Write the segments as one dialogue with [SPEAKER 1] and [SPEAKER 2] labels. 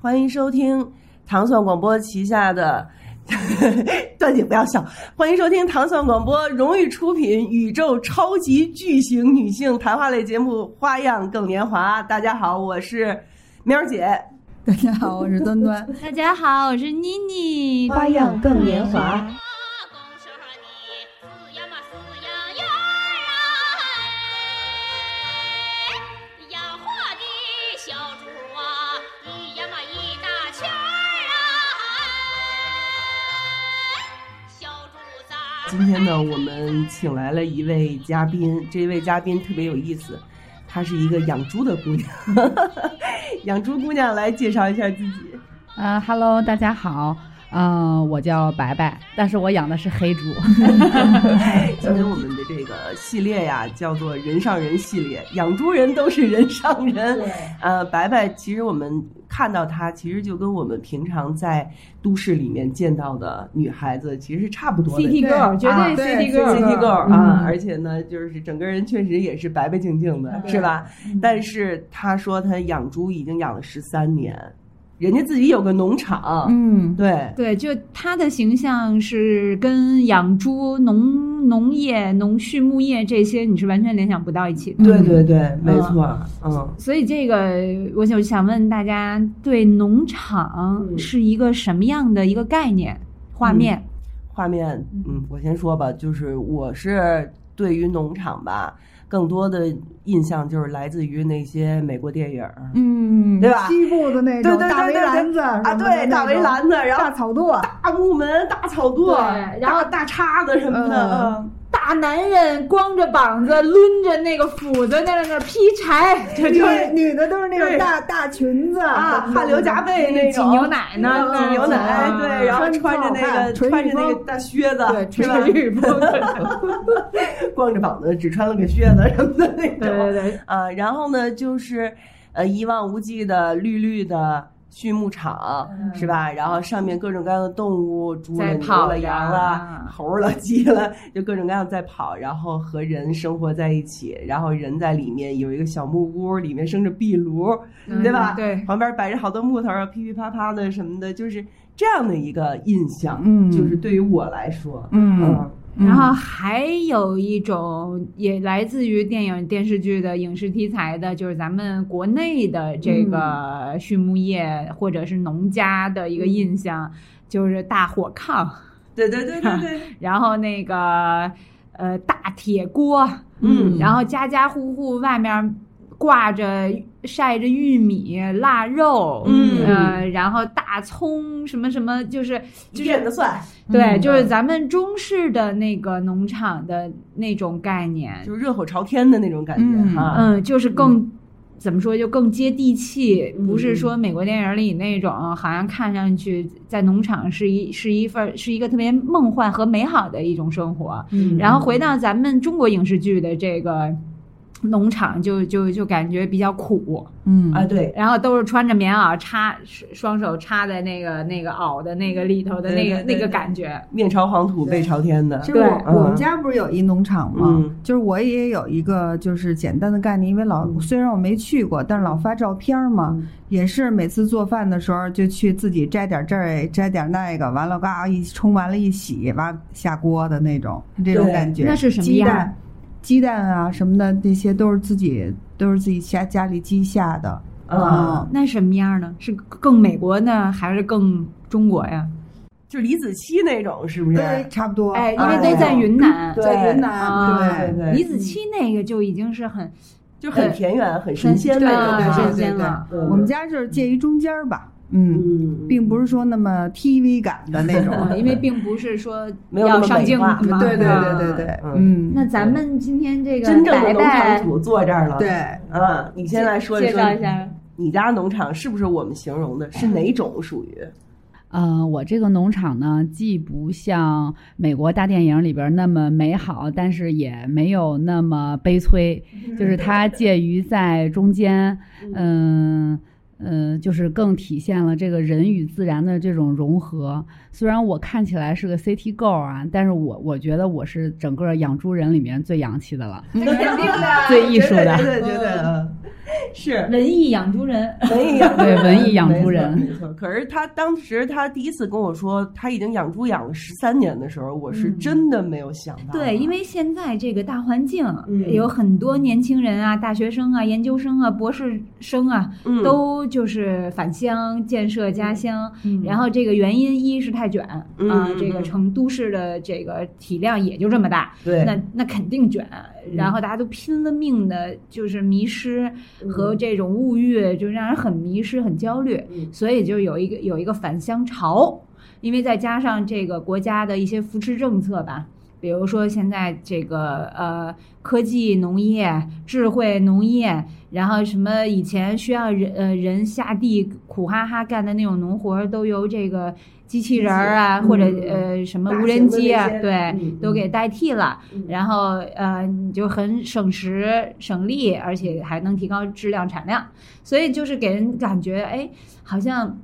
[SPEAKER 1] 欢迎收听糖蒜广播旗下的。 段姐不要笑，欢迎收听糖蒜广播荣誉出品宇宙超级巨型女性谈话类节目《花样更年华》。大家好，我是喵姐。
[SPEAKER 2] 大 家好，我是端端。
[SPEAKER 3] 大家好，我是妮妮。
[SPEAKER 4] 花样更年华。
[SPEAKER 1] 今天呢，我们请来了一位嘉宾，这一位嘉宾特别有意思，她是一个养猪的姑娘。 养猪姑娘来介绍一下自己。
[SPEAKER 5] 呃哈喽，大家好，嗯、我叫白白，但是我养的是黑猪。
[SPEAKER 1] 今天我们的这个系列呀，叫做“人上人”系列，养猪人都是人上人。呃，白白，其实我们看到她，其实就跟我们平常在都市里面见到的女孩子其实是差不多的。
[SPEAKER 2] 对
[SPEAKER 4] City girl，绝
[SPEAKER 1] 啊
[SPEAKER 2] 对
[SPEAKER 4] City
[SPEAKER 2] City
[SPEAKER 4] girl。
[SPEAKER 1] City girl
[SPEAKER 2] 嗯
[SPEAKER 1] 啊，而且呢，就是整个人确实也是白白净净的，
[SPEAKER 4] 对
[SPEAKER 1] 是吧？但是她说她养猪已经养了十三年，人家自己有个农场，
[SPEAKER 5] 嗯，
[SPEAKER 1] 对，
[SPEAKER 3] 对，就他的形象是跟养猪、农农业、农畜牧业这些，你是完全联想不到一起的。
[SPEAKER 1] 对对对，没错，嗯，
[SPEAKER 3] 所以这个，我就想问大家，对农场
[SPEAKER 1] 嗯
[SPEAKER 3] 是一个什么样的一个概念、画面？
[SPEAKER 1] 画面，嗯，我先说吧，就是我是对于农场吧，更多的印象就是来自于那些美国电影儿，
[SPEAKER 2] 嗯
[SPEAKER 1] 对吧
[SPEAKER 2] 西部的那
[SPEAKER 1] 对
[SPEAKER 2] 种
[SPEAKER 1] 对对
[SPEAKER 2] 大围
[SPEAKER 1] 对对
[SPEAKER 2] 栏子
[SPEAKER 1] 啊，对，大围、栏子，然
[SPEAKER 2] 大
[SPEAKER 1] 后
[SPEAKER 2] 草垛，
[SPEAKER 1] 大木门、大草垛，
[SPEAKER 3] 对然后
[SPEAKER 1] 大大叉子什么的，
[SPEAKER 2] 嗯
[SPEAKER 1] 嗯
[SPEAKER 3] 大男人光着膀子抡着那个斧子在那儿劈柴， 就
[SPEAKER 2] 女
[SPEAKER 3] 就
[SPEAKER 2] 女的都是那
[SPEAKER 1] 对
[SPEAKER 2] 种大大裙子
[SPEAKER 1] 啊，汗流浃背
[SPEAKER 2] 嗯
[SPEAKER 1] 那
[SPEAKER 3] 挤
[SPEAKER 1] 种，
[SPEAKER 3] 牛奶呢，
[SPEAKER 1] 嗯挤牛奶，
[SPEAKER 3] 嗯
[SPEAKER 1] 对，然后穿着那个
[SPEAKER 2] 啊穿
[SPEAKER 1] 穿着
[SPEAKER 2] 套
[SPEAKER 1] 那个
[SPEAKER 2] 汉
[SPEAKER 1] 大靴子，
[SPEAKER 2] 对
[SPEAKER 1] 是吧？光着膀子，只穿了个靴子什么的那种，
[SPEAKER 3] 对对对，
[SPEAKER 1] 呃，然后呢，就是呃一望无际的绿绿的畜牧场，是吧？然后上面各种各样的动物，猪了、
[SPEAKER 3] 嗯在
[SPEAKER 1] 牛
[SPEAKER 3] 跑
[SPEAKER 1] 了、
[SPEAKER 3] 呀嗯
[SPEAKER 1] 羊了、猴了、鸡了，就各种各样在跑，然后和人生活在一起，然后人在里面有一个小木屋，里面生着壁炉，
[SPEAKER 3] 嗯
[SPEAKER 1] 对吧？
[SPEAKER 3] 对，
[SPEAKER 1] 旁边摆着好多木头啊，噼噼啪啪的什么的，就是这样的一个印象。
[SPEAKER 5] 嗯
[SPEAKER 1] 就是对于我来说，
[SPEAKER 5] 嗯，嗯
[SPEAKER 3] 然后还有一种也来自于电影、电视剧的影视题材的，就是咱们国内的这个畜牧业或者是农家的一个印象，就是大火炕，
[SPEAKER 1] 对对对对 对，
[SPEAKER 3] 然后那个呃大铁锅，
[SPEAKER 1] 嗯
[SPEAKER 3] 然后家家户户外面挂着晒着玉米、腊肉，
[SPEAKER 1] 嗯
[SPEAKER 3] 呃，然后大葱什么什么，就是
[SPEAKER 1] 就
[SPEAKER 3] 就
[SPEAKER 1] 是变得算，
[SPEAKER 3] 嗯对，就是咱们中式的那个农场的那种概念，
[SPEAKER 1] 就是热火朝天的那种感觉
[SPEAKER 5] 嗯
[SPEAKER 1] 哈。
[SPEAKER 3] 嗯，就是更。怎么说就更接地气，不
[SPEAKER 1] 嗯
[SPEAKER 3] 是说美国电影里那种好像看上去在农场是一是一份儿是一个特别梦幻和美好的一种生活，
[SPEAKER 1] 嗯
[SPEAKER 3] 然后回到咱们中国影视剧的这个农场就，就就感觉比较苦，
[SPEAKER 5] 嗯
[SPEAKER 1] 啊，对，
[SPEAKER 3] 然后都是穿着棉袄插双手插在那个那个袄的那个里头的那个
[SPEAKER 1] 对对对
[SPEAKER 3] 那个感觉，
[SPEAKER 1] 面朝黄土背朝天的，
[SPEAKER 2] 其实我
[SPEAKER 1] 嗯
[SPEAKER 2] 我们家不是有一农场吗？
[SPEAKER 1] 嗯
[SPEAKER 2] 就是我也有一个就是简单的概念，因为老、
[SPEAKER 1] 嗯
[SPEAKER 2] 虽然我没去过，但是老发照片嘛，
[SPEAKER 1] 嗯
[SPEAKER 2] 也是每次做饭的时候就去自己摘点这儿摘点那个，完了嘎一冲完了，一洗完下锅的那种这种
[SPEAKER 1] 对
[SPEAKER 2] 感觉。
[SPEAKER 3] 那是什么
[SPEAKER 2] 鸡
[SPEAKER 3] 样
[SPEAKER 2] 蛋、鸡蛋啊什么的，那些都是自己都是自己家家里鸡下的。
[SPEAKER 1] 啊，
[SPEAKER 2] 嗯
[SPEAKER 3] 那什么样呢？是更美国呢，还是更中国呀？
[SPEAKER 1] 就李子柒那种是不是？
[SPEAKER 2] 对，差不多。嗯
[SPEAKER 3] 哎，因
[SPEAKER 1] 啊
[SPEAKER 3] 为都在云南，
[SPEAKER 1] 对
[SPEAKER 2] 在云南，
[SPEAKER 3] 啊
[SPEAKER 2] 对
[SPEAKER 1] 对对，
[SPEAKER 3] 李子柒那个就已经是很
[SPEAKER 1] 就很田园、很神仙
[SPEAKER 3] 对
[SPEAKER 1] 那种啊
[SPEAKER 3] 很
[SPEAKER 1] 感
[SPEAKER 3] 神
[SPEAKER 1] 觉。
[SPEAKER 3] 仙了。
[SPEAKER 1] 对
[SPEAKER 2] 我们家就是介于中间儿吧，嗯，
[SPEAKER 1] 嗯，
[SPEAKER 2] 并不是说那么 TV 感的那种。
[SPEAKER 3] 嗯因为并不是说
[SPEAKER 1] 没有那
[SPEAKER 3] 要
[SPEAKER 1] 么
[SPEAKER 3] 上
[SPEAKER 1] 美
[SPEAKER 3] 镜
[SPEAKER 1] 化
[SPEAKER 3] 嘛，
[SPEAKER 2] 对对
[SPEAKER 3] 啊
[SPEAKER 2] 对对对，
[SPEAKER 1] 嗯
[SPEAKER 2] 嗯，
[SPEAKER 3] 那咱们今天这个
[SPEAKER 1] 真正的
[SPEAKER 3] 白
[SPEAKER 1] 农场
[SPEAKER 3] 白
[SPEAKER 1] 主坐这儿了。
[SPEAKER 2] 对，
[SPEAKER 1] 啊，你现在说
[SPEAKER 3] 介
[SPEAKER 1] 说
[SPEAKER 3] 绍一下，
[SPEAKER 1] 你家农场是不是我们形容的？是哪种属于？
[SPEAKER 5] 呃，我这个农场呢，既不像美国大电影里边那么美好，但是也没有那么悲催， 就是它介于在中间，嗯、嗯、就是更体现了这个人与自然的这种融合。虽然我看起来是个 CT girl 啊，但是我我觉得我是整
[SPEAKER 1] 嗯
[SPEAKER 5] 个养猪人里面最洋气的了。
[SPEAKER 3] 肯定的，
[SPEAKER 5] 最艺术的
[SPEAKER 1] 对对对对，嗯是
[SPEAKER 3] 文艺养猪人，
[SPEAKER 1] 文艺养猪
[SPEAKER 5] 对
[SPEAKER 1] 人，
[SPEAKER 5] 文艺养猪
[SPEAKER 1] 没错
[SPEAKER 5] 人
[SPEAKER 1] 没错。可是他当时他第一次跟我说他已经养猪养了十三年的时候，我是
[SPEAKER 3] 嗯
[SPEAKER 1] 真的没有想到。
[SPEAKER 3] 对，因为现在这个大环境，
[SPEAKER 1] 嗯
[SPEAKER 3] 有很多年轻人啊、大学生啊、研究生啊、博士生啊，
[SPEAKER 1] 嗯
[SPEAKER 3] 都就是返乡建设家乡。
[SPEAKER 5] 嗯
[SPEAKER 3] 然后这个原因一是太卷啊、
[SPEAKER 1] 嗯嗯
[SPEAKER 3] 这个
[SPEAKER 1] 嗯
[SPEAKER 3] 成都市的这个体量也就这么大，
[SPEAKER 1] 对嗯
[SPEAKER 3] 那那肯定卷。然后大家都拼了命的，就是迷失和这种物欲，就让人很迷失、很焦虑。
[SPEAKER 1] 嗯
[SPEAKER 3] 所以就有一个有一个返乡潮，因为再加上这个国家的一些扶持政策吧，比如说现在这个呃科技农业、智慧农业，然后什么以前需要人呃人下地苦哈哈干的那种农活儿，都由这个机器人儿啊，
[SPEAKER 1] 机器
[SPEAKER 3] 或者
[SPEAKER 1] 嗯
[SPEAKER 3] 呃什么
[SPEAKER 1] 大
[SPEAKER 3] 无
[SPEAKER 1] 型
[SPEAKER 3] 人
[SPEAKER 1] 的
[SPEAKER 3] 机
[SPEAKER 1] 那
[SPEAKER 3] 啊，
[SPEAKER 1] 些
[SPEAKER 3] 对，
[SPEAKER 1] 嗯
[SPEAKER 3] 都
[SPEAKER 1] 嗯
[SPEAKER 3] 给代替了。
[SPEAKER 1] 嗯
[SPEAKER 3] 然后呃，你就很省时省力，而且还能提高质量产量，所以就是给人感觉哎，好像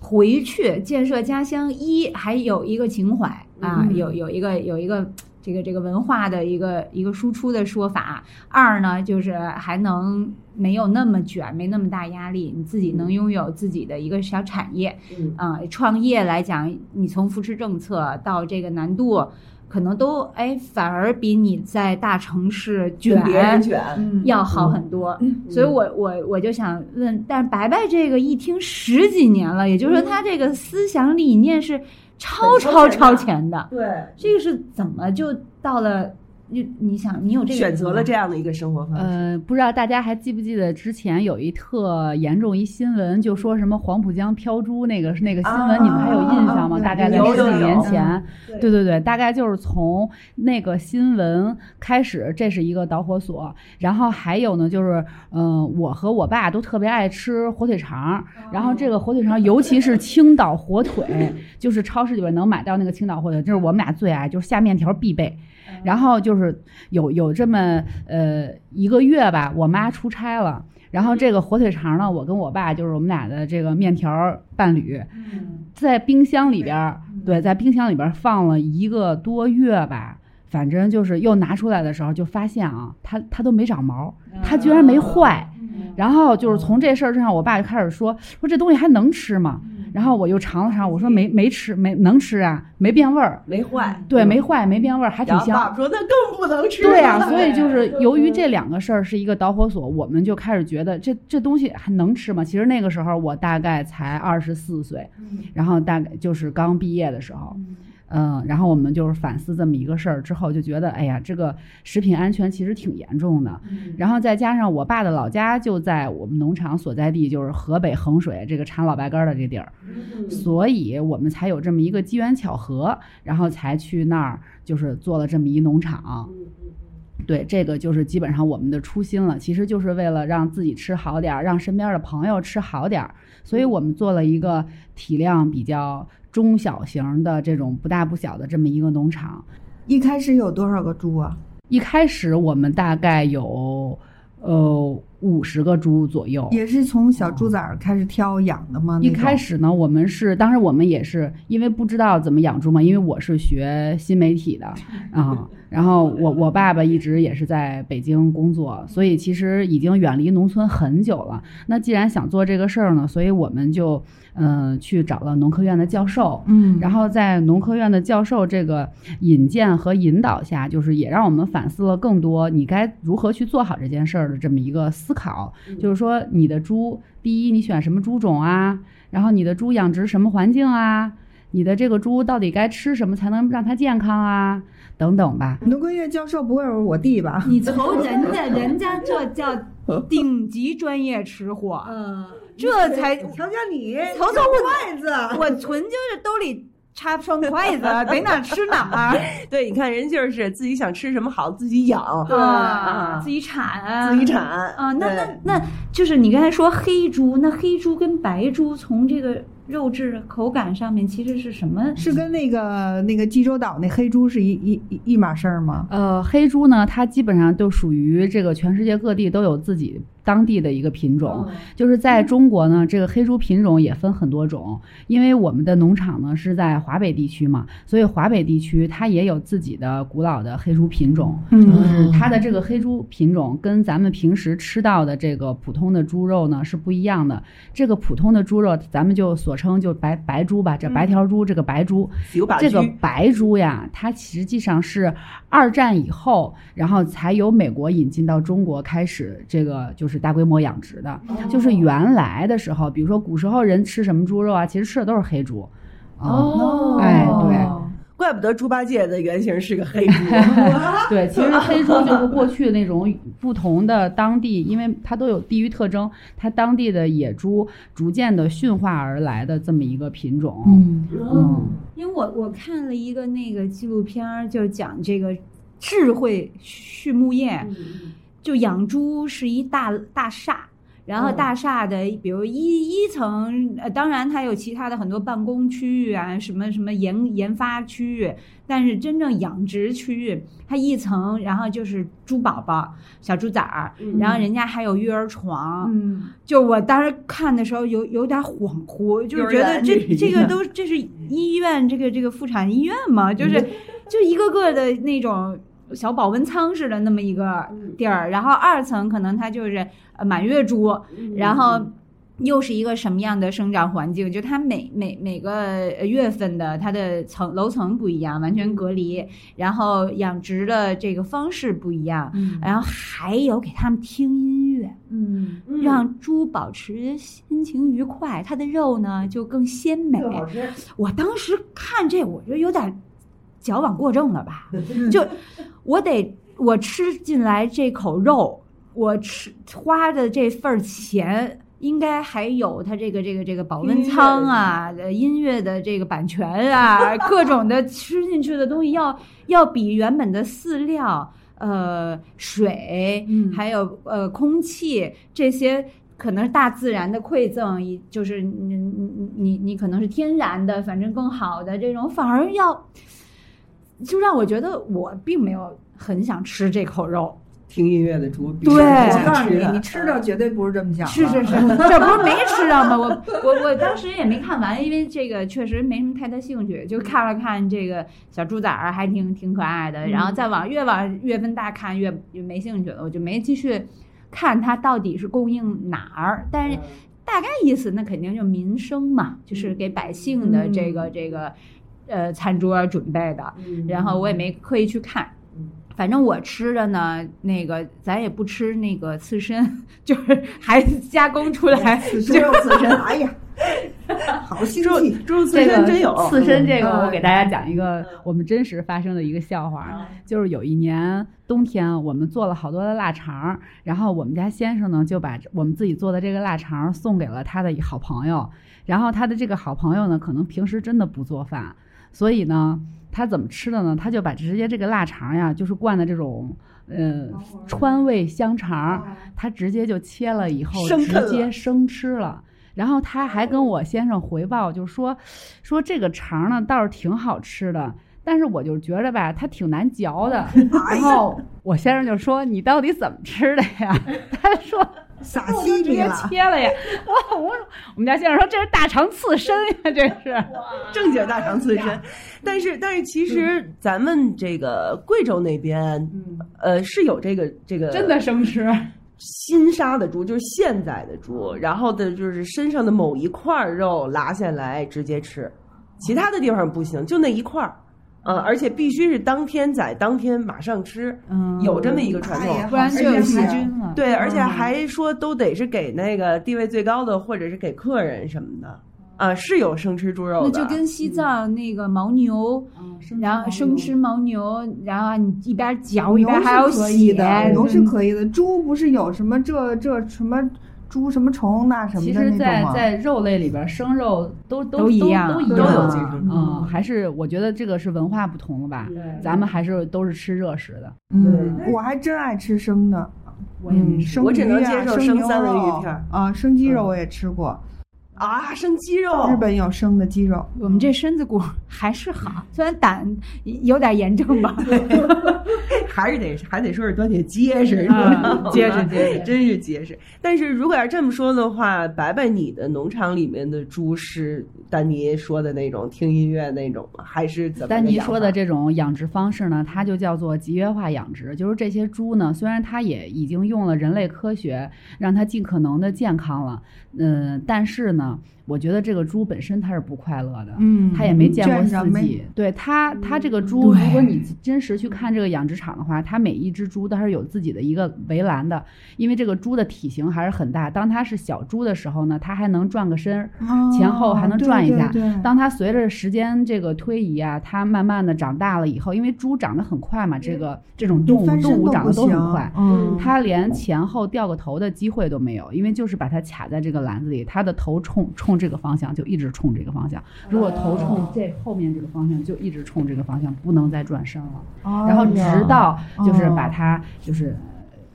[SPEAKER 3] 回去建设家乡一还有一个情怀啊，
[SPEAKER 1] 嗯
[SPEAKER 3] 有有一个有一个。这个这个文化的一个一个输出的说法，二呢就是还能没有那么卷，没那么大压力，你自己能拥有自己的一个小产业，
[SPEAKER 1] 嗯
[SPEAKER 3] 啊、创业来讲，你从扶持政策到这个难度，可能都哎反而比你在大城市卷
[SPEAKER 1] 跟别人嗯卷，
[SPEAKER 3] 嗯要好很多。所以我我我就想问，但是白白这个一听十几年了，也就是说他这个思想理念是超
[SPEAKER 1] 嗯很超
[SPEAKER 3] 超超
[SPEAKER 1] 前的
[SPEAKER 3] 前的，
[SPEAKER 1] 对，
[SPEAKER 3] 这个是怎么就到了？你你想，你有这个
[SPEAKER 1] 选择了这
[SPEAKER 3] 样，
[SPEAKER 1] 样的一个生活方式。
[SPEAKER 5] 呃，不知道大家还记不记得之前有一特严重一新闻，就说什么黄浦江漂猪那个那个新闻，
[SPEAKER 1] 啊
[SPEAKER 5] 你们还有印象吗？
[SPEAKER 2] 啊
[SPEAKER 5] 大概在
[SPEAKER 1] 有
[SPEAKER 5] 十
[SPEAKER 1] 有嗯
[SPEAKER 5] 几年
[SPEAKER 1] 有
[SPEAKER 5] 前，
[SPEAKER 1] 对
[SPEAKER 5] 对对对，大概就是从那个新闻开始，这是一个导火索。然后还有呢，就是嗯、呃我和我爸都特别爱吃火腿
[SPEAKER 1] 啊
[SPEAKER 5] 肠，然后这个火腿肠，尤其是青岛 火腿，就是超市里边能买到那个青岛火腿，这是我们俩最爱，就是下面条必备。
[SPEAKER 1] 嗯
[SPEAKER 5] 然后就是有有这么呃一个月吧，我妈出差了，然后这个火腿肠呢，我跟我爸就是我们俩的这个面条伴侣，在冰箱里边儿，
[SPEAKER 1] 嗯
[SPEAKER 5] 对，在冰箱里边儿放了一个多月吧。反正就是又拿出来的时候，就发现啊，它它都没长毛，
[SPEAKER 1] 嗯
[SPEAKER 5] 它居然没坏。然后就是从这事儿上，我爸就开始说说这东西还能吃吗？然后我又尝了尝，我说没没吃，没能吃啊，没变味儿，
[SPEAKER 1] 没坏，
[SPEAKER 5] 对，没坏，没变味儿，还
[SPEAKER 1] 嗯
[SPEAKER 5] 挺
[SPEAKER 1] 然后爸
[SPEAKER 5] 香
[SPEAKER 1] 爸。说那更不能吃了。
[SPEAKER 5] 对呀、所以就是嗯由于这两个事儿是一个导火索，我们就开始觉得这这东西还能吃吗？其实那个时候我大概才二十四岁，然后大概就是刚毕业的时候，嗯，然后我们就是反思这么一个事儿之后，就觉得哎呀，这个食品安全其实挺严重的。
[SPEAKER 1] 嗯
[SPEAKER 5] 然后再加上我爸的老家就在我们农场所在地，就是河北衡水这个产老白干儿的这地儿，所以我们才有这么一个机缘巧合，然后才去那儿就是做了这么一农场。对，这个就是基本上我们的初心了，其实就是为了让自己吃好点儿，让身边的朋友吃好点儿，所以我们做了一个体量比较中小型的这种不大不小的这么一个农场。
[SPEAKER 2] 一开始有多少个猪啊？
[SPEAKER 5] 一开始我们大概有呃五十个猪左右，
[SPEAKER 2] 也是从小猪崽儿开始挑养的吗？
[SPEAKER 5] 一开
[SPEAKER 2] 始
[SPEAKER 5] 始呢，我们是当时我们也是因为不知道怎么养猪嘛，因为我是学新媒体的啊，然后我我爸爸一直也是在北京工作，所以其实已经远离农村很久了。那既然想做这个事儿呢，所以我们就嗯、呃去找了农科院的教授，
[SPEAKER 2] 嗯，
[SPEAKER 5] 然后在农科院的教授这个引荐和引导下，就是也让我们反思了更多你该如何去做好这件事儿的这么一个思考。就是说，你的猪，第一，你选什么猪种啊？然后你的猪养殖什么环境啊？你的这个猪到底该吃什么才能让它健康啊？等等吧。
[SPEAKER 2] 农科院教授不会是我弟吧？
[SPEAKER 3] 你瞅人 家，人家这叫顶级专业吃货，
[SPEAKER 2] 嗯，
[SPEAKER 3] 这才
[SPEAKER 2] 瞧瞧你，
[SPEAKER 3] 瞅瞅
[SPEAKER 2] 筷子，
[SPEAKER 3] 我纯就是兜里插双筷 子，逮哪吃哪儿
[SPEAKER 1] 对，你看人就是自己想吃什么好自己养，
[SPEAKER 3] 啊，
[SPEAKER 1] 啊
[SPEAKER 3] 自己产啊，
[SPEAKER 1] 自己产
[SPEAKER 3] 啊。那
[SPEAKER 1] 对
[SPEAKER 3] 那那就是你刚才说黑猪，那黑猪跟白猪从这个肉质口感上面其实是什么？
[SPEAKER 2] 是跟那个那个济州岛那黑猪是一一一一码事儿吗？
[SPEAKER 5] 呃，黑猪呢，它基本上就属于这个全世界各地都有自己当地的一个品种。
[SPEAKER 3] 哦
[SPEAKER 5] 就是在中国呢，这个黑猪品种也分很多种，因为我们的农场呢是在华北地区嘛，所以华北地区它也有自己的古老的黑猪品种。
[SPEAKER 3] 嗯
[SPEAKER 5] 就是它的这个黑猪品种跟咱们平时吃到的这个普通的猪肉呢是不一样的。这个普通的猪肉，咱们就所称就白白猪吧，这白条猪，这个白猪，
[SPEAKER 1] 有把
[SPEAKER 5] 这个白猪呀，它实际上是二战以后，然后才由美国引进到中国开始这个就是大规模养殖的。
[SPEAKER 3] 哦
[SPEAKER 5] 就是原来的时候，比如说古时候人吃什么猪肉啊，其实吃的都是黑猪。啊，
[SPEAKER 3] 哦
[SPEAKER 5] 哎对
[SPEAKER 1] 怪不得猪八戒的原型是个黑猪。
[SPEAKER 5] 啊对，其实黑猪就是过去那种不同的当地，因为它都有地域特征，它当地的野猪逐渐的驯化而来的这么一个品种。
[SPEAKER 2] 嗯，
[SPEAKER 5] 嗯，
[SPEAKER 3] 因为我我看了一个那个纪录片儿，就讲这个智慧畜牧业，
[SPEAKER 1] 嗯
[SPEAKER 3] 就养猪是一大大厦。然后
[SPEAKER 1] 嗯
[SPEAKER 3] 大厦的，比如一一层，呃，当然它有其他的很多办公区域啊，什么什么研研发区域，但是真正养殖区域，它一层，然后就是猪宝宝、小猪崽儿，然后人家还有育儿床，
[SPEAKER 2] 嗯，
[SPEAKER 3] 就我当时看的时候有有点恍惚，就
[SPEAKER 1] 幼
[SPEAKER 3] 是
[SPEAKER 1] 儿
[SPEAKER 3] 觉得
[SPEAKER 1] 园
[SPEAKER 3] 这
[SPEAKER 1] 里
[SPEAKER 3] 这个都这是医院这个这个妇产医院嘛，就是就一个个的那种小保温仓似的那么一个
[SPEAKER 2] 嗯
[SPEAKER 3] 地儿，然后二层可能它就是呃满月猪，
[SPEAKER 2] 嗯
[SPEAKER 3] 然后又是一个什么样的生长环境？就它每每每个呃月份的它的层楼层不一样，完全隔离，
[SPEAKER 2] 嗯
[SPEAKER 3] 然后养殖的这个方式不一样，然后还有给他们听音乐，
[SPEAKER 2] 嗯，
[SPEAKER 3] 让猪保持心情愉快，它的肉呢就更鲜美。
[SPEAKER 2] 吃，
[SPEAKER 3] 我当时看这，我就有点矫枉过正了吧？ 就我得我吃进来这口肉，我吃花的这份儿钱，应该还有它这个这个这个保温仓啊、呃音乐的这个版权啊，各种的吃进去的东西要要比原本的饲料、呃水，
[SPEAKER 2] 嗯
[SPEAKER 3] 还有呃空气这些。可能是大自然的馈赠，一就是你你你你可能是天然的，反正更好的这种，反而要就让我觉得我并没有很想吃这口肉。
[SPEAKER 1] 听音乐的猪，
[SPEAKER 3] 对
[SPEAKER 2] 我告诉
[SPEAKER 1] 吃
[SPEAKER 2] 你，
[SPEAKER 1] 的
[SPEAKER 2] 你吃着绝对不是这么想的，
[SPEAKER 3] 是是是，这不是没吃到吗？我我我当时也没看完，因为这个确实没什么太大兴趣，就看了看这个小猪崽儿，还挺挺可爱的。然后再往越往月份大看越越没兴趣了，我就没继续看它到底是供应哪儿。但是大概意思，那肯定就民生嘛，就是给百姓的这个这个呃餐桌准备的。然后我也没刻意去看
[SPEAKER 1] 嗯。
[SPEAKER 3] 反正我吃的呢，那个咱也不吃那个刺身，就是还加工出来。
[SPEAKER 2] 此生又此身，哎呀，好心
[SPEAKER 1] 猪
[SPEAKER 2] 气，
[SPEAKER 1] 猪刺
[SPEAKER 5] 这
[SPEAKER 1] 身
[SPEAKER 5] 个
[SPEAKER 1] 真有
[SPEAKER 5] 刺身这个，
[SPEAKER 2] 嗯
[SPEAKER 5] 我给大家讲一个我们真实发生的一个笑
[SPEAKER 1] 嗯
[SPEAKER 5] 话，就是有一年冬天，我们做了好多的腊肠儿，然后我们家先生呢就把我们自己做的这个腊肠儿送给了他的好朋友，然后他的这个好朋友呢，可能平时真的不做饭，所以呢，他怎么吃的呢？他就把直接这个腊肠呀，就是灌的这种。呃，川味香肠儿，他直接就切了以后，
[SPEAKER 1] 生啃
[SPEAKER 5] 直接生吃了。然后他还跟我先生回报，就说说这个肠儿呢倒是挺好吃的，但是我就觉着吧，它挺难嚼的。 然后我先生就说：“你到底怎么吃的呀？”他说
[SPEAKER 2] 撒：“
[SPEAKER 5] 我
[SPEAKER 2] 西
[SPEAKER 5] 就直
[SPEAKER 2] 米
[SPEAKER 5] 接
[SPEAKER 2] 了，
[SPEAKER 5] 切了呀。” 我我说我们家先生说：“这是大肠刺身呀，这是。
[SPEAKER 1] 正经大肠刺身，但是但是其实咱们这个贵州那边，呃，是有这个这个”
[SPEAKER 5] 真的生吃，
[SPEAKER 1] 新杀的猪，就是现宰的猪，然后的就是身上的某一块肉拉下来直接吃，其他的地方不行，就那一块儿，嗯，而且必须是当天宰，当天马上吃，
[SPEAKER 3] 嗯
[SPEAKER 1] 有这么一个传统。
[SPEAKER 2] 哎呀
[SPEAKER 3] 不然就有细菌了。
[SPEAKER 1] 对，而且
[SPEAKER 3] 嗯
[SPEAKER 1] 还说都得是给那个地位最高的，或者是给客人什么的，啊，是有生吃猪肉
[SPEAKER 3] 那
[SPEAKER 1] 的，
[SPEAKER 3] 就跟西藏那个牦牛，然后生吃牦牛，然后你一边嚼一
[SPEAKER 2] 牛
[SPEAKER 3] 边
[SPEAKER 2] 是
[SPEAKER 3] 还有
[SPEAKER 2] 可以
[SPEAKER 3] 血，
[SPEAKER 2] 的，牛是
[SPEAKER 3] 嗯
[SPEAKER 2] 可以的，猪不是有什么这这什么猪什么虫那什么
[SPEAKER 5] 其
[SPEAKER 2] 的
[SPEAKER 5] 实
[SPEAKER 2] 那种啊
[SPEAKER 5] 在，
[SPEAKER 2] 吗？
[SPEAKER 5] 在肉类里边，生肉都都
[SPEAKER 3] 都一样
[SPEAKER 5] 都一
[SPEAKER 1] 都
[SPEAKER 5] 样
[SPEAKER 1] 有
[SPEAKER 5] 啊
[SPEAKER 1] 寄生虫。
[SPEAKER 5] 嗯，还是我觉得这个是文化不同了吧？咱们还是都是吃热食的。
[SPEAKER 2] 嗯，我还真爱吃生的，
[SPEAKER 5] 我
[SPEAKER 2] 嗯，生
[SPEAKER 1] 我只能
[SPEAKER 2] 鱼啊
[SPEAKER 1] 接受
[SPEAKER 2] 生
[SPEAKER 1] 生
[SPEAKER 2] 牛
[SPEAKER 1] 三文鱼
[SPEAKER 2] 肉
[SPEAKER 1] 片儿
[SPEAKER 2] 啊，生鸡肉我也吃过，
[SPEAKER 1] 啊，生鸡肉
[SPEAKER 2] 日，本有生的鸡肉，
[SPEAKER 3] 我们这身子骨还是好，虽然胆有点炎症吧。
[SPEAKER 1] 还是得还得说是端姐结实，
[SPEAKER 3] 嗯 结实
[SPEAKER 1] 结
[SPEAKER 3] 结实
[SPEAKER 1] 真是结实。但是如果要这么说的话，白白，你的农场里面的猪是丹尼说的那种听音乐那种吗？还是怎么个养
[SPEAKER 5] 丹
[SPEAKER 1] 法？
[SPEAKER 5] 尼说的这种养殖方式呢，它就叫做集约化养殖，就是这些猪呢，虽然它也已经用了人类科学让它尽可能的健康了，嗯、但是呢，我觉得这个猪本身它是不快乐的。
[SPEAKER 2] 嗯
[SPEAKER 5] 它也没见过
[SPEAKER 2] 圈上嗯
[SPEAKER 5] 四
[SPEAKER 2] 没
[SPEAKER 5] 季，对它，它这个猪，如果你真实去看这个养殖场的话，它每一只猪它是有自己的一个围栏的，因为这个猪的体型还是很大。当它是小猪的时候呢，它还能转个身儿，前后还能转一下
[SPEAKER 2] 哦哦对对对
[SPEAKER 5] 当它随着时间这个推移啊，它慢慢的长大了以后，因为猪长得很快嘛，这个这种动
[SPEAKER 2] 嗯翻
[SPEAKER 5] 物
[SPEAKER 2] 身
[SPEAKER 5] 动物
[SPEAKER 2] 不
[SPEAKER 5] 长得都很
[SPEAKER 2] 行
[SPEAKER 5] 快，
[SPEAKER 2] 嗯，
[SPEAKER 5] 它连前后掉个头的机会都没有，因为就是把它卡在这个篮子里，它的头冲冲这个方向就一直冲这个方向，如果头冲
[SPEAKER 3] 哦
[SPEAKER 5] 这后面这个方向就一直冲这个方向，不能再转身了。
[SPEAKER 2] 哦
[SPEAKER 3] 哦
[SPEAKER 5] 然后直到就是把它就是。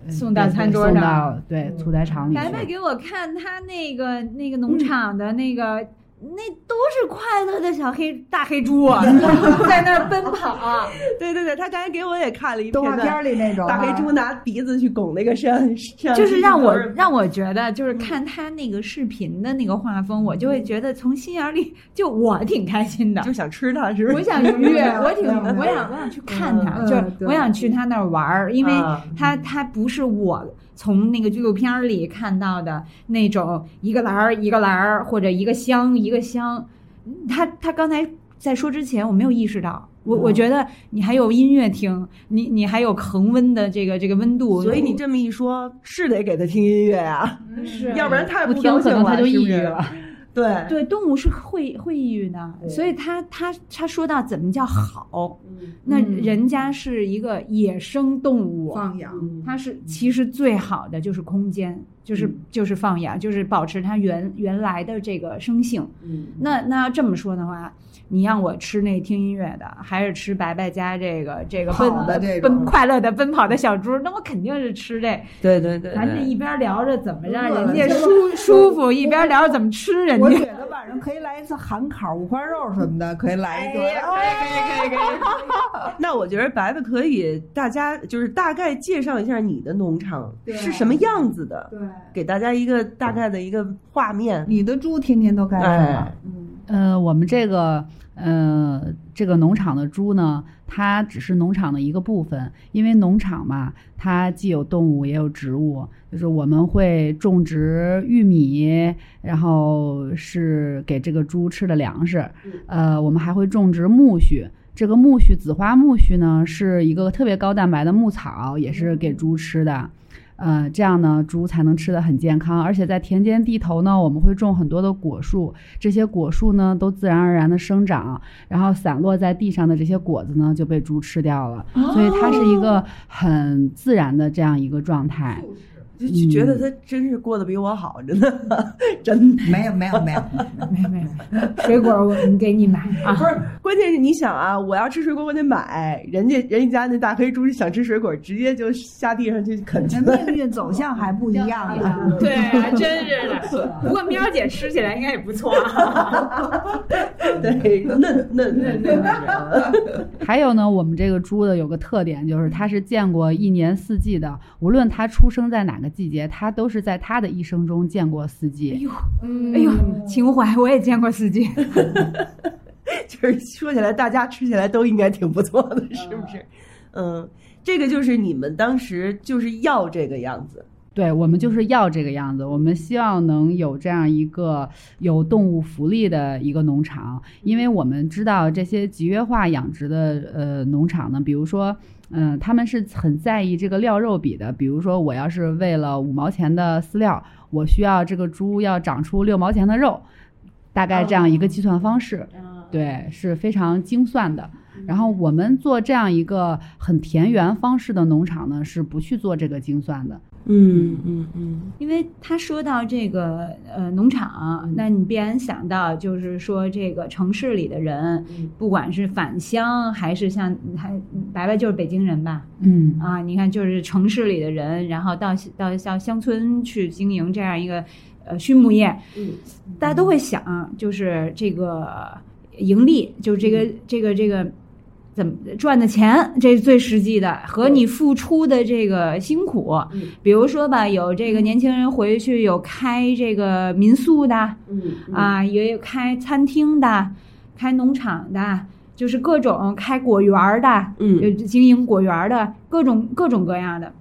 [SPEAKER 5] 呃
[SPEAKER 3] 送到
[SPEAKER 5] 对
[SPEAKER 3] 餐桌
[SPEAKER 5] 送
[SPEAKER 3] 上嗯哎
[SPEAKER 5] 到对屠宰场里去。
[SPEAKER 3] 白白给我看他那个那个农场的那个，那都是快乐的小黑大黑猪啊，在那儿奔跑、
[SPEAKER 1] 对对对，他刚才给我也看了一
[SPEAKER 2] 动画
[SPEAKER 1] 片
[SPEAKER 2] 片
[SPEAKER 1] 段，
[SPEAKER 2] 儿里那种啊
[SPEAKER 1] 大黑猪拿鼻子去拱那个摄像，摄像
[SPEAKER 3] 就是
[SPEAKER 1] 机
[SPEAKER 3] 让
[SPEAKER 1] 头
[SPEAKER 3] 我
[SPEAKER 1] 儿嗯
[SPEAKER 3] 让我觉得，就是看他那个视频的那个画风，我就会觉得从心眼儿里就我挺开心的
[SPEAKER 1] 就。想吃它，是不
[SPEAKER 3] 我
[SPEAKER 1] 是？
[SPEAKER 3] 想 愉悦，
[SPEAKER 2] 嗯
[SPEAKER 3] 我挺，
[SPEAKER 2] 嗯嗯
[SPEAKER 3] 我想，我想去看他，
[SPEAKER 2] 嗯
[SPEAKER 3] 就是
[SPEAKER 2] 对
[SPEAKER 3] 我想去他那儿玩儿，因为
[SPEAKER 1] 啊
[SPEAKER 3] 他他不是我从那个纪录片儿里看到的那种一个篮儿一个篮儿或者一个箱一个箱，嗯他他刚才在说之前我没有意识到。我
[SPEAKER 1] 嗯
[SPEAKER 3] 我觉得你还有音乐听，你你还有恒温的这个这个温度，
[SPEAKER 1] 所以你这么一说，是得给它听音乐呀，
[SPEAKER 2] 嗯
[SPEAKER 3] 是
[SPEAKER 1] 要不然太
[SPEAKER 5] 不
[SPEAKER 1] 高
[SPEAKER 5] 听，可
[SPEAKER 1] 兴了，
[SPEAKER 5] 能它就抑
[SPEAKER 1] 是不
[SPEAKER 5] 郁
[SPEAKER 1] 是
[SPEAKER 5] 了。。嗯
[SPEAKER 1] 对，
[SPEAKER 3] 对动物是会会抑郁的，
[SPEAKER 1] 对
[SPEAKER 3] 所以他他他说到怎么叫好，
[SPEAKER 1] 嗯
[SPEAKER 3] 那
[SPEAKER 2] 嗯
[SPEAKER 3] 人家是一个野生动物，
[SPEAKER 2] 放养，
[SPEAKER 1] 嗯
[SPEAKER 3] 它是其实最好的就是空间，就是
[SPEAKER 1] 嗯
[SPEAKER 3] 就是放养，就是保持它原原来的这个生性。
[SPEAKER 1] 嗯
[SPEAKER 3] 那那要这么说的话，你让我吃那听音乐的，还是吃白白家这个这个奔
[SPEAKER 2] 跑的这
[SPEAKER 3] 奔
[SPEAKER 2] 种
[SPEAKER 3] 快乐的奔跑的小猪，那我肯定是吃这。
[SPEAKER 1] 对对对，
[SPEAKER 3] 咱这一边聊着怎么让人
[SPEAKER 2] 饿
[SPEAKER 3] 家
[SPEAKER 2] 了
[SPEAKER 3] 舒舒服，一边聊着怎么吃人
[SPEAKER 2] 我
[SPEAKER 3] 家
[SPEAKER 2] 觉。得晚上可以来一次韩烤五花肉什么的，可以来一顿。
[SPEAKER 1] 哎
[SPEAKER 2] 哎
[SPEAKER 1] 可以可以可以。那我觉得白白可以，大家就是大概介绍一下你的农场
[SPEAKER 2] 对
[SPEAKER 1] 是什么样子的，
[SPEAKER 2] 对，
[SPEAKER 1] 给大家一个大概的一个画面。
[SPEAKER 2] 你的猪天天都干什么
[SPEAKER 1] 哎？
[SPEAKER 2] 嗯，
[SPEAKER 5] 呃，我们这个呃这个农场的猪呢，它只是农场的一个部分，因为农场嘛，它既有动物也有植物，就是我们会种植玉米，然后是给这个猪吃的粮食，呃，我们还会种植苜蓿。这个苜蓿，紫花苜蓿呢，是一个特别高蛋白的牧草，也是给猪吃的。呃，这样呢，猪才能吃得很健康。而且在田间地头呢，我们会种很多的果树，这些果树呢都自然而然的生长，然后散落在地上的这些果子呢就被猪吃掉了，所以它是一个很自然的这样一个状态。
[SPEAKER 1] 就就觉得他真是过得比我好，真的，真的。
[SPEAKER 2] 没有没有没有，
[SPEAKER 3] 没哎有没有，水果我们给你买 啊。
[SPEAKER 1] 不是， 关键是你想啊，我要吃水果我得买，人家人家那大黑猪想吃水果，直接就下地上去啃去
[SPEAKER 2] 那
[SPEAKER 1] 了。
[SPEAKER 2] 命运走向还不一样啊呢。
[SPEAKER 3] 对，还真是的。不过喵姐吃起来应该也不错。啊
[SPEAKER 1] 对，嫩嫩嫩嫩。
[SPEAKER 5] 还有呢，我们这个猪的有个特点，就是它是见过一年四季的，无论它出生在哪个季节，它都是在它的一生中见过四季。
[SPEAKER 3] 哎呦， 情怀我也见过四季。
[SPEAKER 1] 就是说起来，大家吃起来都应该挺不错的，是不是？嗯，这个就是你们当时就是要这个样子。
[SPEAKER 5] 对，我们就是要这个样子，我们希望能有这样一个有动物福利的一个农场，因为我们知道这些集约化养殖的呃农场呢，比如说。嗯，他们是很在意这个料肉比的。比如说，我要是为了五毛钱的饲料，我需要这个猪要长出六毛钱的肉，大概这样一个计算方式。
[SPEAKER 3] 嗯
[SPEAKER 5] 对，是非常精算的。然后我们做这样一个很田园方式的农场呢，是不去做这个精算的。
[SPEAKER 1] 嗯嗯嗯，
[SPEAKER 3] 因为他说到这个呃农场，那你必然想到就是说这个城市里的人，不管是返乡还是像还白白就是北京人吧，
[SPEAKER 5] 嗯
[SPEAKER 3] 啊，你看就是城市里的人，然后到到到乡村去经营这样一个呃畜牧业，
[SPEAKER 1] 嗯，
[SPEAKER 3] 大家都会想，就是这个盈利，就是这
[SPEAKER 1] 嗯
[SPEAKER 3] 个这个这个怎么赚的钱，这是最实际的，和你付出的这个辛苦。
[SPEAKER 1] 嗯
[SPEAKER 3] 比如说吧，有这个年轻人回去有开这个民宿的，
[SPEAKER 1] 嗯，
[SPEAKER 3] 啊，也有开餐厅的，开农场的，就是各种开果园儿的，
[SPEAKER 1] 嗯
[SPEAKER 3] 有经营果园儿的，各种各种各样的。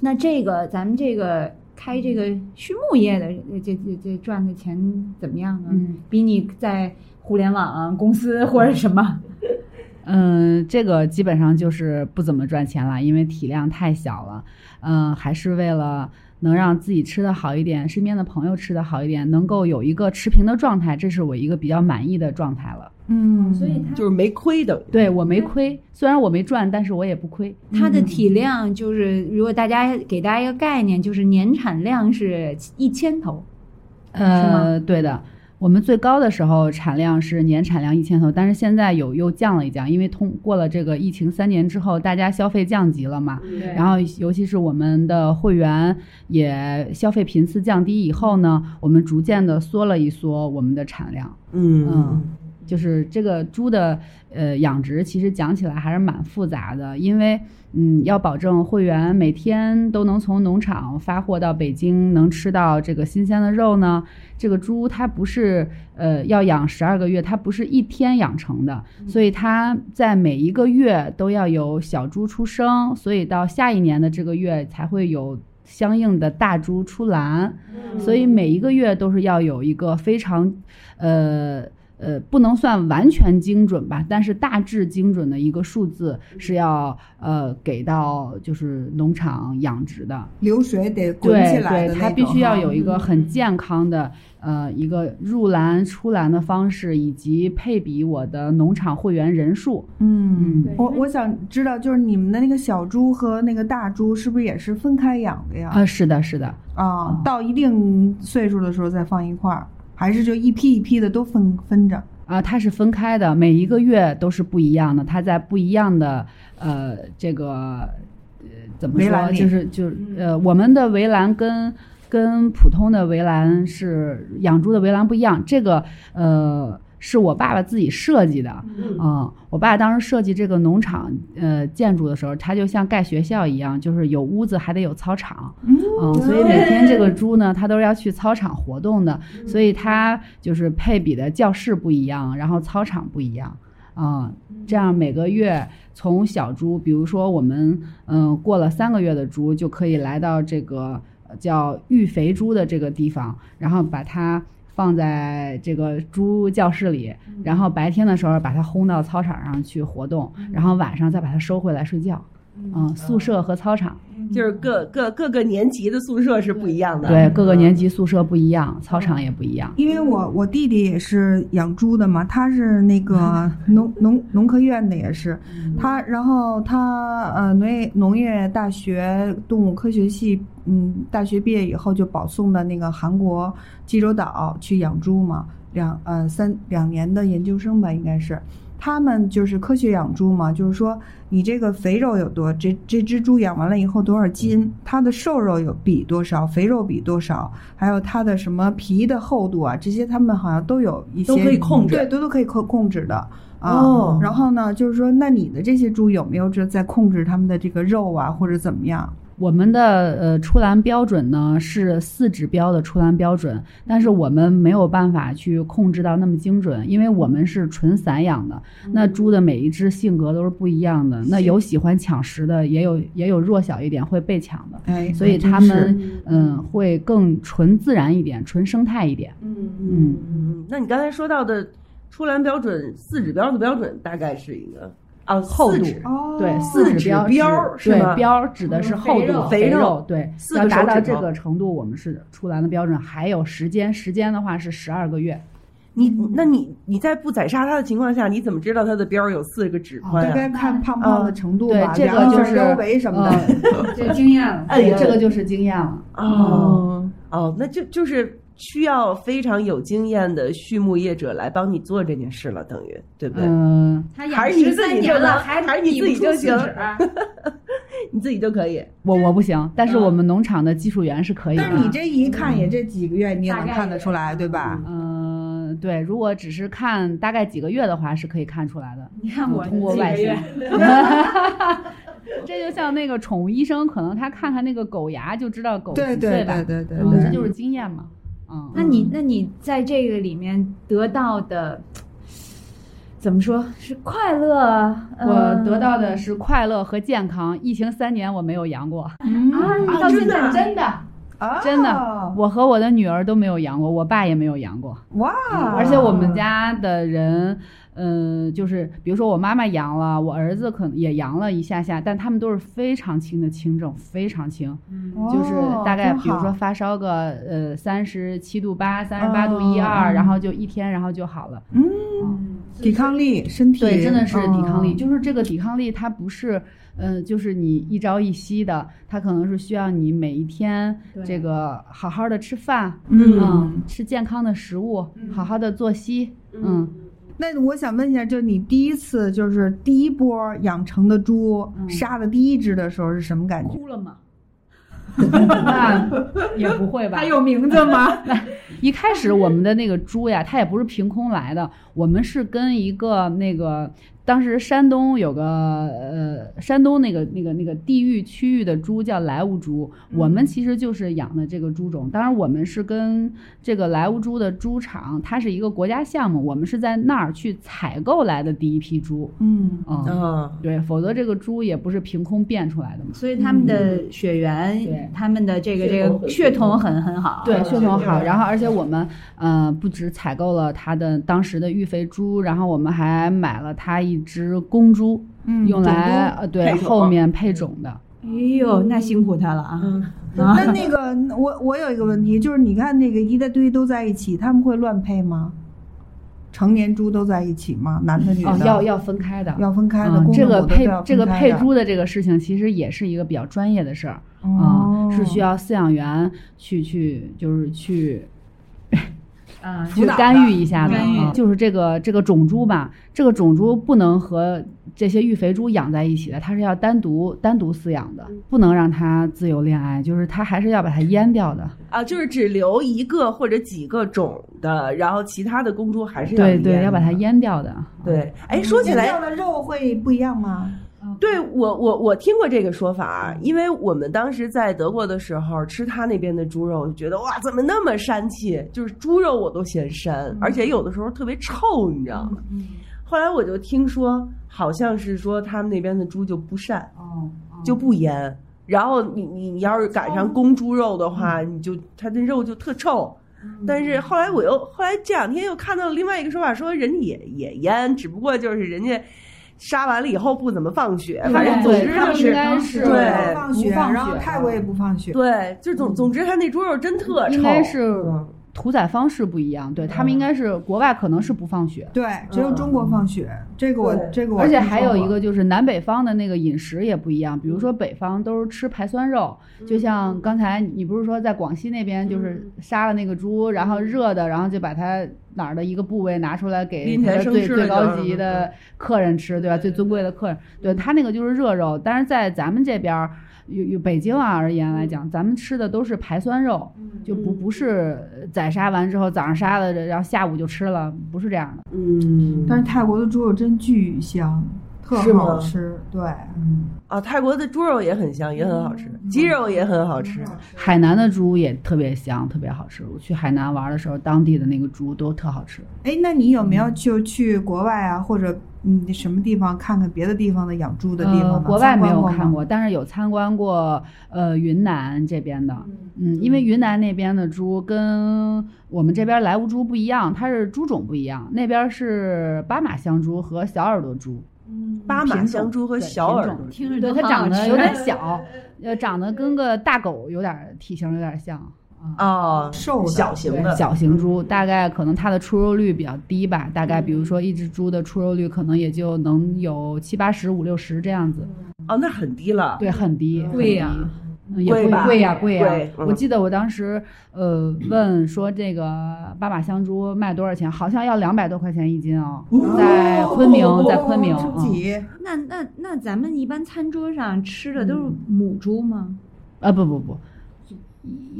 [SPEAKER 3] 那这个咱们这个开这个畜牧业的，这这这赚的钱怎么样啊？
[SPEAKER 5] 嗯
[SPEAKER 3] 比你在互联网公司或者什么，
[SPEAKER 5] 嗯，这个基本上就是不怎么赚钱了，因为体量太小了。嗯，还是为了能让自己吃的好一点，身边的朋友吃的好一点，能够有一个持平的状态，这是我一个比较满意的状态了。
[SPEAKER 2] 嗯，
[SPEAKER 3] 所以它
[SPEAKER 1] 就是没亏等于。
[SPEAKER 5] 对我没亏，虽然我没赚，但是我也不亏。
[SPEAKER 3] 它
[SPEAKER 1] 嗯
[SPEAKER 3] 的体量就是，如果大家给大家一个概念，就是年产量是一 千头，
[SPEAKER 5] 呃，对的，我们最高的时候产量是年产量一千头，但是现在有又降了一降，因为通过了这个疫情三年之后，大家消费降级了嘛。
[SPEAKER 1] 嗯
[SPEAKER 5] 然后，尤其是我们的会员也消费频次降低以后呢，我们逐渐的缩了一缩我们的产量。
[SPEAKER 1] 嗯
[SPEAKER 5] 就是这个猪的呃养殖，其实讲起来还是蛮复杂的，因为嗯要保证会员每天都能从农场发货到北京，能吃到这个新鲜的肉呢。这个猪它不是呃要养十二个月，它不是一天养成的，嗯所以它在每一个月都要有小猪出生，所以到下一年的这个月才会有相应的大猪出栏。嗯所以每一个月都是要有一个非常，呃呃，不能算完全精准吧，但是大致精准的一个数字是要呃给到就是农场养殖的，
[SPEAKER 2] 流水得滚起
[SPEAKER 5] 对
[SPEAKER 2] 来
[SPEAKER 5] 对
[SPEAKER 2] 的，那
[SPEAKER 5] 它必
[SPEAKER 2] 种
[SPEAKER 5] 须要
[SPEAKER 2] 哈嗯
[SPEAKER 5] 有一个很健康的呃一个入栏出栏的方式，以及配比我的农场会员人数，
[SPEAKER 2] 嗯
[SPEAKER 5] 对，
[SPEAKER 2] 我我想知道，就是你们的那个小猪和那个大猪是不是也是分开养的呀？
[SPEAKER 5] 啊，是的，是的，
[SPEAKER 2] 啊，到一定岁数的时候再放一块儿，还是就一批一批的都分分着？
[SPEAKER 5] 啊，它是分开的，每一个月都是不一样的，它在不一样的呃这个呃怎么
[SPEAKER 2] 围
[SPEAKER 5] 说，
[SPEAKER 2] 栏里嗯
[SPEAKER 5] 就是就是呃我们的围栏跟。跟普通的围栏是养猪的围栏不一样，这个呃是我爸爸自己设计的，
[SPEAKER 1] 嗯
[SPEAKER 5] 嗯，我爸当时设计这个农场呃建筑的时候，他就像盖学校一样，就是有屋子还得有操场，
[SPEAKER 2] 嗯
[SPEAKER 5] 嗯，所以每天这个猪呢，它都是要去操场活动的，所以它就是配比的教室不一样，然后操场不一样，啊、这样每个月从小猪，比如说我们嗯、过了三个月的猪，就可以来到这个呃叫育肥猪的这个地方，然后把它放在这个猪教室里，然后白天的时候把它轰到操场上去活动，然后晚上再把它收回来睡觉。嗯，宿舍和操场，
[SPEAKER 1] 就是各各各个年级的宿舍是不一样的。
[SPEAKER 5] 对各个
[SPEAKER 2] 嗯
[SPEAKER 5] 年级宿舍不一样，操场也不一样。
[SPEAKER 2] 因为我我弟弟也是养猪的嘛，他是那个农农农科院的，也是他，然后他呃农业农业大学动物科学系，嗯，大学毕业以后就保送到那个韩国济州岛去养猪嘛，两呃三两年的研究生吧，应该是。他们就是科学养猪嘛，就是说你这个肥肉有多，这这只猪养完了以后多少
[SPEAKER 5] 嗯
[SPEAKER 2] 斤，它的瘦肉有比多少，肥肉比多少，还有它的什么皮的厚度啊，这些他们好像都有一些
[SPEAKER 1] 都可以控制
[SPEAKER 2] 对，都都可以控控制的啊。
[SPEAKER 1] 哦
[SPEAKER 2] 然后呢，就是说，那你的这些猪有没有这在控制它们的这个肉啊，或者怎么样？
[SPEAKER 5] 我们的呃出栏标准呢是四指标的出栏标准，但是我们没有办法去控制到那么精准，因为我们是纯散养的，
[SPEAKER 2] 嗯
[SPEAKER 5] 那猪的每一只性格都是不一样的，那有喜欢抢食的，也有也有弱小一点会被抢的，
[SPEAKER 2] 哎，
[SPEAKER 5] 所以
[SPEAKER 2] 还真
[SPEAKER 5] 他
[SPEAKER 2] 是
[SPEAKER 5] 们嗯会更纯自然一点，纯生态一点。
[SPEAKER 1] 嗯
[SPEAKER 5] 嗯
[SPEAKER 1] 嗯，那你刚才说到的出栏标准四指标的标准大概是一个啊
[SPEAKER 5] 厚
[SPEAKER 1] 四
[SPEAKER 5] 度
[SPEAKER 1] 指
[SPEAKER 2] 哦，
[SPEAKER 5] 对，
[SPEAKER 1] 四指
[SPEAKER 5] 指标
[SPEAKER 1] 标
[SPEAKER 5] 指
[SPEAKER 1] 是吗
[SPEAKER 5] 对标指的是厚
[SPEAKER 3] 肥
[SPEAKER 5] 度
[SPEAKER 3] 肉、
[SPEAKER 1] 肥肉
[SPEAKER 5] 肉，对
[SPEAKER 1] 四，个
[SPEAKER 5] 要达
[SPEAKER 1] 手
[SPEAKER 5] 到
[SPEAKER 1] 指
[SPEAKER 5] 这
[SPEAKER 1] 头
[SPEAKER 5] 个程度，我们是出栏的标准。还有时间，时间的话是十二个月，
[SPEAKER 1] 你
[SPEAKER 5] 嗯
[SPEAKER 1] 那你你在不宰杀它的情况下，你怎么知道它的标有四个指宽
[SPEAKER 2] 大
[SPEAKER 1] 啊？
[SPEAKER 2] 概看胖不胖的程度
[SPEAKER 5] 嗯对
[SPEAKER 2] 吧，，
[SPEAKER 5] 这
[SPEAKER 2] 然
[SPEAKER 5] 个
[SPEAKER 2] 后
[SPEAKER 5] 就是嗯
[SPEAKER 2] 腰围什么的。
[SPEAKER 5] 的，这经验了，
[SPEAKER 1] 哎
[SPEAKER 5] 对
[SPEAKER 1] 呀，
[SPEAKER 5] 这个就是经验了。
[SPEAKER 1] 哦哦，那就就是需要非常有经验的畜牧业者来帮你做这件事了，等于对不对？
[SPEAKER 5] 嗯，
[SPEAKER 3] 他
[SPEAKER 1] 还
[SPEAKER 3] 养
[SPEAKER 1] 是你
[SPEAKER 3] 十
[SPEAKER 1] 自己
[SPEAKER 3] 三
[SPEAKER 1] 就
[SPEAKER 3] 年
[SPEAKER 1] 能
[SPEAKER 3] 了，还
[SPEAKER 1] 还是你
[SPEAKER 3] 比 不啊
[SPEAKER 1] 自己
[SPEAKER 3] 出
[SPEAKER 1] 就
[SPEAKER 3] 四
[SPEAKER 1] 行
[SPEAKER 3] 指儿
[SPEAKER 1] 你自己就可以。
[SPEAKER 5] 我我不行，但是我们农场的技术员是可以的。
[SPEAKER 2] 但你这一看也这几个月，你也能看得出来，对吧？
[SPEAKER 5] 嗯、对，如果只是看大概几个月的话，是可以看出来的。
[SPEAKER 3] 你看我
[SPEAKER 5] 通过
[SPEAKER 3] 几
[SPEAKER 5] 外
[SPEAKER 3] 个
[SPEAKER 5] 形
[SPEAKER 3] 月，
[SPEAKER 5] 这就像那个宠物医生，可能他看看那个狗牙就知道狗几
[SPEAKER 2] 对
[SPEAKER 5] 岁
[SPEAKER 2] 对
[SPEAKER 5] 吧，
[SPEAKER 2] 对对对
[SPEAKER 5] 嗯
[SPEAKER 2] 对
[SPEAKER 5] 这。就是经验嘛。嗯，
[SPEAKER 3] 那你那你在这个里面得到的，怎么说是快乐？
[SPEAKER 5] 我
[SPEAKER 3] 呃
[SPEAKER 5] 得到
[SPEAKER 2] 嗯
[SPEAKER 5] 的是快乐和健康。疫情三年我没有阳过，
[SPEAKER 3] 啊，到现
[SPEAKER 1] 真的啊
[SPEAKER 3] 在真的，
[SPEAKER 2] 啊
[SPEAKER 5] 真的，我和我的女儿都没有阳过，我爸也没有阳过。
[SPEAKER 2] 哇！哦
[SPEAKER 5] 而且我们家的人，嗯、就是比如说我妈妈阳了，我儿子可能也阳了一下下，但他们都是非常轻的轻症，非常轻，
[SPEAKER 3] 嗯
[SPEAKER 2] 哦
[SPEAKER 5] 就是大概
[SPEAKER 2] 真好
[SPEAKER 5] 比如说发烧个呃三十七度八、三十八度一二、
[SPEAKER 2] 哦
[SPEAKER 5] 然后就一天，然后就好了。
[SPEAKER 2] 抵抗力、身体
[SPEAKER 5] 对，真的是抵抗力，
[SPEAKER 2] 嗯
[SPEAKER 5] 就是这个抵抗力，它不是，嗯、就是你一朝一夕的，它可能是需要你每一天
[SPEAKER 3] 对
[SPEAKER 5] 这个好好的吃饭，
[SPEAKER 2] 嗯
[SPEAKER 5] 嗯，，吃健康的食物，好好的作息，嗯
[SPEAKER 1] 嗯，
[SPEAKER 2] 那我想问一下，就是你第一次就是第一波养成的猪
[SPEAKER 5] 嗯
[SPEAKER 2] 杀的第一只的时候是什么感觉？
[SPEAKER 5] 哭了吗？嗯那也不会吧
[SPEAKER 3] 它。有名字吗？
[SPEAKER 5] 一开始我们的那个猪呀，它也不是凭空来的，我们是跟一个那个当时山东有个呃山东那个那个那个地域区域的猪叫莱芜猪，我们其实就是养的这个猪种。当然，我们是跟这个莱芜猪的猪场，它是一个国家项目，我们是在那儿去采购来的第一批猪。
[SPEAKER 2] 嗯，
[SPEAKER 5] 嗯，
[SPEAKER 1] 嗯，
[SPEAKER 5] 对，否则这个猪也不是凭空变出来的嘛。
[SPEAKER 3] 所以他们的血
[SPEAKER 5] 对
[SPEAKER 3] 缘，他们的这个这
[SPEAKER 1] 血统
[SPEAKER 3] 个
[SPEAKER 1] 很
[SPEAKER 3] 嗯血统很很好，
[SPEAKER 5] 对，血统好。
[SPEAKER 1] 对
[SPEAKER 5] 然后，而且我们呃，不止采购了它的当时的育肥猪，然后我们还买了它一只公猪，
[SPEAKER 2] 嗯
[SPEAKER 5] 用来呃对
[SPEAKER 1] 配种
[SPEAKER 2] 啊
[SPEAKER 5] 后面配种的。
[SPEAKER 3] 哎呦，那辛苦他了啊！
[SPEAKER 2] 那那个我我有一个问题，就是你看那个一大堆都在一起，他们会乱配吗？成年猪都在一起吗？男的女的？
[SPEAKER 5] 哦，要要分开的。
[SPEAKER 2] 嗯要分开的，
[SPEAKER 5] 嗯
[SPEAKER 2] 公的
[SPEAKER 5] 这个
[SPEAKER 2] 母的
[SPEAKER 5] 配
[SPEAKER 2] 都要
[SPEAKER 5] 这个
[SPEAKER 2] 分开
[SPEAKER 5] 配
[SPEAKER 2] 的
[SPEAKER 5] 猪的这个事情，其实也是一个比较专业的事儿啊、
[SPEAKER 2] 哦
[SPEAKER 5] 是需要饲养员去去就是去
[SPEAKER 3] 啊，
[SPEAKER 5] 去干预一下的
[SPEAKER 3] 干预
[SPEAKER 5] 啊，就是这个这个种猪吧，这个种猪不能和这些育肥猪养在一起的，它是要单独单独饲养的，不能让它自由恋爱，就是它还是要把它阉掉的。
[SPEAKER 1] 啊，就是只留一个或者几个种的，然后其他的公猪还是要
[SPEAKER 5] 对对，
[SPEAKER 1] 阉
[SPEAKER 5] 要把它
[SPEAKER 1] 的
[SPEAKER 5] 阉掉的。
[SPEAKER 1] 对。哎，说起来
[SPEAKER 2] 要的肉会不一样吗？
[SPEAKER 1] 对我，我我听过这个说法，啊因为我们当时在德国的时候吃他那边的猪肉，就觉得哇，怎么那么膻气？就是猪肉我都嫌膻，而且有的时候特别臭，你知道吗？后来我就听说，好像是说他们那边的猪就不膻，
[SPEAKER 5] 哦，
[SPEAKER 1] 就不腌。然后你你你要是赶上公猪肉的话，
[SPEAKER 5] 嗯
[SPEAKER 1] 你就它那肉就特臭。但是后来我又后来这两天又看到了另外一个说法，说人家也也腌，只不过就是人家杀完了以后不怎么放血，
[SPEAKER 5] 对
[SPEAKER 1] 哎反正总之
[SPEAKER 5] 他
[SPEAKER 1] 就
[SPEAKER 5] 们
[SPEAKER 1] 是
[SPEAKER 5] 应该是
[SPEAKER 1] 对
[SPEAKER 2] 不放血，
[SPEAKER 5] 不放血嗯
[SPEAKER 2] 然后泰国也不放血。
[SPEAKER 1] 对，就是总总之，他那猪肉真特臭，
[SPEAKER 5] 应该是
[SPEAKER 1] 嗯
[SPEAKER 5] 屠宰方式不一样，对他们应该是国外可能是不放血。
[SPEAKER 2] 对，只有中国放血，这个我
[SPEAKER 1] 对
[SPEAKER 2] 这个我
[SPEAKER 5] 而
[SPEAKER 2] 听
[SPEAKER 5] 且
[SPEAKER 2] 说过。
[SPEAKER 5] 还有一个就是南北方的那个饮食也不一样，
[SPEAKER 1] 嗯
[SPEAKER 5] 比如说北方都是吃排酸肉，就像刚才你不是说在广西那边
[SPEAKER 1] 嗯
[SPEAKER 5] 就是杀了那个猪，然后热的，然后就把它哪儿的一个部位拿出来给
[SPEAKER 1] 拎起来
[SPEAKER 5] 他的
[SPEAKER 1] 生
[SPEAKER 5] 最
[SPEAKER 1] 吃
[SPEAKER 5] 最
[SPEAKER 1] 了
[SPEAKER 5] 高
[SPEAKER 1] 就
[SPEAKER 5] 级
[SPEAKER 1] 嗯
[SPEAKER 5] 的客人吃，对吧？最尊贵的客人，对他那个就是热肉，但是在咱们这边儿。有有北京啊而言来
[SPEAKER 1] 嗯
[SPEAKER 5] 讲，咱们吃的都是排酸肉，就不不是呃宰杀完之后早上杀了，然后下午就吃了，不是这样的。
[SPEAKER 1] 嗯，
[SPEAKER 2] 但是泰国的猪肉真巨香，特
[SPEAKER 1] 是吗
[SPEAKER 2] 好吃。对，
[SPEAKER 1] 啊，泰国的猪肉也很香，也很好吃，
[SPEAKER 5] 嗯
[SPEAKER 1] 鸡肉也很好吃，
[SPEAKER 5] 海南的猪也特别香，特别好吃。我去海南玩的时候，当地的那个猪都特好吃。
[SPEAKER 2] 哎，那你有没
[SPEAKER 5] 嗯
[SPEAKER 2] 有就去国外啊，或者嗯什么地方看看别的地方的养猪的地方呢？
[SPEAKER 5] 呃，国外没有
[SPEAKER 2] 参观
[SPEAKER 5] 看
[SPEAKER 2] 过吗。
[SPEAKER 5] 过，但是有参观过呃云南这边的，嗯，因为云南那边的猪跟我们这边莱芜猪不一样，它是猪种不一样，那边是巴马香猪和小耳朵猪，
[SPEAKER 1] 巴马香猪和
[SPEAKER 5] 对
[SPEAKER 1] 小耳朵
[SPEAKER 5] 品种
[SPEAKER 3] 听着
[SPEAKER 5] 对，
[SPEAKER 3] 都
[SPEAKER 5] 它
[SPEAKER 3] 好
[SPEAKER 5] 长得
[SPEAKER 3] 吃
[SPEAKER 5] 有点小，呃，长得跟个大狗有点体型有点像啊。
[SPEAKER 1] 啊，
[SPEAKER 2] 瘦的
[SPEAKER 1] 小型
[SPEAKER 5] 对
[SPEAKER 1] 的，嗯
[SPEAKER 5] 小型猪，大概可能它的出肉率比较低吧，大概比
[SPEAKER 1] 嗯
[SPEAKER 5] 如说一只猪的出肉率可能也就能有七八十、五六十这样子，
[SPEAKER 1] 嗯哦，那很低了，
[SPEAKER 5] 对，很低，
[SPEAKER 3] 贵呀
[SPEAKER 5] 很低也
[SPEAKER 1] 嗯贵
[SPEAKER 5] 贵
[SPEAKER 1] 吧
[SPEAKER 5] 呀贵呀
[SPEAKER 1] 贵！嗯
[SPEAKER 5] 我记得我当时呃问说这个八把香猪卖多少钱，好像要两百多块钱一斤哦，在昆明，在昆明。
[SPEAKER 2] 初
[SPEAKER 5] 嗯
[SPEAKER 2] 几？
[SPEAKER 3] 那那那咱们一般餐桌上吃的都是母猪吗？
[SPEAKER 5] 啊不不不，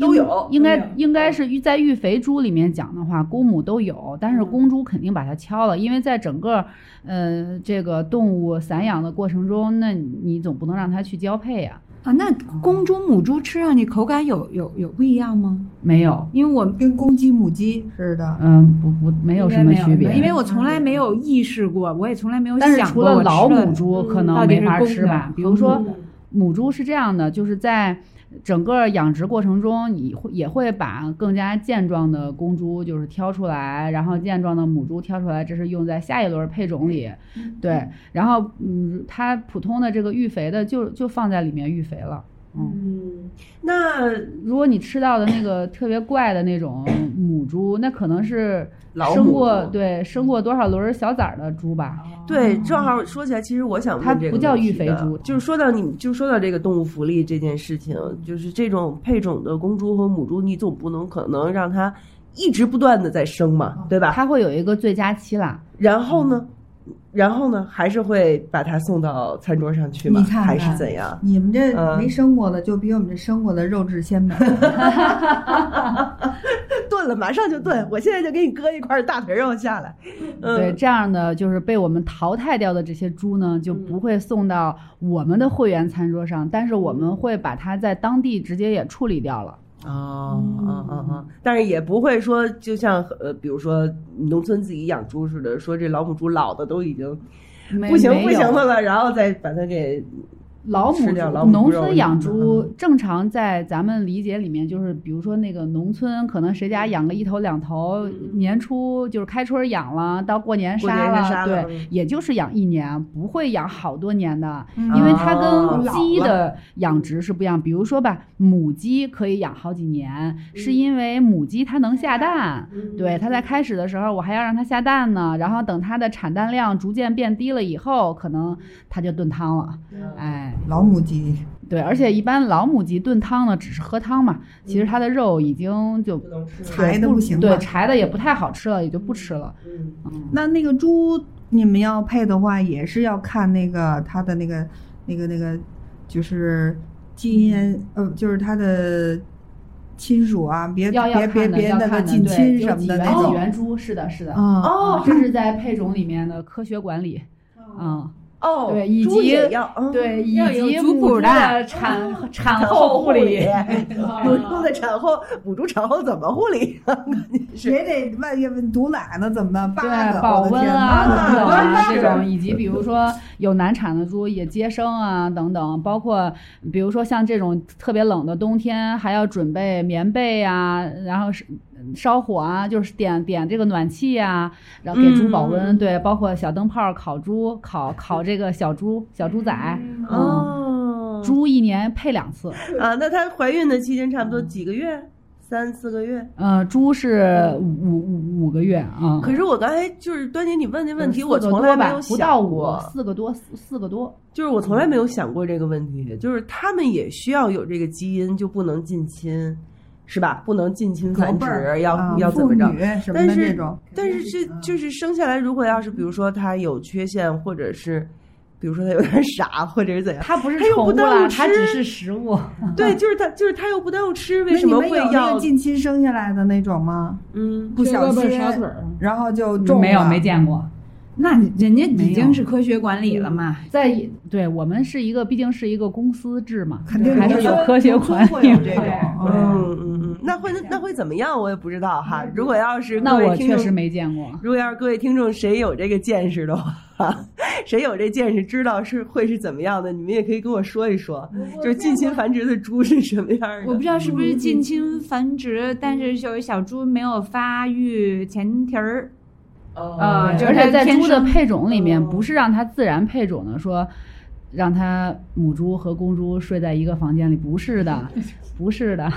[SPEAKER 1] 都有
[SPEAKER 5] 应
[SPEAKER 3] 都有
[SPEAKER 5] 该应该是育在育肥猪里面讲的话，公母都有，但是
[SPEAKER 3] 嗯
[SPEAKER 5] 公猪肯定把它敲了，因为在整个呃这个动物散养的过程中，那你总不能让它去交配呀、
[SPEAKER 3] 啊，那公猪母猪吃上去口感有有有不一样吗？
[SPEAKER 5] 没有，
[SPEAKER 3] 因为我
[SPEAKER 2] 跟公鸡、母鸡似的。
[SPEAKER 5] 嗯不不没有什么区别，嗯
[SPEAKER 3] 因为我从来没有意识过，我也从来没有
[SPEAKER 5] 但是
[SPEAKER 3] 想
[SPEAKER 5] 除
[SPEAKER 3] 过我
[SPEAKER 5] 了
[SPEAKER 3] 吃
[SPEAKER 5] 老
[SPEAKER 3] 的嗯
[SPEAKER 5] 母猪可
[SPEAKER 3] 到
[SPEAKER 5] 能没
[SPEAKER 3] 底是
[SPEAKER 5] 法
[SPEAKER 3] 公
[SPEAKER 5] 吃
[SPEAKER 3] 的
[SPEAKER 5] 吧，比如
[SPEAKER 3] 公
[SPEAKER 5] 说
[SPEAKER 3] 的
[SPEAKER 5] 母猪是这样的，就是在整个养殖过程中，你会也会把更加健壮的公猪就是挑出来，然后健壮的母猪挑出来，这是用在下一轮配种里。
[SPEAKER 3] 嗯
[SPEAKER 5] 对，然后嗯，它普通的这个育肥的就就放在里面育肥了。嗯，
[SPEAKER 1] 嗯，那
[SPEAKER 5] 如果你吃到的那个特别怪的那种母猪，那可能是
[SPEAKER 1] 老
[SPEAKER 5] 生
[SPEAKER 1] 母
[SPEAKER 5] 过
[SPEAKER 1] 猪
[SPEAKER 5] 对生过多少轮小崽儿的猪吧？
[SPEAKER 1] 对，正好说起来，其实我想
[SPEAKER 5] 它
[SPEAKER 1] 问这个
[SPEAKER 5] 不叫
[SPEAKER 1] 问题
[SPEAKER 5] 育肥
[SPEAKER 1] 的
[SPEAKER 5] 猪
[SPEAKER 1] 就是说到你们，就说到这个动物福利这件事情，就是这种配种的公猪和母猪，你总不能可能让它一直不断的在生嘛，对吧？
[SPEAKER 5] 它会有一个最佳期啦。
[SPEAKER 1] 然后呢，
[SPEAKER 5] 嗯
[SPEAKER 1] 然后呢，还是会把它送到餐桌上去吗？
[SPEAKER 2] 你看看
[SPEAKER 1] 还是怎样？
[SPEAKER 2] 你们这
[SPEAKER 1] 嗯
[SPEAKER 2] 没生过的，就比我们这生过的肉质 鲜美。
[SPEAKER 1] 炖了，马上就炖，我现在就给你割一块大腿肉下来。嗯，
[SPEAKER 5] 对，这样的就是被我们淘汰掉的这些猪呢，
[SPEAKER 1] 嗯
[SPEAKER 5] 就不会送到我们的会员餐桌上，但是我们会把它在当地直接也处理掉了。
[SPEAKER 1] 哦，哦哦哦，但是也不会说，就像呃，比如说农村自己养猪似的，说这老母猪老的都已经
[SPEAKER 5] 没
[SPEAKER 1] 不行
[SPEAKER 5] 没
[SPEAKER 1] 不
[SPEAKER 5] 有
[SPEAKER 1] 行的了，然后再把它给
[SPEAKER 5] 老母
[SPEAKER 1] 吃掉老
[SPEAKER 5] 猪，
[SPEAKER 1] 母
[SPEAKER 5] 农
[SPEAKER 1] 猪肉嗯
[SPEAKER 5] 村养
[SPEAKER 1] 什么
[SPEAKER 5] 猪
[SPEAKER 1] 的
[SPEAKER 5] 正常在咱们理解里面，就是比如说那个农村，可能谁
[SPEAKER 1] 嗯
[SPEAKER 5] 家养个一头两头，年初就是开春养了，到过年
[SPEAKER 1] 过年
[SPEAKER 5] 杀
[SPEAKER 1] 是杀了嗯
[SPEAKER 5] 对，也就是养一年，不会养好多年的，
[SPEAKER 2] 嗯
[SPEAKER 5] 因为它跟
[SPEAKER 1] 哦
[SPEAKER 5] 鸡的养殖是不一样。比如说吧，母鸡可以养好几年，
[SPEAKER 2] 嗯
[SPEAKER 5] 是因为母鸡它能下蛋，对，它在开始的时候我还要让它下蛋呢，然后等它的产蛋量逐渐变低了以后，可能它就炖汤了，哎。
[SPEAKER 2] 老母鸡，
[SPEAKER 5] 对，而且一般老母鸡炖汤呢，只是喝汤嘛，其实它的肉已经就
[SPEAKER 1] 不能吃
[SPEAKER 2] 嗯柴的不行
[SPEAKER 5] 对
[SPEAKER 2] 了。
[SPEAKER 5] 柴的也不太好吃了，也就不吃了。
[SPEAKER 1] 嗯，
[SPEAKER 2] 那那个猪，你们要配的话，也是要看那个它的那个那个那个，就是基因，
[SPEAKER 5] 嗯
[SPEAKER 2] 呃，就是它的亲属啊，别
[SPEAKER 5] 要要
[SPEAKER 2] 别别
[SPEAKER 5] 看的，
[SPEAKER 2] 别
[SPEAKER 5] 要
[SPEAKER 2] 那个
[SPEAKER 5] 看的，
[SPEAKER 2] 近亲
[SPEAKER 5] 对，
[SPEAKER 2] 什
[SPEAKER 5] 有
[SPEAKER 2] 么
[SPEAKER 5] 几
[SPEAKER 2] 的
[SPEAKER 5] 元
[SPEAKER 2] 那
[SPEAKER 5] 几
[SPEAKER 2] 种。
[SPEAKER 5] 元猪，是的，是的。
[SPEAKER 2] 嗯
[SPEAKER 1] 哦
[SPEAKER 5] 啊这是在配种里面的科学管理。嗯，
[SPEAKER 1] 哦，
[SPEAKER 5] 对以及
[SPEAKER 1] 猪也要，嗯，
[SPEAKER 5] 对，以
[SPEAKER 3] 要有
[SPEAKER 5] 及
[SPEAKER 3] 族
[SPEAKER 5] 母
[SPEAKER 3] 谱
[SPEAKER 5] 猪
[SPEAKER 3] 的
[SPEAKER 5] 的产产
[SPEAKER 1] 产
[SPEAKER 5] 后
[SPEAKER 1] 后
[SPEAKER 5] 护理。
[SPEAKER 1] 母猪的产后，母猪产后怎么护理？
[SPEAKER 2] 也得万一堵奶呢，怎么办？八
[SPEAKER 5] 对
[SPEAKER 2] 个，
[SPEAKER 5] 保
[SPEAKER 2] 我的
[SPEAKER 5] 温
[SPEAKER 2] 天
[SPEAKER 5] 啊
[SPEAKER 2] 哪
[SPEAKER 5] 等等啊
[SPEAKER 1] 是
[SPEAKER 5] 这种，以及比如说有难产的猪也接生啊等等，包括比如说像这种特别冷的冬天，还要准备棉被啊，然后是烧火啊，就是点点这个暖气啊，然后给猪保温。
[SPEAKER 1] 嗯
[SPEAKER 5] 对，包括小灯泡烤猪，烤烤这个小猪小猪仔，嗯，
[SPEAKER 1] 哦
[SPEAKER 5] 猪一年配两次。
[SPEAKER 1] 啊，那她怀孕的期间差不多几个月？三四个月。
[SPEAKER 5] 呃，猪是五五五五个月啊。
[SPEAKER 1] 可是我刚才就是端姐，你问这问题，
[SPEAKER 5] 四
[SPEAKER 1] 我从
[SPEAKER 5] 个多
[SPEAKER 1] 来没
[SPEAKER 5] 吧
[SPEAKER 1] 有
[SPEAKER 5] 不到
[SPEAKER 1] 想
[SPEAKER 5] 五
[SPEAKER 1] 过，，
[SPEAKER 5] 四个多，四四个多。
[SPEAKER 1] 就是我从来没
[SPEAKER 2] 嗯
[SPEAKER 1] 有想过这个问题，就是他们也需要有这个基因，就不能近亲，是吧？不能近亲繁
[SPEAKER 2] 隔辈儿
[SPEAKER 1] 殖，要、
[SPEAKER 2] 啊
[SPEAKER 1] 要怎
[SPEAKER 2] 妇
[SPEAKER 1] 么
[SPEAKER 2] 女
[SPEAKER 1] 着？
[SPEAKER 2] 什么
[SPEAKER 1] 但
[SPEAKER 2] 的
[SPEAKER 1] 是
[SPEAKER 2] 这种，
[SPEAKER 1] 但是这
[SPEAKER 2] 嗯
[SPEAKER 1] 就是生下来，如果要是比如说他有缺陷，或者是比如说他有点傻，或者是怎样，
[SPEAKER 5] 它不是
[SPEAKER 1] 哎它又
[SPEAKER 5] 宠
[SPEAKER 1] 不
[SPEAKER 5] 物
[SPEAKER 1] 耽
[SPEAKER 5] 啦，
[SPEAKER 1] 误
[SPEAKER 5] 它
[SPEAKER 1] 吃
[SPEAKER 5] 只是食物。
[SPEAKER 1] 对，就是他就是他又不耽误吃，为
[SPEAKER 2] 嗯那
[SPEAKER 1] 什
[SPEAKER 2] 你
[SPEAKER 1] 么
[SPEAKER 2] 们
[SPEAKER 1] 会
[SPEAKER 2] 有那
[SPEAKER 1] 要
[SPEAKER 2] 个近亲生下来的那种吗？
[SPEAKER 1] 嗯？
[SPEAKER 2] 不小心，然后就
[SPEAKER 5] 嗯
[SPEAKER 2] 中
[SPEAKER 5] 没有
[SPEAKER 2] 了
[SPEAKER 5] 没见过，
[SPEAKER 3] 那人家已
[SPEAKER 5] 啊没
[SPEAKER 3] 经
[SPEAKER 5] 有嗯
[SPEAKER 3] 是科学管理了嘛？
[SPEAKER 5] 在对我们是一个，毕竟是一个公司制嘛，
[SPEAKER 2] 肯定
[SPEAKER 5] 还是有科学管
[SPEAKER 2] 农村会
[SPEAKER 5] 理
[SPEAKER 2] 有这种
[SPEAKER 5] 的。
[SPEAKER 1] 嗯
[SPEAKER 2] 嗯
[SPEAKER 1] 嗯嗯，那会那会怎么样？我也不知道哈。如果要是
[SPEAKER 5] 那
[SPEAKER 1] 各位
[SPEAKER 5] 我
[SPEAKER 1] 听
[SPEAKER 5] 确
[SPEAKER 1] 众
[SPEAKER 5] 实没见过。
[SPEAKER 1] 如果要是各位听众谁有这个见识的话，谁有这见识知道是会是怎么样的，你们也可以跟我说一说，就是近亲繁殖的猪是什么样
[SPEAKER 3] 我不
[SPEAKER 1] 的。
[SPEAKER 3] 知道是不是
[SPEAKER 5] 嗯
[SPEAKER 3] 近亲繁殖，但是就是小猪没有发育前蹄儿，啊
[SPEAKER 5] 哦
[SPEAKER 1] 呃
[SPEAKER 5] 对
[SPEAKER 3] 就是
[SPEAKER 5] 而且
[SPEAKER 3] 它
[SPEAKER 5] 在
[SPEAKER 3] 天
[SPEAKER 5] 猪的
[SPEAKER 3] 生嗯
[SPEAKER 5] 配种里面，
[SPEAKER 1] 哦
[SPEAKER 5] 不是让它自然配种的，说让它母猪和公猪睡在一个房间里，不是 的，不是的，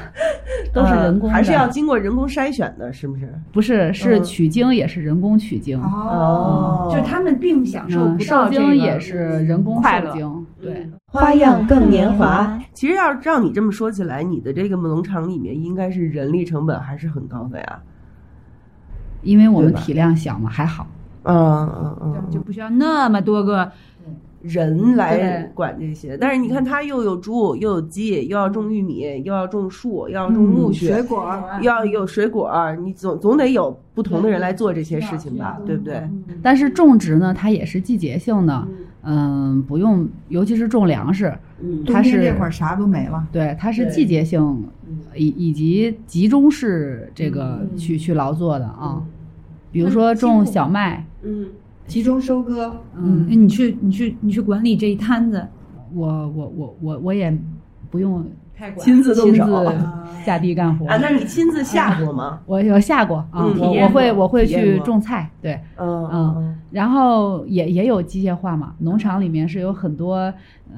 [SPEAKER 5] 都
[SPEAKER 3] 呃
[SPEAKER 5] 是人工的，
[SPEAKER 1] 呃还是要经过人工筛选的，是不是？
[SPEAKER 5] 不是是
[SPEAKER 1] 嗯
[SPEAKER 5] 取精也是人工取精，
[SPEAKER 2] 哦，
[SPEAKER 3] 就是他们并享受
[SPEAKER 5] 嗯
[SPEAKER 3] 不
[SPEAKER 5] 受
[SPEAKER 3] 到这
[SPEAKER 5] 精
[SPEAKER 3] 个
[SPEAKER 5] 也是人工
[SPEAKER 3] 快
[SPEAKER 5] 受
[SPEAKER 3] 乐。
[SPEAKER 5] 精，对。
[SPEAKER 4] 花样更年华。
[SPEAKER 1] 其实要是照你这么说起来，你的这个农场里面应该是人力成本还是很高的呀。
[SPEAKER 5] 因为我们
[SPEAKER 1] 对吧
[SPEAKER 5] 体量小嘛，还好。
[SPEAKER 1] 嗯嗯嗯
[SPEAKER 3] 就不需要那么多个
[SPEAKER 1] 人来
[SPEAKER 3] 对
[SPEAKER 1] 管这些，但是你看，他又有猪，又有鸡，又要种玉米，又要种树，又要种
[SPEAKER 5] 嗯
[SPEAKER 1] 苜
[SPEAKER 2] 水
[SPEAKER 1] 蓿，
[SPEAKER 2] 果儿，
[SPEAKER 1] 又要有水果儿，你总总得有不同的人
[SPEAKER 5] 嗯
[SPEAKER 1] 来做这些事情吧，对不对？
[SPEAKER 3] 嗯
[SPEAKER 5] 但是种植呢，它也是季节性的，嗯，不用，尤其是种粮食，
[SPEAKER 1] 嗯
[SPEAKER 5] 它
[SPEAKER 2] 冬天
[SPEAKER 5] 是
[SPEAKER 2] 这会儿啥都没了。
[SPEAKER 5] 对，它是
[SPEAKER 1] 对
[SPEAKER 5] 季节性
[SPEAKER 1] 嗯
[SPEAKER 5] 以以及集中式这个去去劳作的啊，比如说种小麦，
[SPEAKER 1] 嗯，
[SPEAKER 2] 集中收割，
[SPEAKER 5] 嗯，
[SPEAKER 3] 哎你去你去你去管理这一摊子，
[SPEAKER 5] 我我我我我也不用
[SPEAKER 3] 太管
[SPEAKER 1] 亲自动
[SPEAKER 5] 亲
[SPEAKER 1] 手
[SPEAKER 5] 自 下地干 活，
[SPEAKER 1] 啊，那你亲自下过 吗？
[SPEAKER 5] 我有下过啊，
[SPEAKER 1] 嗯
[SPEAKER 5] 我
[SPEAKER 3] 体
[SPEAKER 5] 我
[SPEAKER 3] 验过
[SPEAKER 5] 会我会
[SPEAKER 1] 体验
[SPEAKER 5] 去
[SPEAKER 1] 过
[SPEAKER 5] 种菜，对，
[SPEAKER 1] 嗯
[SPEAKER 5] 嗯然后也也有机械化嘛，农场里面是有很多，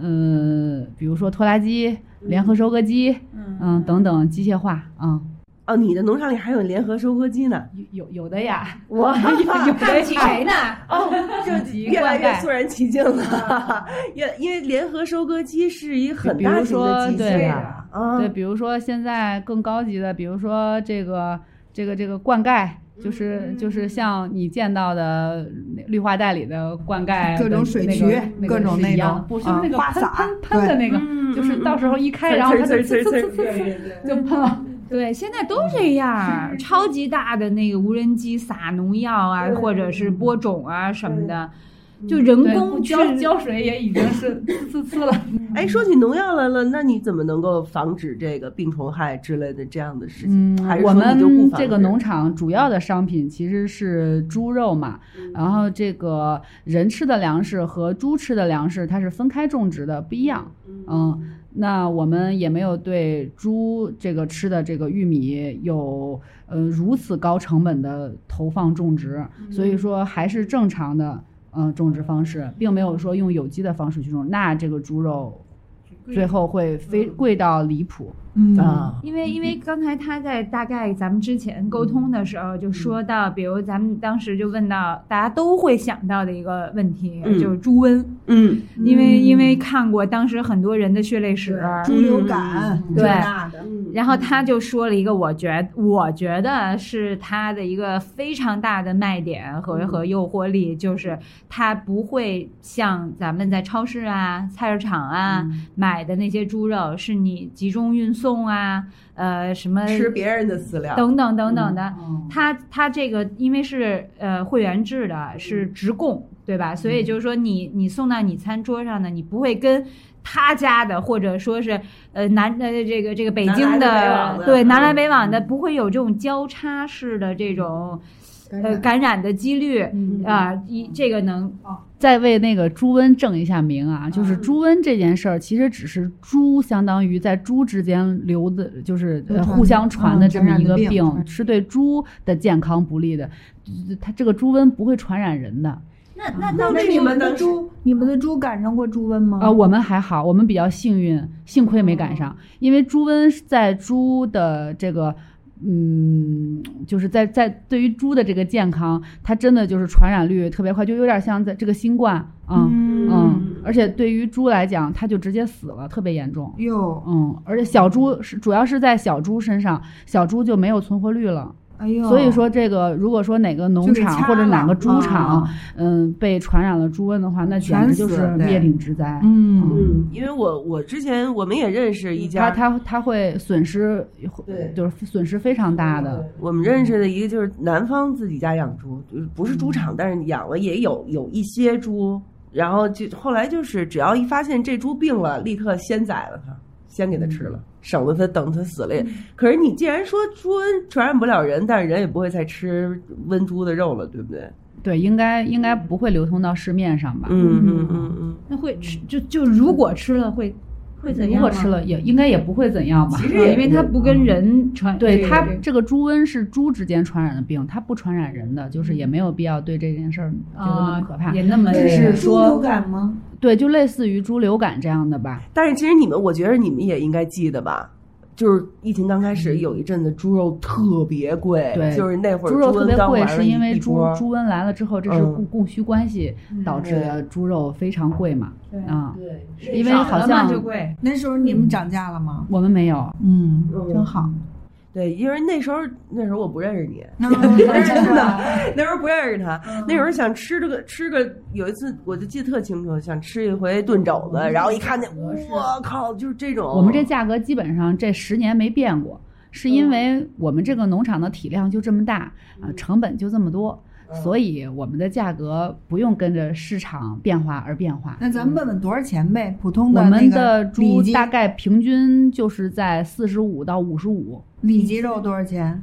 [SPEAKER 5] 呃，比如说拖拉机、联合收割机，
[SPEAKER 3] 嗯
[SPEAKER 5] 嗯，等等机械化，嗯，
[SPEAKER 1] 哦，你的农场里还有联合收割机呢，
[SPEAKER 5] 有有有的呀，
[SPEAKER 1] 哇，
[SPEAKER 3] 看起谁呢？
[SPEAKER 1] 哦，
[SPEAKER 5] 自己
[SPEAKER 1] 越来越
[SPEAKER 5] 灌
[SPEAKER 1] 肃然起敬了， 越因为联合收割机是一很
[SPEAKER 5] 比
[SPEAKER 1] 大
[SPEAKER 5] 如
[SPEAKER 1] 型的
[SPEAKER 5] 说
[SPEAKER 1] 机
[SPEAKER 5] 对
[SPEAKER 1] 械啊，啊
[SPEAKER 2] 嗯
[SPEAKER 5] 对，比如说现在更高级的，比如说这个这个这个灌溉。
[SPEAKER 2] 嗯
[SPEAKER 5] 就是就是像你见到的绿化带里的灌溉的那个，
[SPEAKER 2] 各种水渠
[SPEAKER 5] 那个
[SPEAKER 2] 各种
[SPEAKER 5] 是
[SPEAKER 2] 那
[SPEAKER 5] 一样
[SPEAKER 2] 种
[SPEAKER 5] 不是
[SPEAKER 2] 啊
[SPEAKER 5] 那个
[SPEAKER 2] 花
[SPEAKER 5] 喷
[SPEAKER 2] 洒
[SPEAKER 5] 喷喷的那个，
[SPEAKER 1] 嗯
[SPEAKER 5] 就是
[SPEAKER 1] 嗯
[SPEAKER 5] 到时候一开，然后它就呲呲呲呲就喷了，
[SPEAKER 3] 对，现在都这样，超级大的那个无人机撒农药啊，或者是播种啊什么的，就人
[SPEAKER 5] 嗯对
[SPEAKER 3] 工
[SPEAKER 5] 不
[SPEAKER 3] 去
[SPEAKER 5] 浇浇水也已经是 呲呲了。
[SPEAKER 1] 哎，说起农药来了，那你怎么能够防止这个病虫害之类的这样的事情？嗯还是
[SPEAKER 5] 嗯我
[SPEAKER 1] 说你就不
[SPEAKER 5] 们
[SPEAKER 1] 防
[SPEAKER 5] 这个
[SPEAKER 1] 止嗯
[SPEAKER 5] 农场主要的商品其实是猪肉嘛，
[SPEAKER 1] 嗯
[SPEAKER 5] 然后这个人吃的粮食和猪吃的粮食它是分开种植的，不一样。嗯，那我们也没有对猪这个吃的这个玉米有呃如此高成本的投放种植，
[SPEAKER 1] 嗯
[SPEAKER 5] 所以说还是正常的。嗯，种植方式并没有说用有机的方式去种，那这个猪肉最后
[SPEAKER 1] 嗯
[SPEAKER 5] 会非贵到离谱。
[SPEAKER 2] 嗯
[SPEAKER 1] 啊，
[SPEAKER 3] 因为因为刚才他在大概咱们之前沟通的时
[SPEAKER 1] 嗯
[SPEAKER 3] 候就说到，比如咱们当时就问到大家都会想到的一个问题，
[SPEAKER 1] 嗯
[SPEAKER 3] 就是猪瘟，
[SPEAKER 1] 嗯，啊
[SPEAKER 3] 因为因为看过当时很多人的血泪史。
[SPEAKER 2] 猪流感，
[SPEAKER 5] 嗯
[SPEAKER 2] 这
[SPEAKER 3] 对
[SPEAKER 2] 那的，
[SPEAKER 3] 然
[SPEAKER 1] 嗯
[SPEAKER 3] 后他就说了一个，我觉我觉得是他的一个非常大的卖点
[SPEAKER 1] 嗯
[SPEAKER 3] 和和诱惑力，就是他不会像咱们在超市啊、菜市场啊
[SPEAKER 1] 嗯
[SPEAKER 3] 买的那些猪肉，是你集中运送啊，呃，什么
[SPEAKER 1] 吃别人的饲料，
[SPEAKER 3] 等等等等的。
[SPEAKER 5] 嗯
[SPEAKER 3] 它它这个因为是呃会员制的，是
[SPEAKER 5] 嗯
[SPEAKER 3] 直供，对吧？所以就是说你你送到你餐桌上的，你不会跟他家的或者说是呃南呃这个这个北京
[SPEAKER 1] 南来北往的
[SPEAKER 3] 对
[SPEAKER 1] 嗯
[SPEAKER 3] 南来北往的，不会有这种交叉式的这种
[SPEAKER 5] 嗯
[SPEAKER 3] 呃感染的几率
[SPEAKER 2] 嗯
[SPEAKER 3] 啊，一这个能
[SPEAKER 5] 再为那个猪瘟正一下名
[SPEAKER 2] 嗯
[SPEAKER 5] 啊，就是猪瘟这件事儿，其实只是猪相当于在猪之间流的，就是呃
[SPEAKER 2] 流传的
[SPEAKER 5] 互相传的
[SPEAKER 2] 嗯
[SPEAKER 5] 这么一个
[SPEAKER 2] 传染的病
[SPEAKER 5] 病，是对猪的健康不利的。就是它这个猪瘟不会传染人的。
[SPEAKER 3] 那那
[SPEAKER 1] 那
[SPEAKER 2] 那
[SPEAKER 1] 你
[SPEAKER 2] 你
[SPEAKER 1] 们
[SPEAKER 2] 们
[SPEAKER 1] 当
[SPEAKER 2] 的
[SPEAKER 1] 时
[SPEAKER 2] 猪，你们的猪赶上过猪瘟吗？
[SPEAKER 5] 啊，我们还好，我们比较幸运，幸亏没赶
[SPEAKER 2] 哦
[SPEAKER 5] 上，因为猪瘟是在猪的这个。嗯，就是在在对于猪的这个健康，它真的就是传染率特别快，就有点像在这个新冠啊，嗯，而且对于猪来讲，它就直接死了，特别严重。
[SPEAKER 2] 哟，
[SPEAKER 5] 嗯，而且小猪是主要是在小猪身上，小猪就没有存活率了。
[SPEAKER 2] 哎呦，
[SPEAKER 5] 所以说，这个如果说哪个农
[SPEAKER 2] 就给
[SPEAKER 5] 场
[SPEAKER 2] 掐
[SPEAKER 5] 或者哪
[SPEAKER 2] 了
[SPEAKER 5] 个猪场
[SPEAKER 2] 啊，
[SPEAKER 5] 嗯，被传染了猪瘟的话，那简
[SPEAKER 2] 全
[SPEAKER 5] 直就
[SPEAKER 2] 死
[SPEAKER 5] 是
[SPEAKER 2] 对
[SPEAKER 5] 灭顶之灾。
[SPEAKER 2] 嗯，
[SPEAKER 1] 嗯，因为我我之前我们也认识一
[SPEAKER 5] 它
[SPEAKER 1] 家，
[SPEAKER 5] 它它会损失，
[SPEAKER 1] 对
[SPEAKER 5] 就是损失非常大的。
[SPEAKER 1] 我们认识的一个就是南方自己家养猪，就是不是猪场，但是养了也有有一些猪，然后就后来就是只要一发现这猪病了，立刻先宰了它，先给它吃了，省得它等它死了也。可是你既然说猪瘟传染不了人，但是人也不会再吃温猪的肉了，对不对？
[SPEAKER 5] 对，应该应该不会流通到市面上吧？
[SPEAKER 1] 嗯嗯嗯嗯。
[SPEAKER 3] 那会吃就就如果吃了会会怎
[SPEAKER 5] 如
[SPEAKER 3] 样
[SPEAKER 5] 果
[SPEAKER 3] 吗？
[SPEAKER 5] 吃了也应该也不会怎样吧？
[SPEAKER 1] 其实
[SPEAKER 3] 对，
[SPEAKER 1] 也
[SPEAKER 3] 因为它不跟人传，
[SPEAKER 5] 对它
[SPEAKER 3] 它
[SPEAKER 5] 这个猪瘟是猪之间传染的病，它不传染人的，就是也没有必要对这件事儿觉得那么可怕。
[SPEAKER 3] 啊也那么
[SPEAKER 5] 只是
[SPEAKER 2] 猪流感吗？
[SPEAKER 5] 对，就类似于猪流感这样的吧。
[SPEAKER 1] 但是其实你们，我觉得你们也应该记得吧。就是疫情刚开始有一阵子，猪肉特别贵，
[SPEAKER 5] 嗯对
[SPEAKER 1] 就是那会儿
[SPEAKER 5] 猪肉特
[SPEAKER 1] 瘟
[SPEAKER 5] 别
[SPEAKER 1] 刚
[SPEAKER 5] 贵，
[SPEAKER 1] 完了
[SPEAKER 5] 是因为
[SPEAKER 1] 一
[SPEAKER 5] 猪
[SPEAKER 1] 波
[SPEAKER 5] 猪瘟来了之后，这是
[SPEAKER 1] 嗯
[SPEAKER 5] 供供需关系导致的猪肉非常贵嘛
[SPEAKER 3] 对
[SPEAKER 5] 啊，
[SPEAKER 1] 对，
[SPEAKER 5] 因为好
[SPEAKER 3] 少了嘛
[SPEAKER 5] 像
[SPEAKER 3] 就贵，
[SPEAKER 2] 那时候你
[SPEAKER 5] 嗯
[SPEAKER 2] 们涨价了吗？
[SPEAKER 5] 我们没有，
[SPEAKER 2] 嗯，真
[SPEAKER 1] 嗯
[SPEAKER 2] 好。
[SPEAKER 1] 对，因为那时候那时候我不认识你，
[SPEAKER 2] 那
[SPEAKER 5] 嗯
[SPEAKER 2] 真的，
[SPEAKER 1] 那时候不认识他，那时候想吃这个吃个，有一次我就记得特清楚，想吃一回炖肘子，然后一看那，我靠，就是这种。
[SPEAKER 5] 嗯我们这价格基本上这十年没变过，是因为我们这个农场的体量就这么大啊，成本就这么多，所以我们的价格不用跟着市场变化而变化。
[SPEAKER 2] 那咱们问问多少钱呗？普通
[SPEAKER 5] 我
[SPEAKER 2] 的那
[SPEAKER 5] 们的
[SPEAKER 2] 个里
[SPEAKER 5] 猪
[SPEAKER 2] 脊
[SPEAKER 5] 大概平均就是在四十五到五十五，
[SPEAKER 2] 里脊肉多少钱？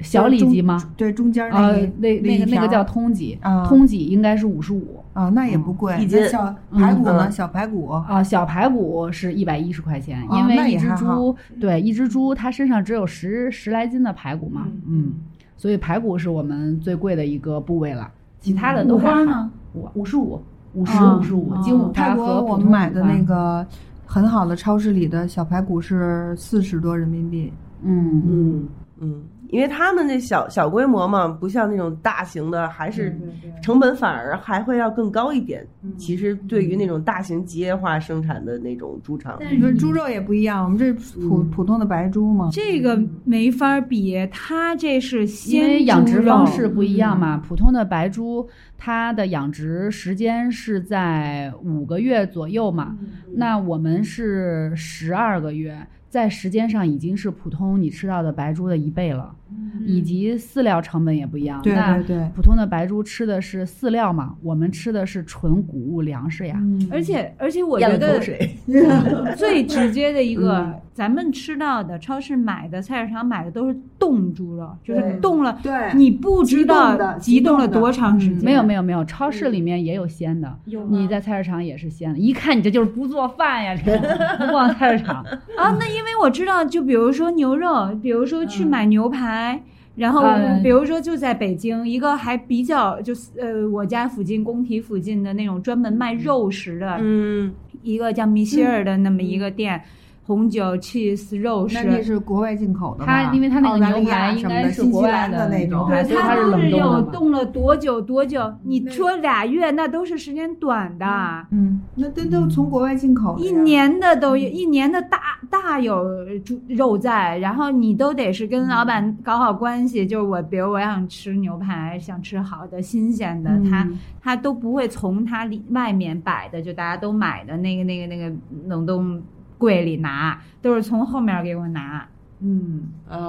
[SPEAKER 5] 小里脊吗？
[SPEAKER 2] 对，中间那
[SPEAKER 5] 呃
[SPEAKER 2] 个，
[SPEAKER 5] 那那个那个叫通脊
[SPEAKER 2] 啊，
[SPEAKER 5] 通脊应该是五十五
[SPEAKER 2] 啊，那也不贵。
[SPEAKER 1] 一斤
[SPEAKER 2] 那小排骨呢？
[SPEAKER 1] 嗯
[SPEAKER 2] 小排骨
[SPEAKER 5] 啊，小排骨是一百一十块钱，因
[SPEAKER 2] 哦那
[SPEAKER 5] 为
[SPEAKER 2] 也
[SPEAKER 5] 一只
[SPEAKER 2] 还好
[SPEAKER 5] 猪对一只猪它身上只有十十来斤的排骨嘛，嗯，所以排骨是我们最贵的一个部位了，
[SPEAKER 2] 嗯
[SPEAKER 5] 其他的都还好？五五十五。五十
[SPEAKER 2] 啊
[SPEAKER 5] 五十五
[SPEAKER 3] 啊，
[SPEAKER 5] 精五
[SPEAKER 2] 泰
[SPEAKER 5] 花
[SPEAKER 2] 国
[SPEAKER 5] 和普
[SPEAKER 2] 我们
[SPEAKER 5] 通
[SPEAKER 2] 买的
[SPEAKER 5] 五花
[SPEAKER 2] 那，个很好的超市里的小排骨是四十多人民币。
[SPEAKER 5] 嗯，
[SPEAKER 1] 嗯嗯，因为他们那小小规模嘛，不像那种大型的，还
[SPEAKER 5] 嗯
[SPEAKER 1] 是成本反而还会要更高一点。其实对于那种大型企业化生产的那种猪场，
[SPEAKER 2] 你说猪肉也不一样，我们这
[SPEAKER 5] 嗯
[SPEAKER 2] 普普通的白猪嘛。
[SPEAKER 3] 这个没法比，它这是
[SPEAKER 5] 因
[SPEAKER 3] 鲜
[SPEAKER 5] 为养殖
[SPEAKER 3] 猪肉
[SPEAKER 5] 方式不一样嘛，普通的白猪它的养殖时间是在五个月左右嘛，那我们是十二个月，在时间上已经是普通你吃到的白猪的一倍了，
[SPEAKER 3] 嗯
[SPEAKER 5] 以及饲料成本也不一样。
[SPEAKER 2] 对
[SPEAKER 5] 那
[SPEAKER 2] 对对，
[SPEAKER 5] 普通的白猪吃的是饲料嘛，我们吃的是纯谷物粮食
[SPEAKER 2] 嗯
[SPEAKER 5] 呀。
[SPEAKER 3] 而且而且我
[SPEAKER 1] 咽
[SPEAKER 3] 觉
[SPEAKER 1] 了
[SPEAKER 3] 得
[SPEAKER 1] 口水。
[SPEAKER 3] 最直接的一
[SPEAKER 1] 嗯
[SPEAKER 3] 个，咱们吃到的、超市买的、菜市场买的都是冻猪肉，就
[SPEAKER 2] 对
[SPEAKER 3] 是冻了，
[SPEAKER 2] 对
[SPEAKER 3] 你不知
[SPEAKER 2] 急冻
[SPEAKER 3] 道急
[SPEAKER 2] 的
[SPEAKER 3] 冻了
[SPEAKER 2] 急冻的
[SPEAKER 3] 多长时间。
[SPEAKER 5] 嗯没有没有没有，超市里面也有鲜的，
[SPEAKER 3] 有
[SPEAKER 5] 你在菜市场也是鲜的。一看你这就是不做饭呀，这个不逛菜市场。
[SPEAKER 3] 啊，那因为我知道，就比如说牛肉，比如说去买牛排。然后
[SPEAKER 5] 嗯，
[SPEAKER 3] 比如说就在北京，一个还比较就是呃，我家附近工体附近的那种专门卖肉食 的，
[SPEAKER 1] 嗯，
[SPEAKER 3] 一个叫米歇尔的那么一个店，红酒、cheese、肉
[SPEAKER 2] 那那
[SPEAKER 3] 食，
[SPEAKER 2] 是国外进口的吧。
[SPEAKER 5] 它因为它那
[SPEAKER 2] 澳
[SPEAKER 5] 个
[SPEAKER 2] 大利
[SPEAKER 5] 牛
[SPEAKER 2] 亚
[SPEAKER 5] 排
[SPEAKER 2] 什
[SPEAKER 5] 应
[SPEAKER 2] 么
[SPEAKER 5] 该
[SPEAKER 2] 的
[SPEAKER 5] 是
[SPEAKER 2] 新
[SPEAKER 5] 国
[SPEAKER 2] 西
[SPEAKER 5] 外
[SPEAKER 2] 兰的那
[SPEAKER 5] 牛
[SPEAKER 2] 种
[SPEAKER 5] 排，所以它
[SPEAKER 3] 啊它
[SPEAKER 5] 是
[SPEAKER 3] 都
[SPEAKER 5] 冷冻
[SPEAKER 3] 有
[SPEAKER 5] 的嘛。
[SPEAKER 3] 冻嗯了多久多久，你
[SPEAKER 2] 那
[SPEAKER 3] 说俩月那都是时间短的，
[SPEAKER 2] 嗯，那都都从国外进口的呀，
[SPEAKER 3] 一年的都有，一年的大大有猪肉在，然后你都得是跟老板搞好关系，就是我，比如我想吃牛排，想吃好的新鲜的，他
[SPEAKER 2] 嗯
[SPEAKER 3] 他都不会从他里外面摆的，就大家都买的那个那个那个冷冻柜里拿，都是从后面给我拿。嗯，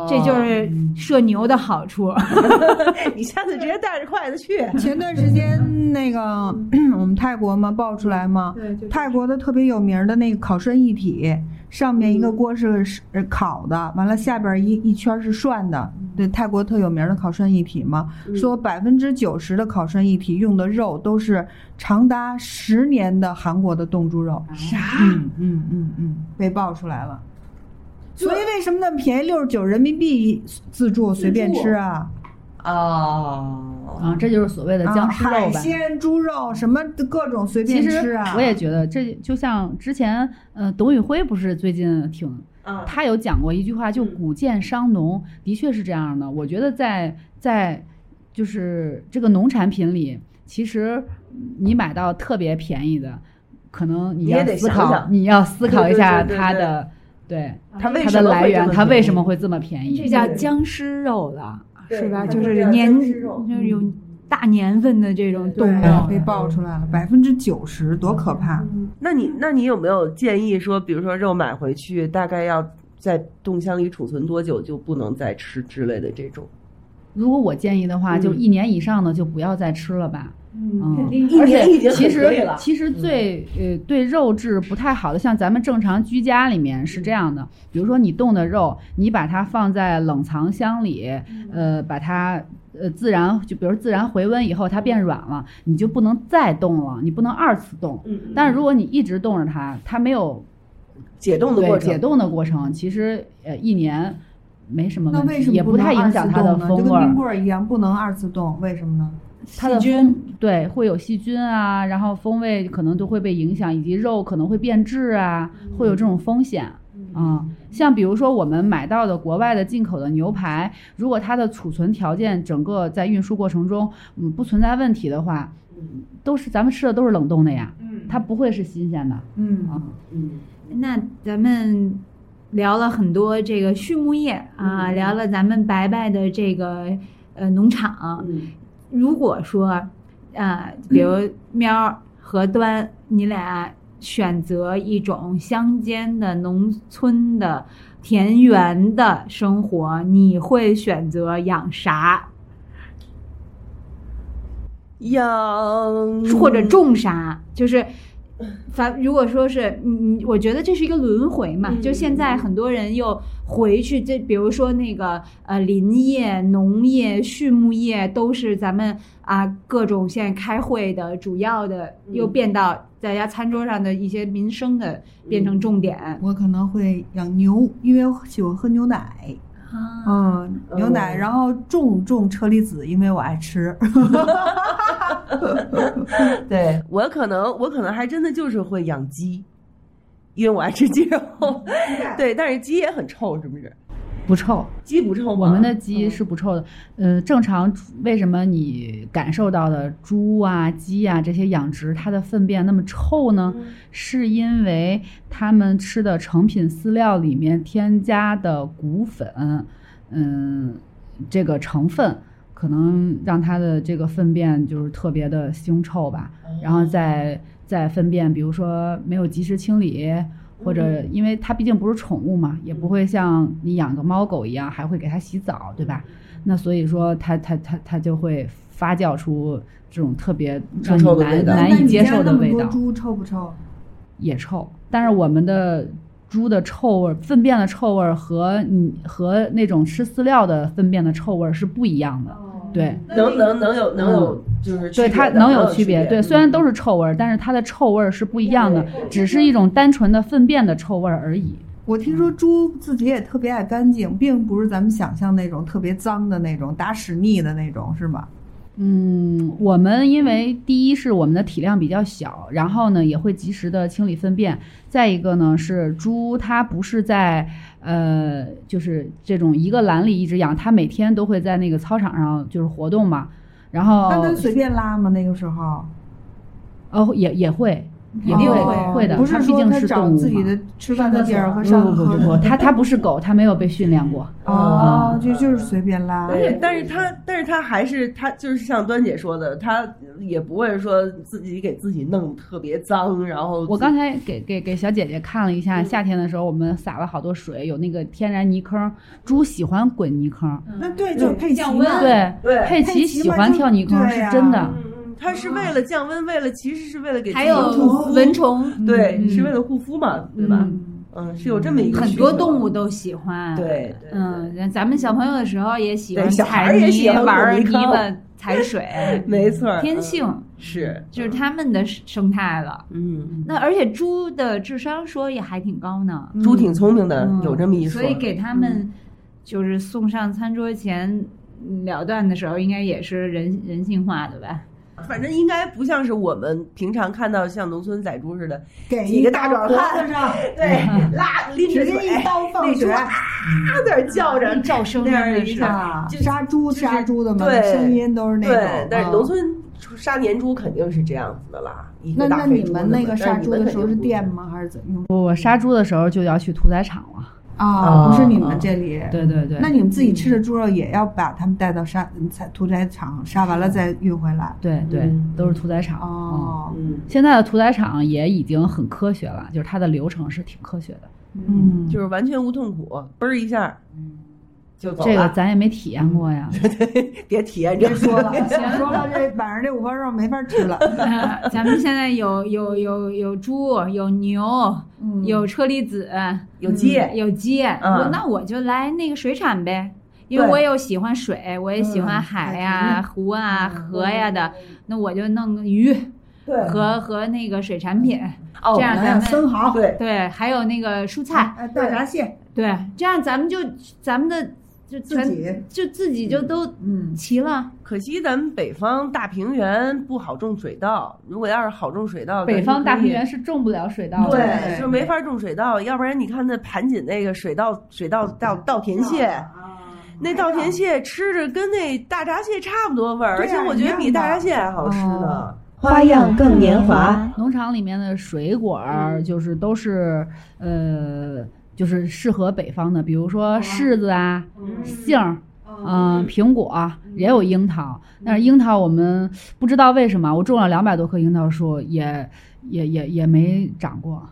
[SPEAKER 3] 这就是射牛的好处。
[SPEAKER 1] 哎你下次直接带着筷子 去。
[SPEAKER 2] 前段时间那个 我们泰国嘛爆出来嘛，
[SPEAKER 3] 对，就
[SPEAKER 2] 泰国的特别有名的那个烤涮一体，上面一个锅是是呃烤的，完了下边一一圈是涮的。对，泰国特有名的烤涮一体嘛，说百分之九十的烤涮一体用的肉都是长达十年的韩国的冻猪肉。啥？嗯嗯嗯嗯，被爆出来了。所以为什么那么便宜，六十九人民币自助随便吃啊？
[SPEAKER 1] 哦，
[SPEAKER 5] 啊，这就是所谓的
[SPEAKER 2] 啊
[SPEAKER 5] 僵尸肉
[SPEAKER 2] 海
[SPEAKER 5] 吧。
[SPEAKER 2] 鲜、猪肉什么的各种随
[SPEAKER 5] 其
[SPEAKER 2] 便吃
[SPEAKER 5] 实
[SPEAKER 2] 啊！
[SPEAKER 5] 我也觉得，这就像之前，呃，董宇辉不是最近挺
[SPEAKER 1] 嗯，
[SPEAKER 5] 他有讲过一句话，就“古建伤农”，的确是这样的。我觉得在在就是这个农产品里，其实你买到特别便宜的，可能你
[SPEAKER 1] 你也
[SPEAKER 5] 要
[SPEAKER 1] 得
[SPEAKER 5] 思
[SPEAKER 1] 想
[SPEAKER 5] 考，
[SPEAKER 1] 想
[SPEAKER 5] 你要思考一下
[SPEAKER 1] 对对对对
[SPEAKER 5] 它的对
[SPEAKER 1] 他为
[SPEAKER 5] 啊它
[SPEAKER 1] 什
[SPEAKER 5] 的
[SPEAKER 1] 么
[SPEAKER 5] 来
[SPEAKER 1] 会这
[SPEAKER 5] 源，
[SPEAKER 1] 么
[SPEAKER 5] 它为
[SPEAKER 1] 便宜
[SPEAKER 5] 什么会这么便
[SPEAKER 3] 这
[SPEAKER 5] 宜？
[SPEAKER 3] 叫僵尸肉了，是吧？
[SPEAKER 1] 对
[SPEAKER 3] 就
[SPEAKER 1] 这
[SPEAKER 3] 是
[SPEAKER 1] 叫
[SPEAKER 3] 年
[SPEAKER 1] 僵尸
[SPEAKER 5] 嗯
[SPEAKER 1] 肉嗯
[SPEAKER 3] 就是有大年份的这种冻
[SPEAKER 2] 对
[SPEAKER 3] 肉，
[SPEAKER 2] 被爆出来了，百分之九十，多可怕！
[SPEAKER 5] 嗯
[SPEAKER 1] 那你那你有没有建议说，比如说肉买回去，大概要在冻箱里储存多久就不能再吃之类的这种？
[SPEAKER 5] 如果我建议的话，就
[SPEAKER 1] 嗯
[SPEAKER 5] 一年以上的就不要再吃了吧。嗯，
[SPEAKER 1] 一年已经
[SPEAKER 5] 其
[SPEAKER 1] 很
[SPEAKER 5] 实
[SPEAKER 1] 可以了
[SPEAKER 5] 其实
[SPEAKER 2] 嗯
[SPEAKER 5] 最呃对肉质不太好的，像咱们正常居家里面是这样的，比如说你冻的肉，你把它放在冷藏箱里，呃，
[SPEAKER 2] 嗯
[SPEAKER 5] 把它呃自然就比如自然回温以后它变软了，你就不能再冻了，你不能二次冻。
[SPEAKER 1] 嗯
[SPEAKER 5] 但是如果你一直冻着它，它没有
[SPEAKER 1] 解冻的
[SPEAKER 5] 对
[SPEAKER 1] 过程，
[SPEAKER 5] 解冻的过程，其实呃一年没什么
[SPEAKER 2] 那
[SPEAKER 5] 问
[SPEAKER 2] 为
[SPEAKER 5] 题，
[SPEAKER 2] 什么
[SPEAKER 5] 也不
[SPEAKER 2] 能
[SPEAKER 5] 太
[SPEAKER 2] 二
[SPEAKER 5] 影
[SPEAKER 2] 次
[SPEAKER 5] 响它的
[SPEAKER 2] 冻呢？
[SPEAKER 5] 风
[SPEAKER 2] 就
[SPEAKER 5] 味
[SPEAKER 2] 跟
[SPEAKER 5] 儿
[SPEAKER 2] 冰。棍儿一样，不能二次冻，为什么呢？
[SPEAKER 5] 它的
[SPEAKER 3] 细菌
[SPEAKER 5] 风对会有细菌啊，然后风味可能都会被影响，以及肉可能会变质啊，会有这种风险。啊。
[SPEAKER 3] 嗯
[SPEAKER 5] 像比如说我们买到的国外的进口的牛排，如果它的储存条件整个在运输过程中，嗯，不存在问题的话，都是咱们吃的都是冷冻的呀，
[SPEAKER 3] 嗯
[SPEAKER 5] 它不会是新鲜的
[SPEAKER 3] 嗯
[SPEAKER 5] 啊。
[SPEAKER 3] 那咱们聊了很多这个畜牧业啊，
[SPEAKER 1] 嗯
[SPEAKER 3] 聊了咱们白白的这个呃农场。
[SPEAKER 5] 嗯
[SPEAKER 3] 如果说啊、比如喵儿和端，你俩选择一种乡间的、农村的、田园的生活，你会选择养啥
[SPEAKER 1] 养
[SPEAKER 3] 或者种啥？就是。
[SPEAKER 1] 嗯
[SPEAKER 3] 反如果说是嗯，我觉得这是一个轮回嘛，
[SPEAKER 1] 嗯
[SPEAKER 3] 就现在很多人又回去，这比如说那个呃林业、农业、畜牧业都是咱们啊各种现在开会的主要的，
[SPEAKER 1] 嗯
[SPEAKER 3] 又变到大家餐桌上的一些民生的变成重点啊、
[SPEAKER 2] 我可能会养牛，因为我喜欢喝牛奶。嗯，牛奶，
[SPEAKER 5] 哦
[SPEAKER 1] 嗯
[SPEAKER 2] 然后种种车厘子，因为我爱吃。
[SPEAKER 1] 对我可能我可能还真的就是会养鸡，因为我爱吃鸡肉。对，但是鸡也很臭，是不是？
[SPEAKER 5] 不臭，
[SPEAKER 1] 鸡不臭吗？
[SPEAKER 5] 我们的鸡是不臭的。呃，正常为什么你感受到的猪啊、鸡啊这些养殖它的粪便那么臭呢？
[SPEAKER 1] 嗯
[SPEAKER 5] 是因为他们吃的成品饲料里面添加的骨粉，嗯，这个成分可能让它的这个粪便就是特别的腥臭吧。然后再再粪便，比如说没有及时清理，或者
[SPEAKER 1] 嗯
[SPEAKER 5] 因为它毕竟不是宠物嘛，也不会像你养个猫狗一样还会给它洗澡，对吧？那所以说它它它它就会发酵出这种特别让你
[SPEAKER 1] 臭的味
[SPEAKER 5] 难
[SPEAKER 1] 道
[SPEAKER 2] 那
[SPEAKER 5] 难以
[SPEAKER 2] 你
[SPEAKER 5] 接
[SPEAKER 2] 家
[SPEAKER 5] 受
[SPEAKER 2] 那
[SPEAKER 5] 的
[SPEAKER 2] 么
[SPEAKER 5] 味
[SPEAKER 2] 多
[SPEAKER 5] 道，
[SPEAKER 2] 猪臭不臭？
[SPEAKER 5] 也臭。但是我们的猪的臭味儿、粪便的臭味儿和你和那种吃饲料的粪便的臭味儿是不一样的，对。
[SPEAKER 1] 能能能有能有就是
[SPEAKER 5] 对
[SPEAKER 1] 区
[SPEAKER 5] 它
[SPEAKER 1] 别的嗯
[SPEAKER 5] 能
[SPEAKER 1] 有
[SPEAKER 5] 有区别，对，虽然都是臭味儿，但是它的臭味儿是不一样的，只是一种单纯的粪便的臭味儿而已。
[SPEAKER 2] 我听说猪自己也特别爱干净，并不是咱们想象那种特别脏的那种打屎腻的那种，是吗？
[SPEAKER 5] 嗯，我们因为第一是我们的体量比较小，然后呢也会及时的清理粪便，再一个呢是猪它不是在呃就是这种一个栏里一直养，它每天都会在那个操场上就是活动嘛，然后
[SPEAKER 2] 那它随便拉吗？那个时候
[SPEAKER 5] 哦也也会。也
[SPEAKER 2] 一定
[SPEAKER 5] 会
[SPEAKER 2] 会
[SPEAKER 5] 会的，
[SPEAKER 2] 哦不
[SPEAKER 5] 它
[SPEAKER 2] 是
[SPEAKER 5] 毕
[SPEAKER 2] 说
[SPEAKER 5] 竟
[SPEAKER 2] 它
[SPEAKER 5] 是
[SPEAKER 2] 找
[SPEAKER 5] 动物
[SPEAKER 2] 自己
[SPEAKER 5] 嘛
[SPEAKER 2] 的吃饭的地儿和
[SPEAKER 5] 不
[SPEAKER 2] 上
[SPEAKER 5] 不
[SPEAKER 2] 和
[SPEAKER 5] 不不，它它不是狗，它没有被训练过。
[SPEAKER 2] 哦
[SPEAKER 5] 嗯，
[SPEAKER 2] 就就是随便拉。
[SPEAKER 1] 对，但是他，但是他还是他，就是像端姐说的，他也不会说自己给自己弄特别脏，然后
[SPEAKER 5] 我刚才给给给小姐姐看了一下，夏天的时候我们撒了好多水，有那个天然泥坑，猪喜欢滚泥坑，
[SPEAKER 2] 那对，就是佩奇
[SPEAKER 3] 降
[SPEAKER 2] 嘛
[SPEAKER 3] 温。
[SPEAKER 5] 对，
[SPEAKER 1] 对
[SPEAKER 5] 佩
[SPEAKER 2] 嗯佩
[SPEAKER 5] 奇
[SPEAKER 2] 奇
[SPEAKER 5] 喜
[SPEAKER 2] 嘛
[SPEAKER 5] 欢
[SPEAKER 2] 就
[SPEAKER 5] 跳泥坑
[SPEAKER 2] 对
[SPEAKER 5] 是
[SPEAKER 2] 呀
[SPEAKER 5] 真的，
[SPEAKER 1] 他是为了降温，为了其实是为了给自
[SPEAKER 3] 还
[SPEAKER 1] 己
[SPEAKER 3] 有
[SPEAKER 1] 护肤
[SPEAKER 3] 蚊虫，
[SPEAKER 1] 对，
[SPEAKER 3] 嗯
[SPEAKER 1] 是为了护肤嘛，对吧？嗯，是有这么一个
[SPEAKER 3] 很
[SPEAKER 1] 需
[SPEAKER 3] 多
[SPEAKER 1] 求
[SPEAKER 3] 动物都喜欢。
[SPEAKER 1] 对，对
[SPEAKER 3] 嗯，咱咱们小朋友的时候也喜欢
[SPEAKER 1] 对小孩
[SPEAKER 3] 踩
[SPEAKER 1] 儿也
[SPEAKER 3] 泥、
[SPEAKER 1] 喜欢
[SPEAKER 3] 玩儿
[SPEAKER 1] 滚泥
[SPEAKER 3] 泥
[SPEAKER 1] 坑
[SPEAKER 3] 巴、踩水，
[SPEAKER 1] 没错儿，
[SPEAKER 3] 天
[SPEAKER 1] 嗯
[SPEAKER 3] 性
[SPEAKER 1] 是
[SPEAKER 3] 就是他们的生态了。
[SPEAKER 1] 嗯，
[SPEAKER 3] 那而且猪的智商说也还挺高呢，
[SPEAKER 1] 猪挺聪明的
[SPEAKER 3] 嗯，
[SPEAKER 1] 有这么一说，嗯
[SPEAKER 3] 所以给他们就是送上餐桌前了断的时候，应该也是人人性化的吧？
[SPEAKER 1] 反正应该不像是我们平常看到像农村宰猪似的，
[SPEAKER 2] 给
[SPEAKER 1] 几个大壮汉
[SPEAKER 2] 脖子上，
[SPEAKER 1] 对，拉拎着
[SPEAKER 2] 嗯直
[SPEAKER 1] 嘴，
[SPEAKER 2] 接一刀放
[SPEAKER 1] 那
[SPEAKER 2] 血
[SPEAKER 1] 猪，啊在那儿叫着
[SPEAKER 3] 一，叫声
[SPEAKER 1] 那样
[SPEAKER 3] 真的
[SPEAKER 1] 一
[SPEAKER 3] 是
[SPEAKER 1] 下
[SPEAKER 2] 啊
[SPEAKER 1] 就，是
[SPEAKER 2] 杀猪
[SPEAKER 1] 就是
[SPEAKER 2] 杀猪的嘛，
[SPEAKER 1] 对
[SPEAKER 2] 声音都是那
[SPEAKER 1] 对
[SPEAKER 2] 种。，
[SPEAKER 1] 但是
[SPEAKER 2] 嗯
[SPEAKER 1] 农村杀年猪肯定是这样子的啦。一
[SPEAKER 2] 那
[SPEAKER 1] 个
[SPEAKER 2] 那
[SPEAKER 1] 大
[SPEAKER 2] 你
[SPEAKER 1] 肥猪
[SPEAKER 2] 们那个杀猪的时候是电
[SPEAKER 1] 电？
[SPEAKER 2] 吗？还是怎么？
[SPEAKER 5] 我杀猪的时候就要去屠宰场了。
[SPEAKER 2] 啊，不是
[SPEAKER 1] 啊
[SPEAKER 2] 你们这里。
[SPEAKER 5] 对对对，
[SPEAKER 2] 那你们自己吃的猪肉也要把它们带到杀宰屠宰场杀完了再运回来。
[SPEAKER 5] 对对
[SPEAKER 1] 嗯
[SPEAKER 5] 都是屠宰场。嗯，
[SPEAKER 2] 哦，
[SPEAKER 1] 嗯，
[SPEAKER 5] 现在的屠宰场也已经很科学了，就是它的流程是挺科学的。
[SPEAKER 2] 嗯，
[SPEAKER 1] 就是完全无痛苦，嘣儿一下就走
[SPEAKER 5] 这个
[SPEAKER 1] 了，
[SPEAKER 5] 咱也没体验过呀。
[SPEAKER 1] 别啊体验这
[SPEAKER 2] 别说了，别说了，这晚上这五花肉没法吃 了。
[SPEAKER 3] 呃咱们现在有有有有猪，有牛，
[SPEAKER 2] 嗯
[SPEAKER 3] 有车厘子，
[SPEAKER 1] 有鸡
[SPEAKER 3] 嗯有鸡。
[SPEAKER 1] 嗯
[SPEAKER 3] 我那我就来那个水产呗，因为
[SPEAKER 1] 对
[SPEAKER 3] 我也有喜欢水，我也喜欢
[SPEAKER 2] 嗯
[SPEAKER 3] 海
[SPEAKER 2] 海
[SPEAKER 3] 呀、湖啊、
[SPEAKER 1] 嗯
[SPEAKER 3] 河呀的，那我就弄个鱼
[SPEAKER 1] 对
[SPEAKER 3] 和和那个水产品，
[SPEAKER 1] 哦
[SPEAKER 3] 这样
[SPEAKER 2] 还有
[SPEAKER 3] 咱们
[SPEAKER 2] 生蚝，
[SPEAKER 1] 对，
[SPEAKER 3] 对，还有那个蔬菜，
[SPEAKER 2] 哎，大闸蟹，
[SPEAKER 3] 对，这样咱们就咱们的就
[SPEAKER 2] 自
[SPEAKER 3] 全
[SPEAKER 2] 己
[SPEAKER 3] 就自己就都
[SPEAKER 5] 嗯，
[SPEAKER 3] 齐了，
[SPEAKER 1] 可惜咱们北方大平原不好种水稻，如果要是好种水稻，
[SPEAKER 5] 北
[SPEAKER 1] 咱
[SPEAKER 5] 方
[SPEAKER 1] 就
[SPEAKER 5] 大
[SPEAKER 1] 可
[SPEAKER 5] 平
[SPEAKER 1] 以
[SPEAKER 5] 原是种不了水稻的，
[SPEAKER 1] 对，就没法种水稻，要不然你看那盘锦那个水稻水稻稻稻田蟹，
[SPEAKER 2] 啊
[SPEAKER 1] 那稻田蟹吃着跟那大闸蟹差不多味儿，而
[SPEAKER 2] 对啊
[SPEAKER 1] 且我觉得比大闸蟹还好吃呢
[SPEAKER 5] 哦。
[SPEAKER 4] 花样更年华，
[SPEAKER 5] 农场里面的水果儿
[SPEAKER 1] 嗯
[SPEAKER 5] 就是都是呃，就是适合北方的，比如
[SPEAKER 1] 哦
[SPEAKER 5] 说柿子啊、杏儿。嗯，苹果啊也有樱桃，
[SPEAKER 1] 嗯
[SPEAKER 5] 但是樱桃我们不知道为什么，我种了两百多棵樱桃树，也也也也没长过，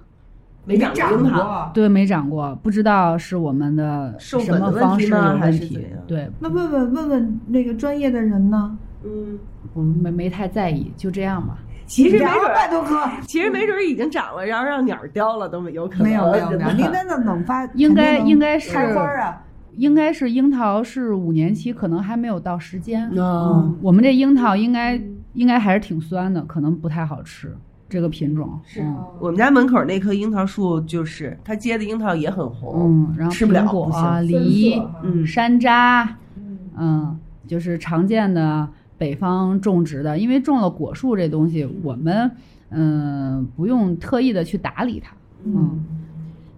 [SPEAKER 1] 没长过樱桃，
[SPEAKER 2] 过。
[SPEAKER 5] 对，没长过，不知道是我们的
[SPEAKER 1] 授
[SPEAKER 5] 什
[SPEAKER 1] 粉
[SPEAKER 5] 么
[SPEAKER 1] 的问
[SPEAKER 5] 方
[SPEAKER 1] 题
[SPEAKER 5] 式
[SPEAKER 1] 吗
[SPEAKER 5] 有
[SPEAKER 1] 还
[SPEAKER 5] 问
[SPEAKER 1] 是
[SPEAKER 5] 题
[SPEAKER 1] 怎样，
[SPEAKER 5] 对，
[SPEAKER 2] 那问问问问那个专业的人呢？
[SPEAKER 1] 嗯，
[SPEAKER 5] 我们没没太在意，就这样吧。
[SPEAKER 1] 其实没
[SPEAKER 2] 两
[SPEAKER 1] 准儿，
[SPEAKER 2] 百多颗，
[SPEAKER 1] 其实没准儿已经长了，然后让鸟儿叼了都没有可能。
[SPEAKER 2] 没有没有
[SPEAKER 1] 真
[SPEAKER 2] 没
[SPEAKER 1] 的
[SPEAKER 2] 有，您那那冷发
[SPEAKER 5] 应该
[SPEAKER 2] 肯定能
[SPEAKER 5] 应该是
[SPEAKER 2] 开花啊，
[SPEAKER 5] 应该是樱桃是五年期，可能还没有到时间。
[SPEAKER 1] 哦
[SPEAKER 5] 嗯，我们这樱桃应该应该还是挺酸的，可能不太好吃这个品种。是嗯
[SPEAKER 1] 我们家门口那棵樱桃树就是，它结的樱桃也很红。
[SPEAKER 5] 嗯，然后
[SPEAKER 1] 吃不了
[SPEAKER 5] 苹果、
[SPEAKER 1] 不行
[SPEAKER 5] 梨、
[SPEAKER 1] 嗯
[SPEAKER 5] 山楂，嗯，就是常见的北方种植的，因为种了果树这东西，我们嗯、不用特意的去打理它。嗯，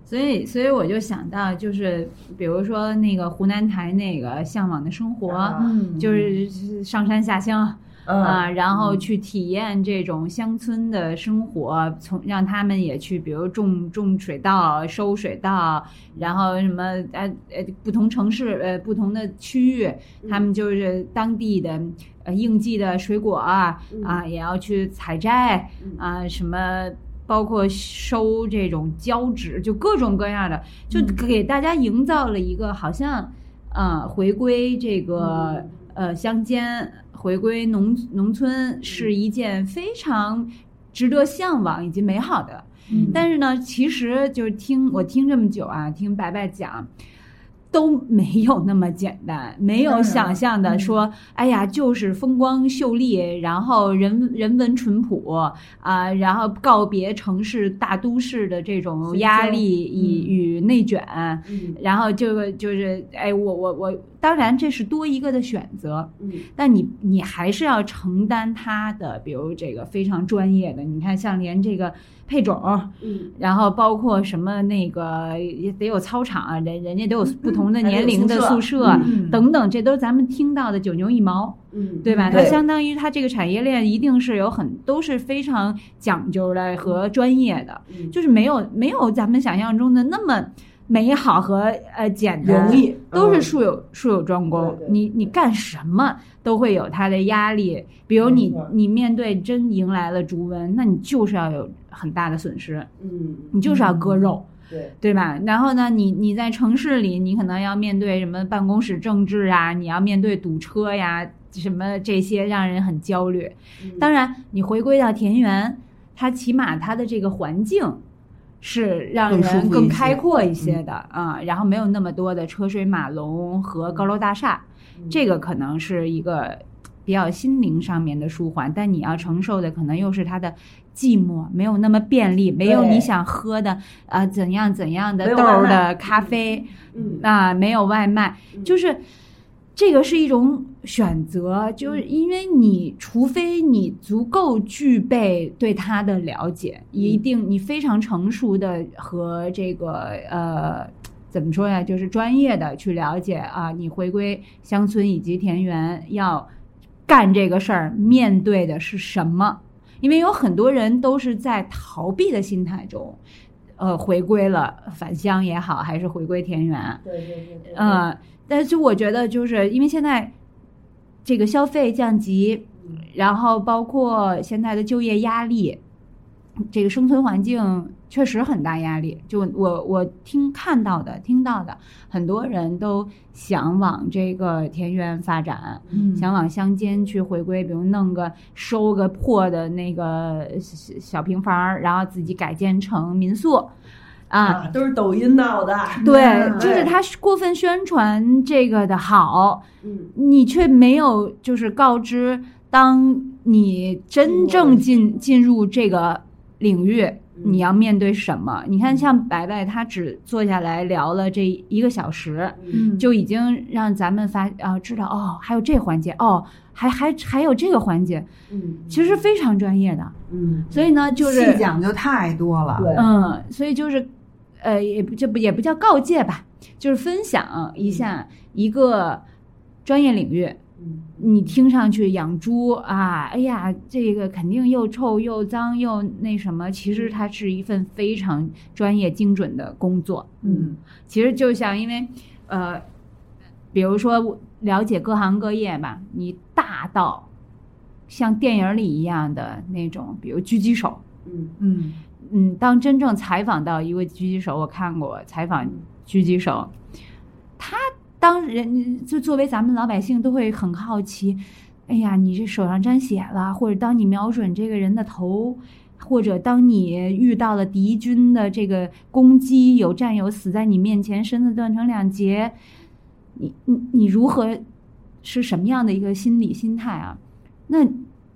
[SPEAKER 3] 所以所以我就想到就是比如说那个湖南台那个《向往的生活》
[SPEAKER 1] 啊
[SPEAKER 5] 嗯
[SPEAKER 3] 就是上山下乡
[SPEAKER 1] 嗯
[SPEAKER 3] 啊，然后去体验这种乡村的生活，从让他们也去，比如种种水稻、收水稻，然后什么呃呃，不同城市呃不同的区域，他们就是当地的呃应季的水果啊，啊也要去采摘啊，什么包括收这种胶纸，就各种各样的，就给大家营造了一个好像呃回归这个。呃乡间回归农农村是一件非常值得向往以及美好的。
[SPEAKER 2] 嗯
[SPEAKER 3] 但是呢，其实就是听我听这么久啊，听白白讲。都没有那么简单，没有想象的说，哎呀，就是风光秀丽，然后人人文淳朴啊、然后告别城市大都市的这种压力与、与内卷，然后这个就是，哎，我我我，当然这是多一个的选择，
[SPEAKER 1] 嗯，
[SPEAKER 3] 但你你还是要承担他的，比如这个非常专业的，你看像连这个配种，
[SPEAKER 1] 嗯，
[SPEAKER 3] 然后包括什么那个也得有操场啊，人人家都有不同的
[SPEAKER 1] 嗯还得有
[SPEAKER 3] 年龄的
[SPEAKER 1] 宿舍
[SPEAKER 3] 宿舍、
[SPEAKER 2] 嗯
[SPEAKER 3] 等等，这都是咱们听到的九牛一毛，
[SPEAKER 1] 嗯
[SPEAKER 3] 对吧？
[SPEAKER 1] 对
[SPEAKER 3] 它相当于它这个产业链一定是有很都是非常讲究的和专业的，
[SPEAKER 1] 嗯
[SPEAKER 3] 就是没有没有咱们想象中的那么美好和呃简单
[SPEAKER 1] 容。易
[SPEAKER 3] 都是
[SPEAKER 1] 嗯
[SPEAKER 3] 术有术有专攻
[SPEAKER 1] 对，对
[SPEAKER 3] 你你干什么都会有它的压力。比如
[SPEAKER 1] 没
[SPEAKER 3] 你
[SPEAKER 1] 错
[SPEAKER 3] 你面对真迎来了竹蚊，那你就是要有很大的损失，
[SPEAKER 1] 嗯，
[SPEAKER 3] 你就是要割肉。
[SPEAKER 1] 对，
[SPEAKER 3] 对吧？然后呢，你你在城市里，你可能要面对什么办公室政治啊，你要面对堵车呀，什么这些让人很焦虑。
[SPEAKER 1] 嗯
[SPEAKER 3] 当然，你回归到田园，它起码它的这个环境是让
[SPEAKER 1] 更舒服
[SPEAKER 3] 人
[SPEAKER 1] 一
[SPEAKER 3] 更
[SPEAKER 1] 些嗯
[SPEAKER 3] 开阔一些的啊、然后没有那么多的车水马龙和高楼大厦，
[SPEAKER 1] 嗯
[SPEAKER 3] 这个可能是一个比较心灵上面的舒缓，但你要承受的可能又是它的寂寞，没有那么便利，没有
[SPEAKER 1] 对
[SPEAKER 3] 你想喝的啊、呃怎样怎样
[SPEAKER 1] 没
[SPEAKER 3] 的
[SPEAKER 1] 有
[SPEAKER 3] 豆儿
[SPEAKER 1] 外卖
[SPEAKER 3] 的咖啡，
[SPEAKER 1] 嗯
[SPEAKER 3] 啊、没有外卖，
[SPEAKER 1] 嗯
[SPEAKER 3] 就是这个是一种选择，就是因为你除非你足够具备对它的了解，一定你非常成熟的和这个呃。怎么说呀？就是专业的去了解啊，你回归乡村以及田园要干这个事儿，面对的是什么？因为有很多人都是在逃避的心态中，呃，回归了返乡也好，还是回归田园，
[SPEAKER 1] 对对对对，
[SPEAKER 3] 呃，但是我觉得就是因为现在这个消费降级，然后包括现在的就业压力，这个生存环境确实很大压力。就我我听看到的、听到的，很多人都想往这个田园发展，
[SPEAKER 5] 嗯
[SPEAKER 3] 想往乡间去回归，比如弄个收个破的那个小小平房儿，然后自己改建成民宿，啊，
[SPEAKER 1] 啊，都是抖音闹的，
[SPEAKER 3] 对，就是
[SPEAKER 1] 嗯对
[SPEAKER 3] 他过分宣传这个的好，
[SPEAKER 1] 嗯，
[SPEAKER 3] 你却没有就是告知，当你真正进进入这个领域，
[SPEAKER 1] 嗯
[SPEAKER 3] 你要面对什么？你看，像白白他只坐下来聊了这一个小时，
[SPEAKER 1] 嗯
[SPEAKER 3] 就已经让咱们发啊、知道哦，还有这环节哦，还还还有这个环节，
[SPEAKER 1] 嗯
[SPEAKER 3] 其实非常专业的。
[SPEAKER 1] 嗯，
[SPEAKER 3] 所以呢，就是
[SPEAKER 2] 细讲究太多了。
[SPEAKER 1] 对，
[SPEAKER 3] 嗯，所以就是，呃，也不这不也不叫告诫吧，就是分享一下一个专业领域。
[SPEAKER 1] 嗯
[SPEAKER 3] 你听上去养猪啊，哎呀，这个肯定又臭又脏又那什么，其实它是一份非常专业精准的工作。
[SPEAKER 1] 嗯，
[SPEAKER 3] 其实就像因为，呃，比如说了解各行各业吧，你大到像电影里一样的那种，比如狙击手，
[SPEAKER 1] 嗯
[SPEAKER 2] 嗯，
[SPEAKER 3] 嗯，当真正采访到一位狙击手，我看过采访狙击手，他当人就作为咱们老百姓都会很好奇，哎呀，你这手上沾血了，或者当你瞄准这个人的头，或者当你遇到了敌军的这个攻击，有战友死在你面前，身子断成两截，你你你如何是什么样的一个心理心态啊？那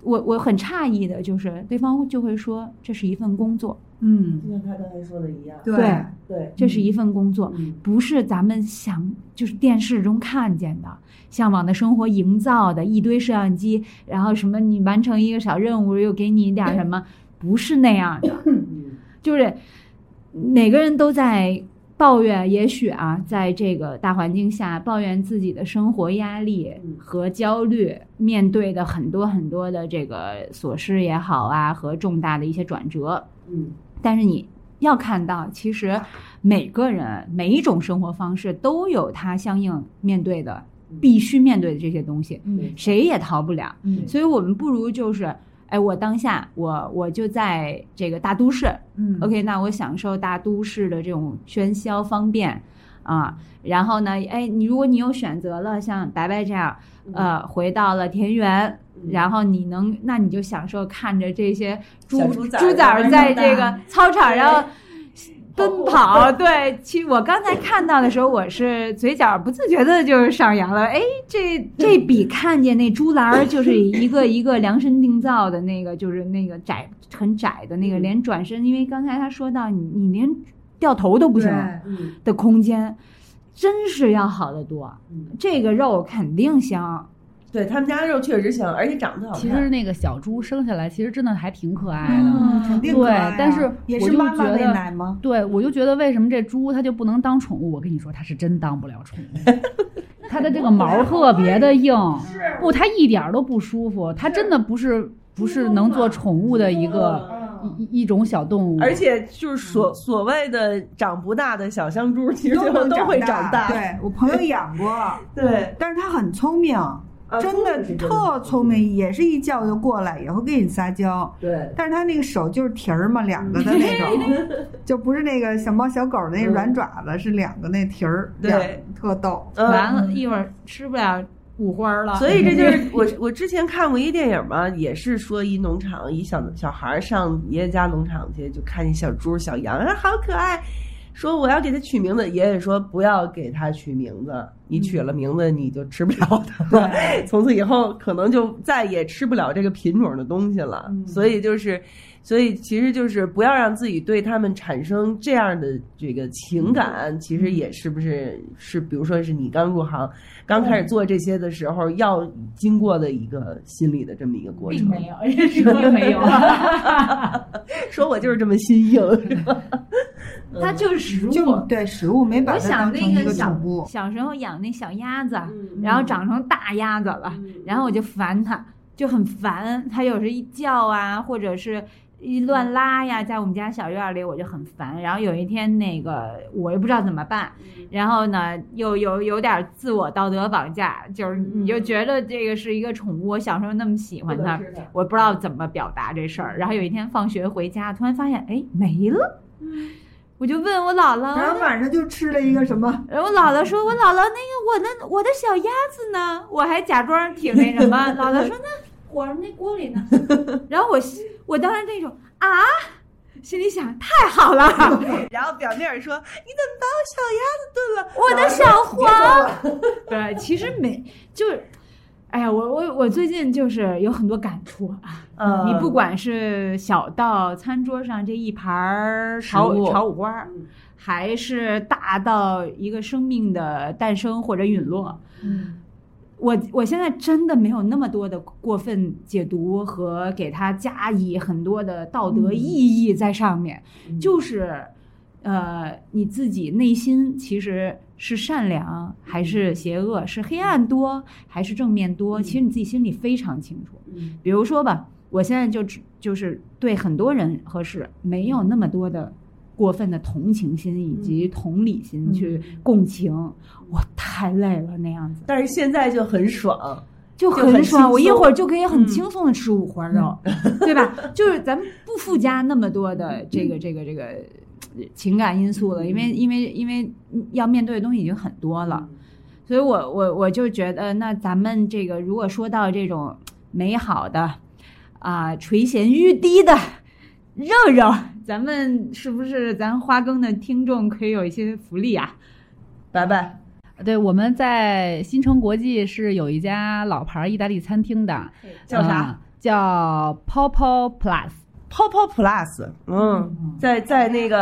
[SPEAKER 3] 我我很诧异的就是，对方就会说这是一份工作，
[SPEAKER 2] 嗯，
[SPEAKER 1] 就像他刚才说的一样，
[SPEAKER 2] 对，
[SPEAKER 1] 对，
[SPEAKER 3] 这是一份工作，
[SPEAKER 1] 嗯
[SPEAKER 3] 不是咱们想就是电视中看见的，向往的生活营造的一堆摄像机，然后什么你完成一个小任务又给你一点儿什么，不是那样的，
[SPEAKER 1] 嗯
[SPEAKER 3] 就是每个人都在抱怨，也许啊，在这个大环境下抱怨自己的生活压力
[SPEAKER 1] 嗯
[SPEAKER 3] 和焦虑，面对的很多很多的这个琐事也好啊，和重大的一些转折。
[SPEAKER 1] 嗯
[SPEAKER 3] 但是你要看到，其实每个人每一种生活方式都有他相应面对的
[SPEAKER 1] 嗯
[SPEAKER 3] 必须面对的这些东西，
[SPEAKER 1] 嗯
[SPEAKER 3] 谁也逃不了。
[SPEAKER 2] 嗯
[SPEAKER 3] 所以我们不如就是，哎，我当下我我就在这个大都市，
[SPEAKER 2] 嗯
[SPEAKER 3] OK，那我享受大都市的这种喧嚣方便啊。然后呢，哎，你如果你有选择了，像白白这样，呃，
[SPEAKER 2] 嗯
[SPEAKER 3] 回到了田园，
[SPEAKER 1] 嗯
[SPEAKER 3] 然后你能，那你就享受看着这些猪
[SPEAKER 1] 小
[SPEAKER 3] 猪
[SPEAKER 1] 猪崽儿
[SPEAKER 3] 崽儿
[SPEAKER 1] 慢慢长
[SPEAKER 3] 在这
[SPEAKER 1] 大
[SPEAKER 3] 个操场上奔
[SPEAKER 1] 步
[SPEAKER 3] 跑。对，其实我刚才看到的时候，我是嘴角不自觉的就上扬了。哎，这这 比看见那猪栏儿就是一个一个量身定造的那个，就是那个窄很窄的那个，
[SPEAKER 1] 嗯
[SPEAKER 3] 连转身，因为刚才他说到你你连掉头都不行
[SPEAKER 2] 对
[SPEAKER 1] 嗯
[SPEAKER 3] 的空间，真是要好得多。
[SPEAKER 1] 嗯，
[SPEAKER 3] 这个肉肯定香，
[SPEAKER 1] 对他们家肉确实香，而且长得好看。
[SPEAKER 5] 其实那个小猪生下来其实真的还挺可爱的。
[SPEAKER 2] 嗯，肯定
[SPEAKER 5] 对
[SPEAKER 2] 可爱啊
[SPEAKER 5] 但是
[SPEAKER 2] 也
[SPEAKER 5] 我
[SPEAKER 2] 是
[SPEAKER 5] 就
[SPEAKER 2] 妈妈
[SPEAKER 5] 觉
[SPEAKER 2] 喂
[SPEAKER 5] 得
[SPEAKER 2] 奶吗？
[SPEAKER 5] 对，我就觉得为什么这猪它就不能当宠物？我跟你说，它是真当不了宠物，它的这个毛特别的硬，不，它一点儿都不舒服，它真的不是不是能做宠物的一个一一一种小动物，
[SPEAKER 1] 嗯而且就是所所谓的长不大的小香猪，其实最后
[SPEAKER 2] 能
[SPEAKER 1] 都会
[SPEAKER 2] 长
[SPEAKER 1] 长大。
[SPEAKER 2] 对我朋友养过，
[SPEAKER 1] 对，
[SPEAKER 2] 但是他很聪明，
[SPEAKER 1] 啊
[SPEAKER 2] 真的特聪。明，也是一叫就过来，也会跟你撒娇。
[SPEAKER 1] 对，
[SPEAKER 2] 但是他那个手就是蹄儿嘛，两个的那种，就不是那个小猫小狗那
[SPEAKER 1] 嗯
[SPEAKER 2] 软爪子，是两个那蹄儿，
[SPEAKER 1] 对
[SPEAKER 2] 两特逗。
[SPEAKER 3] 完
[SPEAKER 1] 嗯。
[SPEAKER 3] 了，一会儿吃不了五花了。
[SPEAKER 1] 所以这就是我我之前看过一电影嘛，也是说一农场，一小小孩儿上爷爷家农场去，就看见小猪小羊啊，好可爱。说我要给它取名字，爷爷说不要给它取名字，你取了名字你就吃不了它了， 从此以后可能就再也吃不了这个品种的东西了。所以就是，所以其实就是不要让自己对它们产生这样的这个情感，其实也是不是是，比如说是你刚入行、刚开始做这些的时候要经过的一个心理的这么一个过程。
[SPEAKER 3] 有，并没 有，
[SPEAKER 1] 说我就是这么心硬，是吧？
[SPEAKER 3] 它就是食物。
[SPEAKER 2] 就对食物没把
[SPEAKER 3] 我
[SPEAKER 2] 它当
[SPEAKER 3] 想
[SPEAKER 2] 成
[SPEAKER 3] 那
[SPEAKER 2] 一个
[SPEAKER 3] 小
[SPEAKER 2] 宠物，
[SPEAKER 3] 小时候养那小鸭子，
[SPEAKER 1] 嗯
[SPEAKER 3] 然后长成大鸭子了，
[SPEAKER 2] 嗯
[SPEAKER 3] 然后我就烦它，就很烦它，有时候一叫啊，或者是一
[SPEAKER 2] 嗯
[SPEAKER 3] 乱拉呀，在我们家小院儿里我就很烦。然后有一天那个我也不知道怎么办，
[SPEAKER 2] 嗯
[SPEAKER 3] 然后呢又有有点自我道德绑架，就是你
[SPEAKER 2] 嗯
[SPEAKER 3] 就觉得这个是一个宠物，我小时候那么喜欢它
[SPEAKER 1] 不能吃它，
[SPEAKER 3] 我不知道怎么表达这事儿。然后有一天放学回家，突然发现哎没了，
[SPEAKER 2] 嗯
[SPEAKER 3] 我就问我姥姥，
[SPEAKER 2] 然后晚上就吃了一个什么，
[SPEAKER 3] 然后我姥姥说：“我姥姥那个我那我的小鸭子呢？”我还假装挺那什 么。姥姥说：“那火那锅里呢？”然后我心我当时那种啊，心里想太好了，
[SPEAKER 1] 然后表面说你怎么把我小鸭子炖了？
[SPEAKER 3] 我的小黄。对，其实没就是哎呀，我我我最近就是有很多感触啊！
[SPEAKER 1] 嗯
[SPEAKER 3] 你不管是小到餐桌上这一盘儿
[SPEAKER 1] 食
[SPEAKER 3] 炒
[SPEAKER 1] 物
[SPEAKER 3] 炒五花儿，还是大到一个生命的诞生或者陨落，我我现在真的没有那么多的过分解读和给它加以很多的道德意义在上面，就是，呃，你自己内心其实是善良还是邪恶，是黑暗多还是正面多，其实你自己心里非常清楚。比如说吧，我现在就只就是对很多人和事没有那么多的过分的同情心以及同理心去共情，我太累了那样子。
[SPEAKER 1] 但是现在就很爽，
[SPEAKER 3] 就
[SPEAKER 1] 就
[SPEAKER 3] 很
[SPEAKER 1] 很轻
[SPEAKER 3] 爽，
[SPEAKER 1] 松
[SPEAKER 3] 我一会儿就可以很轻松的吃五花肉， 对吧？就是咱们不附加那么多的这个这个这个呃情感因素了，因为因为因为要面对的东西已经很多了，所以我我我就觉得，那咱们这个如果说到这种美好的啊、垂涎欲滴的肉肉，咱们是不是咱花更的听众可以有一些福利啊？
[SPEAKER 1] 拜拜。
[SPEAKER 5] 对，我们在新城国际是有一家老牌意大利餐厅的，
[SPEAKER 1] 叫啥
[SPEAKER 5] 嗯叫 Popo Plus。
[SPEAKER 1] Popo Plus，嗯，在在那个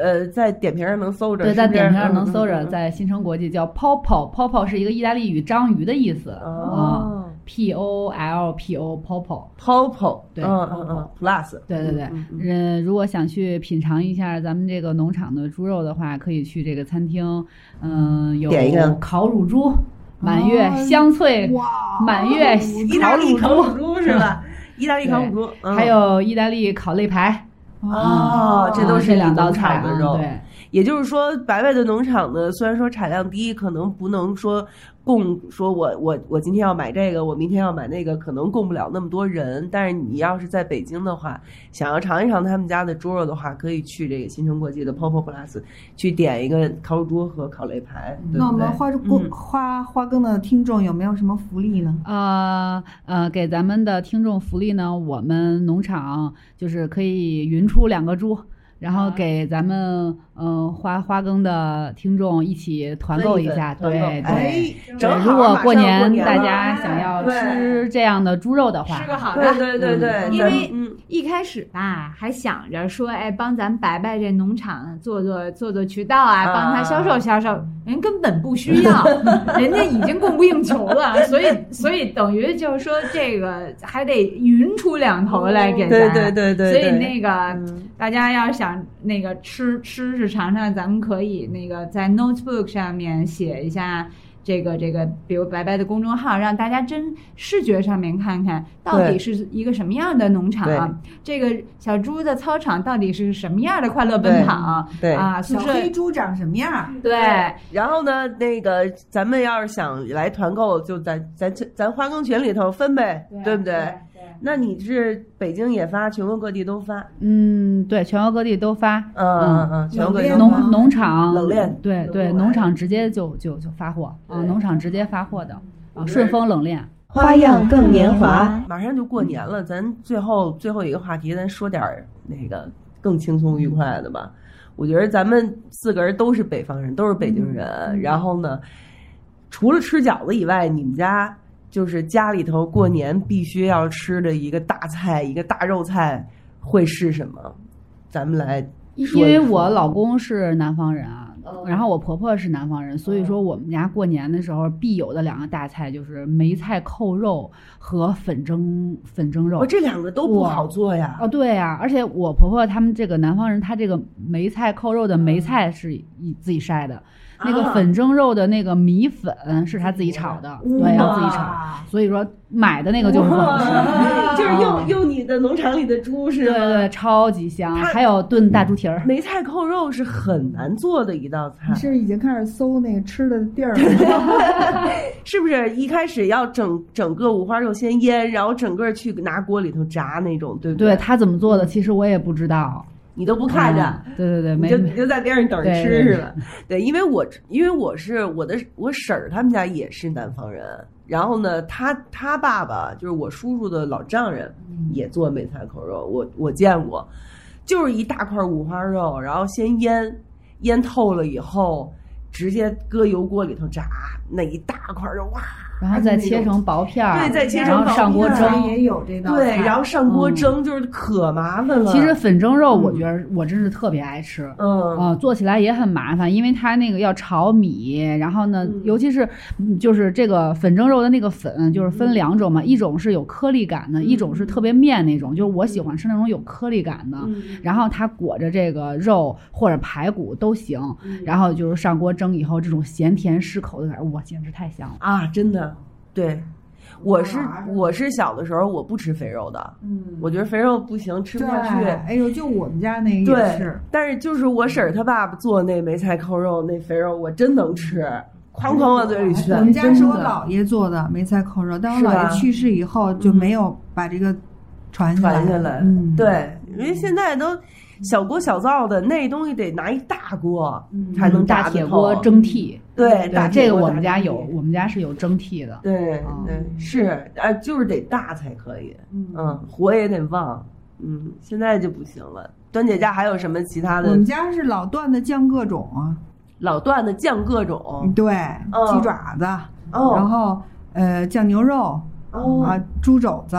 [SPEAKER 1] 呃，在点评上能搜着，
[SPEAKER 5] 对，
[SPEAKER 1] 是
[SPEAKER 5] 在
[SPEAKER 1] 不是
[SPEAKER 5] 点评上能
[SPEAKER 1] 嗯
[SPEAKER 5] 搜着，
[SPEAKER 1] 嗯嗯
[SPEAKER 5] 在新城国际叫 Popo。Popo 是一个意大利语“章鱼”的意思。
[SPEAKER 1] 哦
[SPEAKER 5] 啊 P O L P O Popo。
[SPEAKER 1] Popo，
[SPEAKER 5] 对
[SPEAKER 1] 嗯嗯嗯，Plus，
[SPEAKER 5] 对对对
[SPEAKER 1] 嗯嗯，
[SPEAKER 5] 嗯，如果想去品尝一下咱们这个农场的猪肉的话，可以去这个餐厅，嗯，有
[SPEAKER 1] 点一个啊
[SPEAKER 5] 烤乳猪，满月
[SPEAKER 2] 哦
[SPEAKER 5] 香脆，
[SPEAKER 2] 哇
[SPEAKER 5] 满月
[SPEAKER 1] 意大
[SPEAKER 5] 烤
[SPEAKER 1] 利
[SPEAKER 5] 乳
[SPEAKER 1] 烤乳
[SPEAKER 5] 猪，
[SPEAKER 1] 猪是吧？意大利烤乳猪，嗯
[SPEAKER 5] 还有意大利烤肋排，
[SPEAKER 1] 哦，这都
[SPEAKER 5] 啊
[SPEAKER 1] 是
[SPEAKER 5] 两
[SPEAKER 1] 你
[SPEAKER 5] 道
[SPEAKER 1] 农
[SPEAKER 5] 菜
[SPEAKER 1] 场
[SPEAKER 5] 啊
[SPEAKER 1] 的肉，
[SPEAKER 5] 对，
[SPEAKER 1] 也就是说，白白的农场呢，虽然说产量低，可能不能说供，说我我我今天要买这个，我明天要买那个，可能供不了那么多人。但是你要是在北京的话，想要尝一尝他们家的猪肉的话，可以去这个新城国际的 Popo Plus 去点一个烤乳猪和烤肋排，对
[SPEAKER 2] 那我
[SPEAKER 1] 不对
[SPEAKER 2] 们？花过
[SPEAKER 1] 嗯
[SPEAKER 2] 花花更的听众有没有什么福利呢？
[SPEAKER 5] 呃呃，给咱们的听众福利呢，我们农场就是可以匀出两个猪。然后
[SPEAKER 3] 啊
[SPEAKER 5] 给咱们嗯、呃花花更的听众一起团购一下，
[SPEAKER 1] 团
[SPEAKER 5] 对
[SPEAKER 1] 购
[SPEAKER 5] 对，
[SPEAKER 1] 哎，
[SPEAKER 5] 对
[SPEAKER 1] 正，好
[SPEAKER 5] 如
[SPEAKER 1] 马
[SPEAKER 5] 果
[SPEAKER 1] 上
[SPEAKER 5] 过
[SPEAKER 1] 过
[SPEAKER 5] 年
[SPEAKER 1] 年
[SPEAKER 5] 大
[SPEAKER 1] 了啊
[SPEAKER 5] 家 想要吃这样的猪肉的话，
[SPEAKER 3] 好
[SPEAKER 1] 对对对对，
[SPEAKER 3] 因
[SPEAKER 1] 咱
[SPEAKER 3] 为
[SPEAKER 1] 嗯
[SPEAKER 3] 一开始吧，还想着说，哎，帮咱白白这农场做做做做渠道啊，
[SPEAKER 1] 啊
[SPEAKER 3] 帮他销售销售，人根本不需 要，人家已经供不应求了，所以所以等于就是说，这个还得匀出两头来给咱。
[SPEAKER 1] 对对对对，
[SPEAKER 3] 所以
[SPEAKER 1] 对
[SPEAKER 3] 那个、
[SPEAKER 1] 嗯
[SPEAKER 3] 大家要想那个吃吃是尝尝，咱们可以那个在 notebook 上面写一下这个这个，比如白白的公众号，让大家真视觉上面看看到底
[SPEAKER 1] 对
[SPEAKER 3] 是一个什么样的农
[SPEAKER 1] 对
[SPEAKER 3] 场，这个小猪的操场到底是什么样的快乐奔跑
[SPEAKER 1] 对。
[SPEAKER 3] 啊，宿
[SPEAKER 2] 小
[SPEAKER 3] 舍
[SPEAKER 2] 黑猪长什么样？
[SPEAKER 3] 对。
[SPEAKER 1] 然后呢，那个咱们要是想来团购，就咱咱咱花耕群里头分呗，对不对？那你是北京也发，全国各地都发，
[SPEAKER 5] 嗯，对，全国各地都发，
[SPEAKER 1] 嗯嗯嗯，全国各地都发。
[SPEAKER 5] 农农场
[SPEAKER 1] 冷链
[SPEAKER 5] 对对，农场直接就就就发货啊，农场直接发货的啊，顺丰冷链。
[SPEAKER 4] 花样更年华，
[SPEAKER 1] 马上就过年了，咱最后最后一个话题，咱说点儿那个更轻松愉快的吧。我觉得咱们四个人都是北方人，都是北京人，然后呢，除了吃饺子以外，你们家就是家里头过年必须要吃的一个大菜，一个大肉菜会是什么？咱们来说一嗯
[SPEAKER 5] 因为
[SPEAKER 1] 说
[SPEAKER 5] 我老公是南方人啊，然后我婆婆是南方人，所以
[SPEAKER 1] 嗯
[SPEAKER 5] 说我们家过年的时候必有的两个大菜就是梅菜扣肉和粉蒸粉蒸肉
[SPEAKER 1] 哦，。这两个都不好做呀
[SPEAKER 5] 哦，。对呀、而且我婆婆他们这个南方人，她这个梅菜扣肉的
[SPEAKER 1] 嗯
[SPEAKER 5] 梅菜是以自己筛的，
[SPEAKER 1] 啊
[SPEAKER 5] 那个粉蒸肉的那个米粉是她自己炒的，对，要自己炒。所以说买的那个就是不好吃，
[SPEAKER 1] 哇 哦就是
[SPEAKER 5] 啊
[SPEAKER 1] 用用你的农场里的猪
[SPEAKER 5] 对
[SPEAKER 1] 是吗？
[SPEAKER 5] 对对，超级香。
[SPEAKER 1] 它
[SPEAKER 5] 还有炖大猪蹄儿，
[SPEAKER 1] 梅菜扣肉是很难做的一道菜
[SPEAKER 2] 你，是已经开始搜那个吃的地儿了？
[SPEAKER 1] 是不是？一开始要整整个五花肉先腌，然后整个去拿锅里头炸那种，对不
[SPEAKER 5] 对
[SPEAKER 1] 对？
[SPEAKER 5] 他怎么做的，其实我也不知道。
[SPEAKER 1] 你都不看着。
[SPEAKER 5] 嗯对对对，
[SPEAKER 1] 你
[SPEAKER 5] 没
[SPEAKER 1] 就你就在边上等着
[SPEAKER 5] 对
[SPEAKER 1] 吃
[SPEAKER 5] 对
[SPEAKER 1] 是吧？对，因为我因为我是我的我婶儿他们家也是南方人，然后呢，他他爸爸就是我叔叔的老丈人，
[SPEAKER 5] 嗯
[SPEAKER 1] 也做梅菜扣肉，我我见过，就是一大块五花肉，然后先腌，腌透了以后，直接搁油锅里头炸，那一大块肉哇
[SPEAKER 5] 然后再切成薄片儿，
[SPEAKER 1] 对再切成
[SPEAKER 5] 然后
[SPEAKER 1] 薄
[SPEAKER 5] 上锅
[SPEAKER 1] 片儿
[SPEAKER 5] 蒸，
[SPEAKER 2] 也有这道
[SPEAKER 1] 对，
[SPEAKER 2] 菜，
[SPEAKER 1] 然后上锅
[SPEAKER 5] 嗯
[SPEAKER 1] 蒸就是可麻烦了。
[SPEAKER 5] 其实，粉蒸肉，
[SPEAKER 1] 嗯
[SPEAKER 5] 我觉得我真是特别爱吃。
[SPEAKER 1] 嗯，
[SPEAKER 5] 啊、做起来也很麻烦，因为它那个要炒米，然后呢，
[SPEAKER 1] 嗯
[SPEAKER 5] 尤其是嗯就是这个粉蒸肉的那个粉，就是
[SPEAKER 1] 嗯
[SPEAKER 5] 分两种嘛，一种是有颗粒感的，一种是特别面那种，就是我喜欢吃那种有颗粒感的。
[SPEAKER 1] 嗯
[SPEAKER 5] 然后它裹着这个肉或者排骨都行，
[SPEAKER 1] 嗯
[SPEAKER 5] 然后就是上锅蒸以后，这种咸甜适口的感觉，哇，简直太香了。
[SPEAKER 1] 啊，真的，对，我是
[SPEAKER 2] 麻烦
[SPEAKER 1] 我是小的时候我不吃肥肉的，
[SPEAKER 2] 嗯，
[SPEAKER 1] 我觉得肥肉不行，吃不
[SPEAKER 2] 对，
[SPEAKER 1] 下去。
[SPEAKER 2] 哎呦，就我们家那个也
[SPEAKER 1] 对
[SPEAKER 2] 是，，
[SPEAKER 1] 但是就是我婶儿她爸爸做那梅菜扣肉那肥肉，我真能吃，
[SPEAKER 5] 嗯
[SPEAKER 1] 哐哐往嘴里
[SPEAKER 2] 我
[SPEAKER 1] 炫。
[SPEAKER 2] 们家是我
[SPEAKER 1] 真的
[SPEAKER 2] 姥爷做的梅菜扣肉，但我
[SPEAKER 1] 是吧
[SPEAKER 2] 姥爷去世以后就没有把这个嗯传下来。
[SPEAKER 1] 传下来
[SPEAKER 2] 嗯，
[SPEAKER 1] 对，因为现在都小锅小灶的，那东西得拿一大锅才能
[SPEAKER 5] 嗯大
[SPEAKER 1] 打
[SPEAKER 5] 铁
[SPEAKER 1] 得
[SPEAKER 5] 锅
[SPEAKER 1] 透。
[SPEAKER 5] 蒸屉，
[SPEAKER 1] 对，
[SPEAKER 5] 对
[SPEAKER 1] 大，
[SPEAKER 5] 这
[SPEAKER 1] 铁
[SPEAKER 5] 个
[SPEAKER 1] 锅
[SPEAKER 5] 我
[SPEAKER 1] 打
[SPEAKER 5] 们家
[SPEAKER 1] 得透
[SPEAKER 5] 有，我们家是有蒸屉的。
[SPEAKER 1] 对
[SPEAKER 5] 哦
[SPEAKER 1] 对是，呃，就是得大才可以，
[SPEAKER 2] 嗯，
[SPEAKER 1] 嗯，火也得旺，嗯，现在就不行了。端姐家还有什么其他
[SPEAKER 2] 我
[SPEAKER 1] 的
[SPEAKER 2] 们家是老段子酱各种啊，
[SPEAKER 1] 老段子酱各种？
[SPEAKER 2] 对，
[SPEAKER 1] 嗯
[SPEAKER 2] 鸡爪子，然
[SPEAKER 1] 哦
[SPEAKER 2] 后呃酱牛肉啊
[SPEAKER 1] 哦，
[SPEAKER 2] 猪肘子，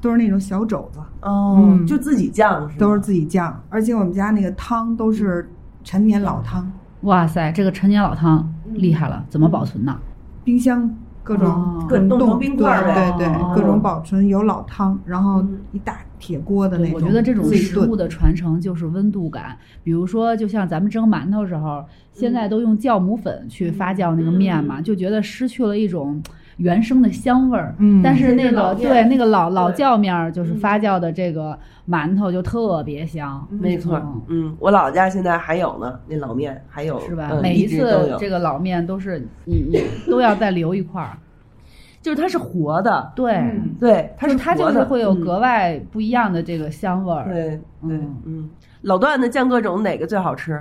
[SPEAKER 2] 都是那种小肘子，
[SPEAKER 1] 哦，
[SPEAKER 2] 嗯
[SPEAKER 1] 就自己酱是吗
[SPEAKER 2] 都是自己酱，而且我们家那个汤都是陈年老汤，
[SPEAKER 5] 哇塞，这个陈年老汤
[SPEAKER 1] 嗯
[SPEAKER 5] 厉害了，怎么保存呢？
[SPEAKER 2] 冰箱各种
[SPEAKER 5] 哦
[SPEAKER 2] 各种
[SPEAKER 1] 冻成
[SPEAKER 2] 冻
[SPEAKER 1] 冰块儿
[SPEAKER 2] 对
[SPEAKER 5] 呗
[SPEAKER 2] 对
[SPEAKER 5] 哦
[SPEAKER 2] 对，各种保存有老汤，然后
[SPEAKER 1] 嗯
[SPEAKER 2] 一大铁锅的那
[SPEAKER 5] 对，
[SPEAKER 2] 种，
[SPEAKER 5] 我觉得这种
[SPEAKER 2] 自己
[SPEAKER 5] 食物
[SPEAKER 2] 炖。
[SPEAKER 5] 的传承就是温度感。比如说，就像咱们蒸馒头时候，现
[SPEAKER 1] 嗯
[SPEAKER 5] 在都用酵母粉去发酵那个面嘛，就觉得失去了一种原生的香味儿。
[SPEAKER 2] 嗯
[SPEAKER 5] 但是那
[SPEAKER 1] 这是老
[SPEAKER 5] 个
[SPEAKER 1] 面
[SPEAKER 5] 对那个老老
[SPEAKER 1] 对嗯
[SPEAKER 5] 酵面儿，就是发酵的这个馒头就特别香。
[SPEAKER 1] 没错儿
[SPEAKER 5] 嗯，
[SPEAKER 1] 嗯，我老家现在还有呢，那老面还有
[SPEAKER 5] 是吧？
[SPEAKER 1] 嗯
[SPEAKER 5] 每
[SPEAKER 1] 一
[SPEAKER 5] 一
[SPEAKER 1] 直都
[SPEAKER 5] 次
[SPEAKER 1] 有嗯
[SPEAKER 5] 这个老面都是你你都要再留一块儿，
[SPEAKER 1] 就是它是活的，
[SPEAKER 5] 对，
[SPEAKER 1] 对，它
[SPEAKER 5] 就是它就
[SPEAKER 1] 活
[SPEAKER 5] 是
[SPEAKER 1] 的
[SPEAKER 5] 会有
[SPEAKER 1] 嗯
[SPEAKER 5] 格外不一样的这个香味儿。
[SPEAKER 1] 对对
[SPEAKER 5] 嗯
[SPEAKER 1] 嗯，老段子酱各种哪个最好吃？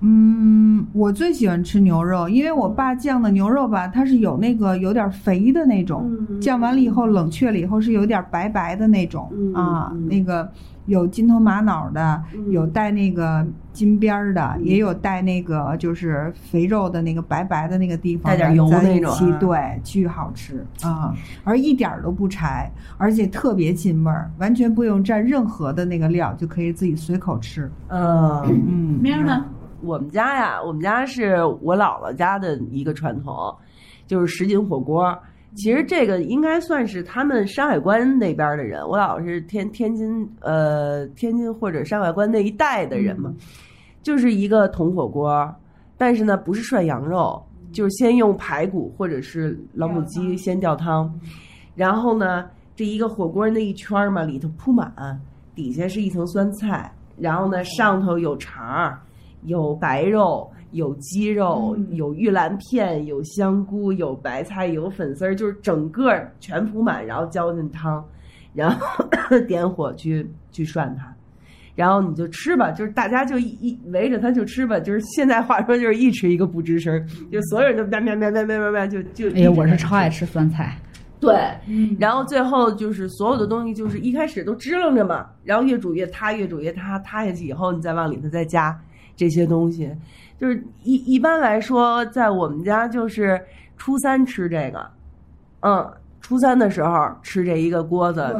[SPEAKER 2] 嗯，我最喜欢吃牛肉，因为我爸酱的牛肉吧，它是有那个有点肥的那种，
[SPEAKER 1] 嗯
[SPEAKER 2] 酱完了以后冷却了以后是有点白白的那种、
[SPEAKER 1] 嗯
[SPEAKER 2] 啊，
[SPEAKER 1] 嗯
[SPEAKER 2] 那个有金头玛瑙的，
[SPEAKER 1] 嗯
[SPEAKER 2] 有带那个金边儿的，
[SPEAKER 1] 嗯
[SPEAKER 2] 也有带那个就是肥肉的那个白白的那个地方，
[SPEAKER 1] 带点油
[SPEAKER 2] 咱
[SPEAKER 1] 那种
[SPEAKER 2] 一起
[SPEAKER 1] 啊
[SPEAKER 2] 对，巨好吃啊，而一点儿都不柴，而且特别进味儿，完全不用蘸任何的那个料就可以自己随口吃。
[SPEAKER 5] 呃
[SPEAKER 1] 嗯，
[SPEAKER 2] 嗯，
[SPEAKER 3] 明儿呢？
[SPEAKER 1] 我们家呀，我们家是我姥姥家的一个传统，就是什锦火锅。其实这个应该算是他们山海关那边的人，我姥姥是天天津呃天津或者山海关那一带的人嘛，就是一个铜火锅，但是呢不是涮羊肉，就是先用排骨或者是老母鸡先吊汤，然后呢这一个火锅那一圈儿嘛里头铺满，底下是一层酸菜，然后呢上头有肠儿，有白肉，有鸡肉，
[SPEAKER 5] 嗯
[SPEAKER 1] 有玉兰片，有香菇，有白菜，有粉丝儿，就是整个儿全铺满，然后浇进汤，然后 点火去去涮它。然后你就吃吧，就是大家就一一围着它就吃吧，就是现在话说就是一吃一个不吱声儿，就所有人都喵喵喵喵喵喵喵就就。
[SPEAKER 5] 哎呀，我是超爱吃酸菜，
[SPEAKER 1] 对，然后最后就是所有的东西，就是一开始都支棱着嘛，然后越煮越塌，越煮越塌，塌下去以后，你再往里头再加这些东西。就是一一般来说，在我们家就是初三吃这个，嗯，初三的时候吃这一个锅子，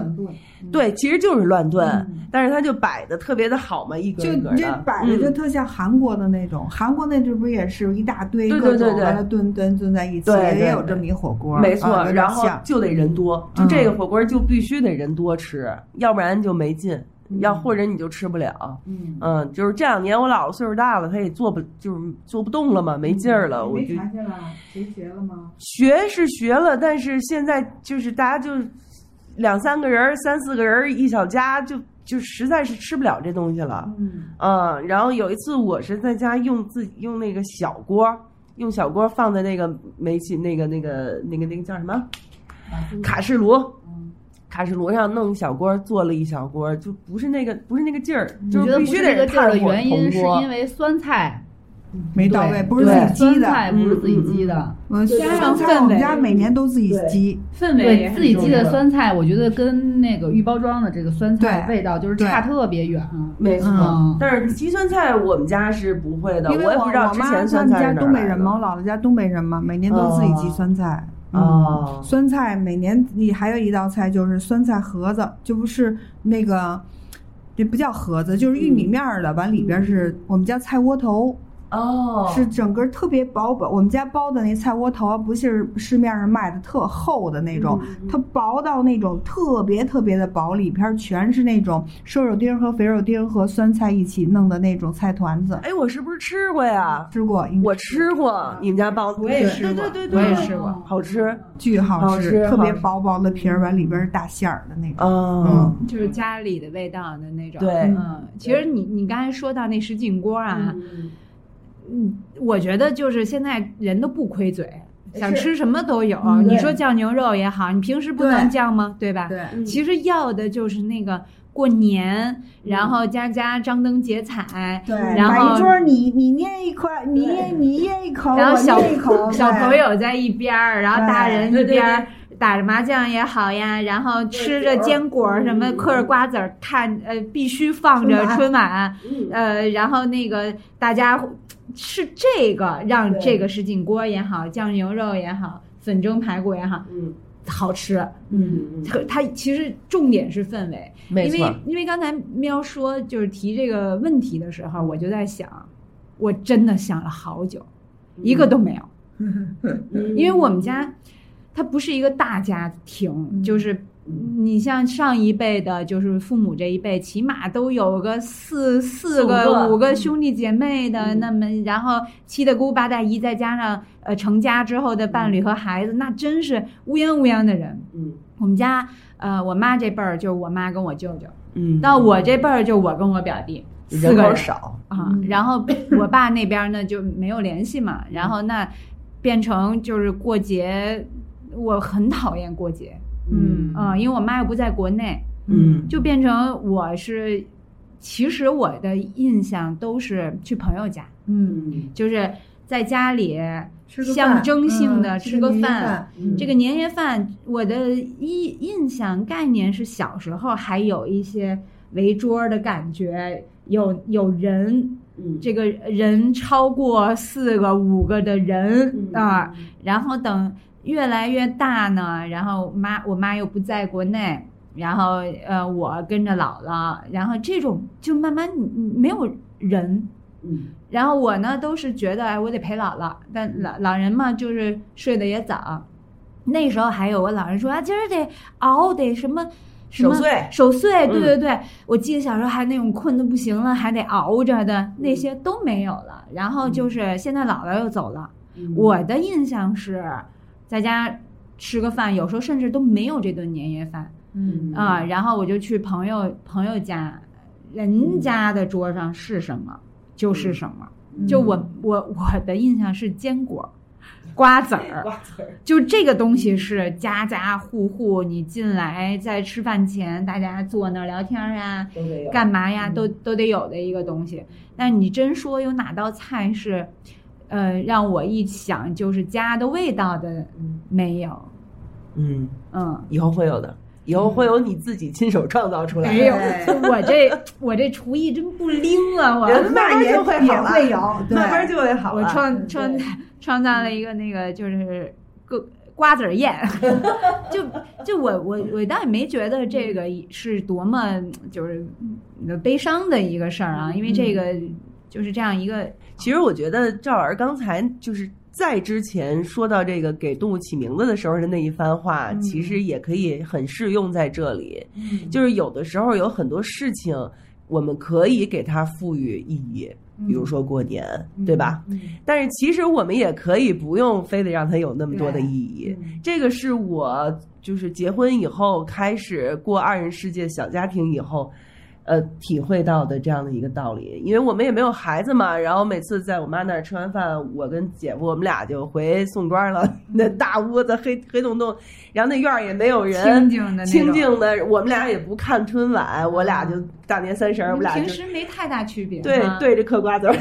[SPEAKER 1] 对，其实就是乱炖，但是它就摆的特别的好嘛，一格
[SPEAKER 2] 嗯就
[SPEAKER 1] 一格
[SPEAKER 2] 你这
[SPEAKER 1] 的，
[SPEAKER 2] 摆着就
[SPEAKER 1] 嗯
[SPEAKER 2] 特像韩国的那种，韩国那这不也是一大堆
[SPEAKER 1] 对
[SPEAKER 2] 各
[SPEAKER 1] 对对
[SPEAKER 2] 种
[SPEAKER 1] 对
[SPEAKER 2] 完了炖炖炖在一起，
[SPEAKER 1] 对对
[SPEAKER 2] 也有
[SPEAKER 1] 对
[SPEAKER 2] 这么一火锅，
[SPEAKER 1] 没错，
[SPEAKER 2] 啊有点
[SPEAKER 1] 然后
[SPEAKER 2] 像
[SPEAKER 1] 就得人多，就
[SPEAKER 2] 嗯
[SPEAKER 1] 这个火锅就必须得人多吃，要不然就没劲，要或者你就吃不了。
[SPEAKER 2] 嗯，
[SPEAKER 1] 嗯，就是这两年我姥姥岁数大了，她也做不就是做不动了嘛，没劲儿了。我
[SPEAKER 2] 嗯没
[SPEAKER 1] 就
[SPEAKER 2] 传下来，谁学了吗？
[SPEAKER 1] 学是学了，但是现在就是大家就两三个人儿、三四个人儿一小家就，就实在是吃不了这东西了。
[SPEAKER 2] 嗯，
[SPEAKER 1] 嗯，然后有一次我是在家用自己用那个小锅儿，用小锅儿放在那个煤气那个那个那个那个叫什么卡式炉，
[SPEAKER 5] 嗯
[SPEAKER 1] 卡式炉上弄小锅儿做了一小锅儿，就不是那个不是那个劲儿，
[SPEAKER 5] 嗯你
[SPEAKER 1] 就
[SPEAKER 5] 觉
[SPEAKER 1] 是
[SPEAKER 5] 得
[SPEAKER 1] 必
[SPEAKER 5] 不
[SPEAKER 1] 须
[SPEAKER 5] 是
[SPEAKER 1] 得
[SPEAKER 5] 这个劲儿的
[SPEAKER 1] 炭火
[SPEAKER 5] 原因，
[SPEAKER 1] 铜
[SPEAKER 5] 是
[SPEAKER 1] 锅
[SPEAKER 5] 因为酸菜
[SPEAKER 2] 没到位，不是
[SPEAKER 1] 对
[SPEAKER 2] 自
[SPEAKER 5] 酸
[SPEAKER 2] 己鸡
[SPEAKER 5] 菜
[SPEAKER 2] 的。
[SPEAKER 5] 不是自己鸡的，
[SPEAKER 2] 我
[SPEAKER 3] 对
[SPEAKER 2] 酸
[SPEAKER 3] 上
[SPEAKER 2] 菜
[SPEAKER 3] 氛
[SPEAKER 2] 我们
[SPEAKER 3] 围
[SPEAKER 2] 家每年都自己
[SPEAKER 3] 对
[SPEAKER 2] 鸡，
[SPEAKER 3] 氛围也
[SPEAKER 5] 对
[SPEAKER 3] 嗯很
[SPEAKER 5] 自己鸡的
[SPEAKER 3] 重要
[SPEAKER 5] 酸菜，我觉得跟那个预包装的这个酸菜
[SPEAKER 2] 对
[SPEAKER 5] 味道就是差特别远。
[SPEAKER 1] 没错，
[SPEAKER 5] 嗯
[SPEAKER 1] 但是鸡酸菜我们家是不会的，
[SPEAKER 2] 因为
[SPEAKER 1] 也不知道
[SPEAKER 2] 我
[SPEAKER 1] 之
[SPEAKER 2] 妈
[SPEAKER 1] 前
[SPEAKER 2] 他
[SPEAKER 1] 酸
[SPEAKER 2] 们
[SPEAKER 1] 菜
[SPEAKER 2] 家
[SPEAKER 1] 是哪儿
[SPEAKER 2] 东北
[SPEAKER 1] 来
[SPEAKER 2] 人
[SPEAKER 1] 的
[SPEAKER 2] 嘛，我姥姥家东北人嘛，每年都自己
[SPEAKER 1] 哦
[SPEAKER 2] 鸡酸菜，嗯
[SPEAKER 1] 哦，
[SPEAKER 2] 酸菜每年你还有一道菜就是酸菜盒子，就不是那个，这不叫盒子，就是玉米面儿的，完里边是我们叫菜窝头，
[SPEAKER 3] 嗯
[SPEAKER 1] 哦，
[SPEAKER 2] 是整个特别薄薄。我们家包的那菜窝头啊，不是市面上卖的特厚的那种，它薄到那种特别特别的薄，里边全是那种瘦肉丁和肥肉丁和酸菜一起弄的那种菜团子。
[SPEAKER 1] 哎，我是不是吃过呀？
[SPEAKER 2] 吃过，应该
[SPEAKER 1] 我吃过你们家包子，我
[SPEAKER 3] 也吃过
[SPEAKER 1] 对对对
[SPEAKER 3] 我
[SPEAKER 1] 对，
[SPEAKER 3] 也
[SPEAKER 1] 对
[SPEAKER 3] 吃过。
[SPEAKER 1] 好吃。
[SPEAKER 2] 巨好
[SPEAKER 1] 好
[SPEAKER 2] 吃，
[SPEAKER 1] 吃
[SPEAKER 2] 特别
[SPEAKER 1] 好吃
[SPEAKER 2] 薄薄的皮儿，完里边是大馅儿的那种。
[SPEAKER 1] 哦，
[SPEAKER 3] 就是家里的味道的那种。
[SPEAKER 1] 对
[SPEAKER 3] 嗯，其实你你刚才说到那什锦锅啊，嗯，我觉得就是现在人都不亏嘴，想吃什么都有。你说酱牛肉也好，你平时不能
[SPEAKER 2] 对
[SPEAKER 3] 酱吗？对吧？
[SPEAKER 2] 对，
[SPEAKER 1] 嗯
[SPEAKER 3] 其实要的就是那个过年，然后家家张灯结彩，
[SPEAKER 2] 对，
[SPEAKER 3] 然
[SPEAKER 2] 摆
[SPEAKER 3] 后
[SPEAKER 2] 一桌儿你你捏一块，你捏你捏一口，
[SPEAKER 3] 然后
[SPEAKER 2] 我
[SPEAKER 3] 小
[SPEAKER 2] 捏一口，
[SPEAKER 3] 小
[SPEAKER 2] 哦对
[SPEAKER 3] 朋友在一边儿，然后大人一
[SPEAKER 1] 对对
[SPEAKER 3] 边儿打着麻将也好呀，然后吃着坚果儿什么，嗑着瓜子儿看，呃，必须放着春
[SPEAKER 2] 春
[SPEAKER 3] 晚，呃，然后那个大家吃这个，让这个什锦锅也好，酱牛肉也好，粉蒸排骨也好，
[SPEAKER 1] 嗯
[SPEAKER 3] 好吃。
[SPEAKER 1] 嗯，
[SPEAKER 3] 可它其实重点是氛围，
[SPEAKER 1] 没
[SPEAKER 3] 因
[SPEAKER 1] 错
[SPEAKER 3] 为。因为刚才喵说就是提这个问题的时候，我就在想，我真的想了好久，一
[SPEAKER 1] 嗯
[SPEAKER 3] 个都没有。因为我们家它不是一个大家
[SPEAKER 1] 嗯
[SPEAKER 3] 庭，就是你像上一辈的，就是父母这一辈，起码都有个四四
[SPEAKER 1] 四五
[SPEAKER 3] 个
[SPEAKER 1] 个
[SPEAKER 3] 五个兄弟姐妹的，
[SPEAKER 1] 嗯
[SPEAKER 3] 那么然后七大姑八大姨，再加上呃成家之后的伴侣和孩子，那真是乌泱乌泱的人。
[SPEAKER 1] 嗯
[SPEAKER 3] 我们家呃，我妈这辈儿就是我妈跟我舅舅，
[SPEAKER 1] 嗯
[SPEAKER 3] 到我这辈儿就我跟我表弟。四
[SPEAKER 1] 人
[SPEAKER 3] 个
[SPEAKER 1] 口
[SPEAKER 3] 人
[SPEAKER 1] 少，
[SPEAKER 3] 啊，然后我爸那边呢就没有联系嘛，然后那变成就是过节，我很讨厌过节，
[SPEAKER 1] 嗯
[SPEAKER 3] 嗯，因为我妈又不在国内，
[SPEAKER 1] 嗯
[SPEAKER 3] 就变成我是，其实我的印象都是去朋友家，
[SPEAKER 2] 嗯，
[SPEAKER 1] 嗯
[SPEAKER 3] 就是在家里
[SPEAKER 2] 吃个饭
[SPEAKER 3] 象征性的
[SPEAKER 2] 嗯
[SPEAKER 3] 吃
[SPEAKER 2] 吃
[SPEAKER 3] 个
[SPEAKER 2] 年夜
[SPEAKER 3] 饭
[SPEAKER 2] 饭，
[SPEAKER 1] 嗯
[SPEAKER 3] 这个年夜饭，我的印印象概念是小时候还有一些围桌的感觉，有有人，
[SPEAKER 1] 嗯
[SPEAKER 3] 这个人超过四个五个的人
[SPEAKER 1] 嗯
[SPEAKER 3] 啊、然后等越来越大呢，然后妈我妈又不在国内，然后呃我跟着姥姥，然后这种就慢慢没有人，
[SPEAKER 1] 嗯
[SPEAKER 3] 然后我呢都是觉得，哎，我得陪姥姥，但老老人嘛，就是睡得也早。那时候还有我老人说啊，今儿得熬，得什么。什么
[SPEAKER 1] 守岁
[SPEAKER 3] 守岁，对
[SPEAKER 1] 嗯
[SPEAKER 3] 对对，我记得小时候还那种困得不行了，还得熬着的
[SPEAKER 1] 嗯
[SPEAKER 3] 那些都没有了。然后就是现在姥姥又走了，我的印象是，在家吃个饭，有时候甚至都没有这顿年夜饭。
[SPEAKER 1] 嗯
[SPEAKER 3] 啊、然后我就去朋友朋友家，人家的桌上是什么就是什么。就我我我的印象是坚果、瓜子儿，就这个东西是家家户户你进来在吃饭前大家坐那儿聊天儿啊，
[SPEAKER 1] 都得有嗯
[SPEAKER 3] 干嘛呀，都都得有的一个东西。但你真说有哪道菜是，呃，让我一想就是家的味道的，没有，
[SPEAKER 1] 嗯，
[SPEAKER 3] 嗯。
[SPEAKER 1] 以后会有的，以后会有你自己亲手创造出来的。
[SPEAKER 3] 没有，我这我这厨艺真不灵啊！我
[SPEAKER 1] 人慢慢
[SPEAKER 2] 也
[SPEAKER 1] 就会
[SPEAKER 2] 也
[SPEAKER 1] 好了
[SPEAKER 2] 会有，对
[SPEAKER 1] 慢慢就会好
[SPEAKER 3] 我
[SPEAKER 1] 了。
[SPEAKER 3] 创创创造了一个那个就是个瓜子 儿宴，就就我我我倒也没觉得这个
[SPEAKER 1] 嗯
[SPEAKER 3] 是多么就是悲伤的一个事儿啊，因为这
[SPEAKER 1] 嗯
[SPEAKER 3] 个就是这样一个
[SPEAKER 1] 其实我觉得赵老师刚才就是在之前说到这个给动物起名字的时候的那一番话，其实也可以很适用在这里。就是有的时候有很多事情，我们可以给它赋予意义，比如说过年，对吧？但是其实我们也可以不用非得让它有那么多的意义。
[SPEAKER 3] 嗯
[SPEAKER 1] 这个是我就是结婚以后开始过二人世界小家庭以后，呃，体会到的这样的一个道理。因为我们也没有孩子嘛，然后每次在我妈那儿吃完饭，我跟姐夫我们俩就回宋庄了， 那大屋子黑黑洞洞，然后那院儿也没有人，
[SPEAKER 3] 清静的那种。啊
[SPEAKER 1] 清静的，我们俩也不看春晚，我俩就大年三十儿，我们俩
[SPEAKER 3] 平
[SPEAKER 1] 就
[SPEAKER 3] 时啊没太大区别，嗯
[SPEAKER 1] 对，对着嗑瓜子儿。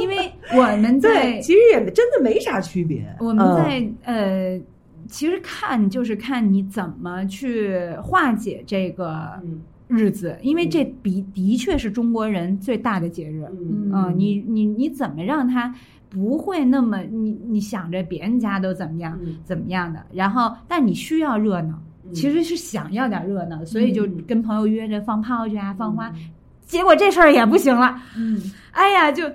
[SPEAKER 3] 因为我们在
[SPEAKER 1] 对，其实也真的没啥区别。
[SPEAKER 3] 我们
[SPEAKER 1] 嗯
[SPEAKER 3] 在、呃，其实看就是看你怎么去化解这个
[SPEAKER 1] 嗯
[SPEAKER 3] 日子，因为这比的确是中国人最大的节日。
[SPEAKER 1] 嗯
[SPEAKER 3] 嗯，你你你怎么让它？不会那么你你想着别人家都怎么样
[SPEAKER 1] 嗯
[SPEAKER 3] 怎么样的，然后但你需要热闹，其实是想要点热闹，所以就
[SPEAKER 1] 嗯
[SPEAKER 3] 跟朋友约着放炮去啊，放花，结果这事儿也不行了，
[SPEAKER 2] 嗯，
[SPEAKER 3] 哎呀，就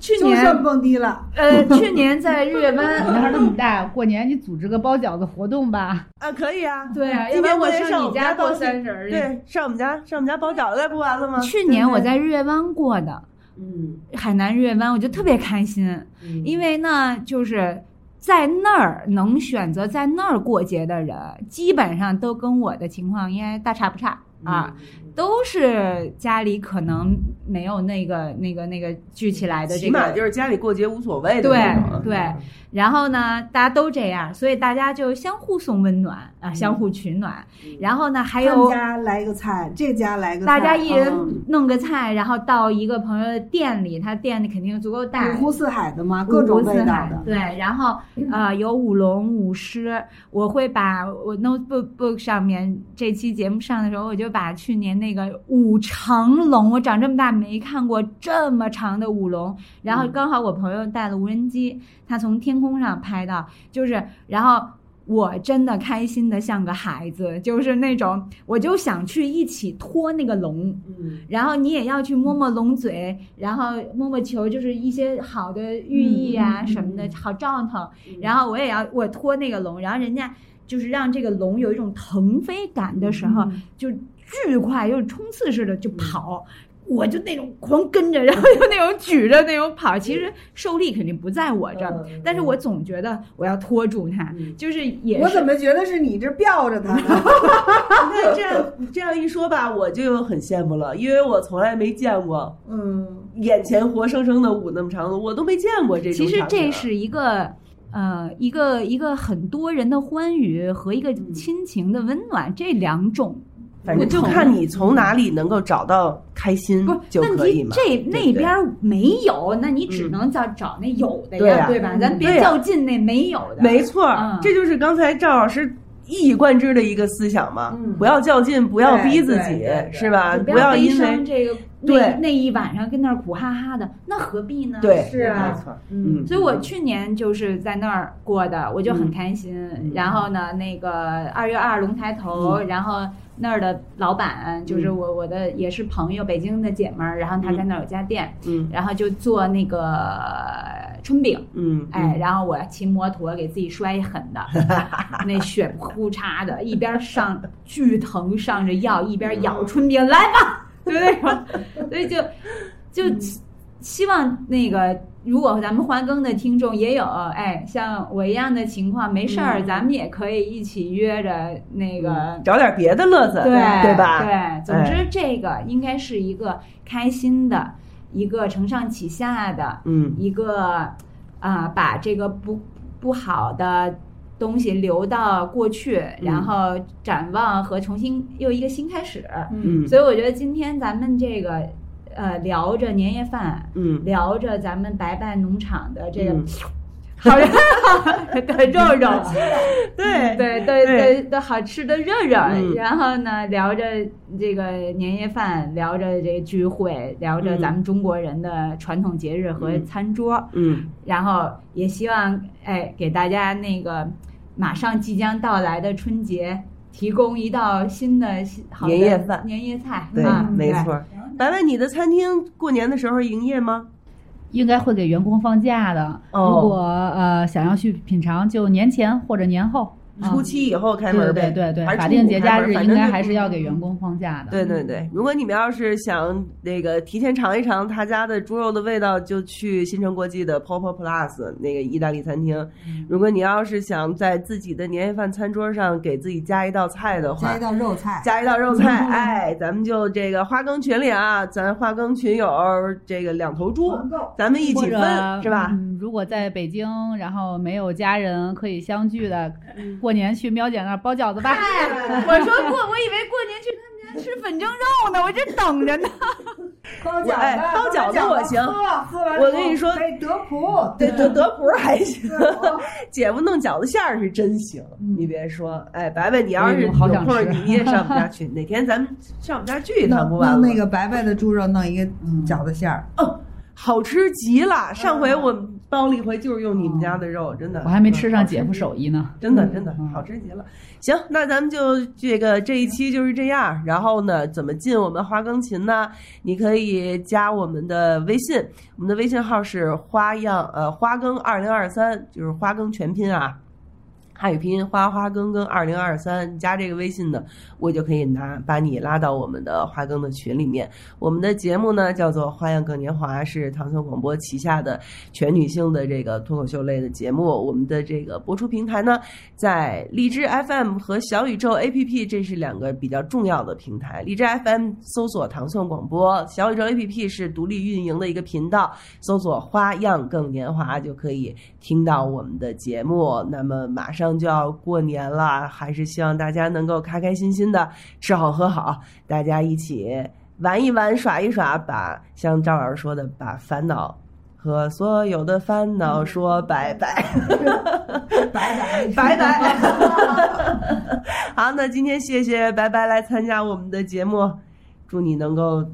[SPEAKER 3] 去
[SPEAKER 2] 就
[SPEAKER 3] 年
[SPEAKER 2] 算蹦迪了
[SPEAKER 3] 呃去年在日月湾
[SPEAKER 5] 你那儿那么大，过年你组织个包饺子活动吧？
[SPEAKER 1] 啊，可以啊，
[SPEAKER 3] 对啊，
[SPEAKER 1] 今
[SPEAKER 3] 要不
[SPEAKER 1] 年
[SPEAKER 3] 然我
[SPEAKER 1] 过年上
[SPEAKER 3] 上
[SPEAKER 1] 我
[SPEAKER 3] 你
[SPEAKER 1] 们家
[SPEAKER 3] 过
[SPEAKER 1] 包
[SPEAKER 3] 三十儿去。
[SPEAKER 1] 对，上我们家上我们家包饺子不完了吗？
[SPEAKER 3] 去年我在日月湾过的，
[SPEAKER 1] 嗯，
[SPEAKER 3] 海南日月湾，我就特别开心，因为呢，就是在那儿能选择在那儿过节的人，基本上都跟我的情况应该大差不差
[SPEAKER 1] 嗯
[SPEAKER 3] 啊，都是家里可能没有那个那个那个聚起来的这
[SPEAKER 1] 嗯起码就
[SPEAKER 3] 个。
[SPEAKER 1] 是家里过节无所谓的
[SPEAKER 3] 对
[SPEAKER 1] 那种
[SPEAKER 3] 对，然后呢，大家都这样，所以大家就相互送温暖啊，
[SPEAKER 1] 嗯
[SPEAKER 3] 相互取暖。然后呢，还
[SPEAKER 2] 他们
[SPEAKER 3] 有
[SPEAKER 2] 家来个菜，这家来个菜，
[SPEAKER 3] 大家一
[SPEAKER 2] 嗯
[SPEAKER 3] 人弄个菜，然后到一个朋友的店里，他店里肯定足够大，
[SPEAKER 2] 五湖四海的嘛，各种味道的。嗯
[SPEAKER 3] 对，然后呃有舞龙舞狮，我会把我 notebook book 上面这期节目上的时候，我就把去年那个五长龙，我长这么大没看过这么长的舞龙，然
[SPEAKER 2] 嗯
[SPEAKER 3] 后刚好我朋友带了无人机，他从天空上拍到，就是然后。我真的开心的像个孩子，就是那种我就想去一起拖那个龙，
[SPEAKER 1] 嗯，
[SPEAKER 3] 然后你也要去摸摸龙嘴，然后摸摸球，就是一些好的寓意
[SPEAKER 1] 嗯
[SPEAKER 3] 啊什么的，好兆头。然后我也要我托那个龙，然后人家就是让这个龙有一种腾飞感的时候，
[SPEAKER 1] 嗯
[SPEAKER 3] 就巨快，又冲刺似的就跑。我就那种狂跟着， 然后就那种举着那种跑，其实受力肯定不在我这儿，
[SPEAKER 1] 嗯
[SPEAKER 3] 但是我总觉得我要拖住它，
[SPEAKER 1] 嗯
[SPEAKER 3] 就是也
[SPEAKER 2] 我
[SPEAKER 3] 是
[SPEAKER 2] 怎么觉得是你这吊着他呢？
[SPEAKER 1] 那这样你这样一说吧，我就很羡慕了，因为我从来没见过
[SPEAKER 2] 嗯，
[SPEAKER 1] 眼前活生生的舞那么长的，我都没见过这种
[SPEAKER 3] 其
[SPEAKER 1] 场景。啊
[SPEAKER 3] 实这是一个呃一个一个很多人的欢愉和一个
[SPEAKER 1] 嗯
[SPEAKER 3] 亲情的温暖，这两种
[SPEAKER 1] 反正就看你从哪里能够找到开心
[SPEAKER 3] 不是
[SPEAKER 1] 嗯就
[SPEAKER 3] 问
[SPEAKER 1] 可以
[SPEAKER 3] 题
[SPEAKER 1] 嘛。
[SPEAKER 3] 这
[SPEAKER 1] 对不对
[SPEAKER 3] 那边没有，那你只
[SPEAKER 1] 嗯
[SPEAKER 3] 能找找那有的
[SPEAKER 1] 对
[SPEAKER 3] 呀，
[SPEAKER 1] 呀
[SPEAKER 3] 对吧？咱
[SPEAKER 1] 对
[SPEAKER 3] 别
[SPEAKER 1] 呀
[SPEAKER 3] 较劲那没有的，
[SPEAKER 1] 没错儿
[SPEAKER 3] 嗯，
[SPEAKER 1] 这就是刚才赵老师一以贯之的一个思想嘛，
[SPEAKER 2] 嗯
[SPEAKER 1] 不要较劲，不要
[SPEAKER 2] 对
[SPEAKER 1] 逼自
[SPEAKER 2] 对
[SPEAKER 1] 己
[SPEAKER 2] 对，对
[SPEAKER 1] 是吧？啊
[SPEAKER 3] 就
[SPEAKER 1] 不
[SPEAKER 3] 不要悲
[SPEAKER 1] 因为
[SPEAKER 3] 伤这个那
[SPEAKER 1] 对
[SPEAKER 3] 那一晚上跟那儿苦哈哈的，那何必呢？
[SPEAKER 1] 对，
[SPEAKER 2] 是啊
[SPEAKER 1] 没错儿，
[SPEAKER 2] 嗯
[SPEAKER 1] 嗯，
[SPEAKER 3] 所以我去年就是在那儿过的，我就很开心。然后呢，那个二月二龙抬头，然后那儿的老板就是我、我的也是朋友，北京的姐们儿，然后她在那儿有家店，
[SPEAKER 1] 嗯
[SPEAKER 3] 然后就做那个春饼。
[SPEAKER 1] 嗯，
[SPEAKER 3] 哎，然后我骑摩托给自己摔狠的， 那血呼嚓的，一边上巨疼上着药，一
[SPEAKER 1] 嗯
[SPEAKER 3] 边咬春饼，来吧，就那种，所以就
[SPEAKER 1] 嗯
[SPEAKER 3] 就希望那个。如果咱们环更的听众也有哎像我一样的情况，没事儿，
[SPEAKER 1] 嗯
[SPEAKER 3] 咱们也可以一起约着那个、
[SPEAKER 1] 找点别的乐子，
[SPEAKER 3] 对
[SPEAKER 1] 嗯对吧？哎
[SPEAKER 3] 对，总之这个应该是一个开心的，一个承上启下的，
[SPEAKER 1] 嗯
[SPEAKER 3] 一个啊、把这个不不好的东西留到过去，
[SPEAKER 1] 嗯
[SPEAKER 3] 然后展望和重新又一个新开始。
[SPEAKER 1] 嗯
[SPEAKER 3] 所以我觉得今天咱们这个呃聊着年夜饭，
[SPEAKER 1] 嗯，
[SPEAKER 3] 聊着咱们白拜农场的这个。
[SPEAKER 1] 嗯
[SPEAKER 3] 好 热的肉肉，
[SPEAKER 1] 对
[SPEAKER 3] 对
[SPEAKER 1] 对
[SPEAKER 3] 对对对，好吃的热热，
[SPEAKER 1] 嗯
[SPEAKER 3] 然后呢，聊着这个年夜饭，聊着这聚会，聊着
[SPEAKER 1] 嗯
[SPEAKER 3] 咱们中国人的传统节日和
[SPEAKER 1] 嗯
[SPEAKER 3] 餐桌，
[SPEAKER 1] 嗯，
[SPEAKER 3] 然后也希望哎给大家那个马上即将到来的春节提供一道新的新好的
[SPEAKER 1] 年夜饭
[SPEAKER 3] 年夜菜，
[SPEAKER 1] 对
[SPEAKER 3] 啊，，
[SPEAKER 1] 没错儿。白白，你的餐厅过年的时候营业吗？
[SPEAKER 5] 应该会给员工放假的。
[SPEAKER 1] 哦
[SPEAKER 5] 如果呃想要去品尝，就年前或者年后。啊
[SPEAKER 1] 初七以后开
[SPEAKER 5] 对
[SPEAKER 1] 门
[SPEAKER 5] 对
[SPEAKER 1] 呗，
[SPEAKER 5] 对对，
[SPEAKER 1] 还是
[SPEAKER 5] 法
[SPEAKER 1] 初
[SPEAKER 5] 定
[SPEAKER 1] 五
[SPEAKER 5] 节
[SPEAKER 1] 开
[SPEAKER 5] 假
[SPEAKER 1] 门
[SPEAKER 5] 日
[SPEAKER 1] 反
[SPEAKER 5] 应
[SPEAKER 1] 正
[SPEAKER 5] 该
[SPEAKER 1] 就
[SPEAKER 5] 还是要给员工放假的。
[SPEAKER 1] 对对对，如果你们要是想那个提前尝一尝他家的猪肉的味道，就去新城国际的 Popo Plus 那个意大利餐厅。
[SPEAKER 2] 嗯
[SPEAKER 1] 如果你要是想在自己的年夜饭餐桌上给自己加一道菜的
[SPEAKER 2] 加
[SPEAKER 1] 话
[SPEAKER 2] 一，道肉菜，
[SPEAKER 1] 加一道肉 菜，哎，咱们就这个花耕群里啊，咱花耕群友这个两头猪，
[SPEAKER 2] 团购
[SPEAKER 1] 咱们一
[SPEAKER 5] 或
[SPEAKER 1] 起
[SPEAKER 5] 者
[SPEAKER 1] 分是吧？
[SPEAKER 5] 嗯如果在北京，然后没有家人可以相聚的，
[SPEAKER 1] 嗯
[SPEAKER 5] 过年去喵姐那儿包饺子吧。
[SPEAKER 3] 我说过，我以为过年去他们家吃粉蒸肉呢，我这等着呢。
[SPEAKER 2] 包饺
[SPEAKER 1] 我哎
[SPEAKER 2] 子，
[SPEAKER 1] 包饺子
[SPEAKER 2] 包
[SPEAKER 1] 我行
[SPEAKER 2] 喝喝完
[SPEAKER 1] 我
[SPEAKER 2] 以
[SPEAKER 1] 跟
[SPEAKER 2] 后
[SPEAKER 1] 你说
[SPEAKER 2] 可以德普，
[SPEAKER 1] 对德德普还 行，
[SPEAKER 2] 德
[SPEAKER 5] 哦
[SPEAKER 2] 普
[SPEAKER 1] 姐夫弄饺子馅儿是真行，你别说，哎，白白，你要
[SPEAKER 5] 嗯哎
[SPEAKER 1] 是
[SPEAKER 5] 呦
[SPEAKER 1] 有
[SPEAKER 5] 好想
[SPEAKER 1] 空儿，
[SPEAKER 5] 吃
[SPEAKER 1] 你也上我 们家去，哪天咱们上我们家聚一趟不
[SPEAKER 2] 弄
[SPEAKER 1] 完了？
[SPEAKER 2] 弄
[SPEAKER 5] 嗯
[SPEAKER 2] 那个白白的猪肉，弄一个饺子馅儿，
[SPEAKER 1] 好吃极了！上回我们包了一回，就是用你们家的肉，真的。嗯
[SPEAKER 5] 我还没吃上姐夫手艺呢。
[SPEAKER 1] 真的真的好吃极了。行，那咱们就这个这一期就是这样。然后呢，怎么进我们花钢琴呢？你可以加我们的微信，我们的微信号是花样呃花更二零二三，就是花更全拼啊。汉语拼音花花更更二零二三加这个微信呢，我就可以拿把你拉到我们的花更的群里面。我们的节目呢叫做《花样更年华》，是唐宋广播旗下的全女性的这个脱口秀类的节目。我们的这个播出平台呢，在荔枝 FM 和小宇宙 APP，这是两个比较重要的平台。荔枝 FM 搜索唐宋广播，小宇宙 APP 是独立运营的一个频道，搜索“花样更年华”就可以听到我们的节目。那么马上。就要过年了，还是希望大家能够开开心心的吃好喝好，大家一起玩一玩、耍一耍，把像赵老师说的，把烦恼和所有的烦恼说拜拜，
[SPEAKER 2] 拜
[SPEAKER 1] 拜
[SPEAKER 2] 拜
[SPEAKER 1] 拜。 好，那今天谢谢拜拜来参加我们的节目，祝你能够。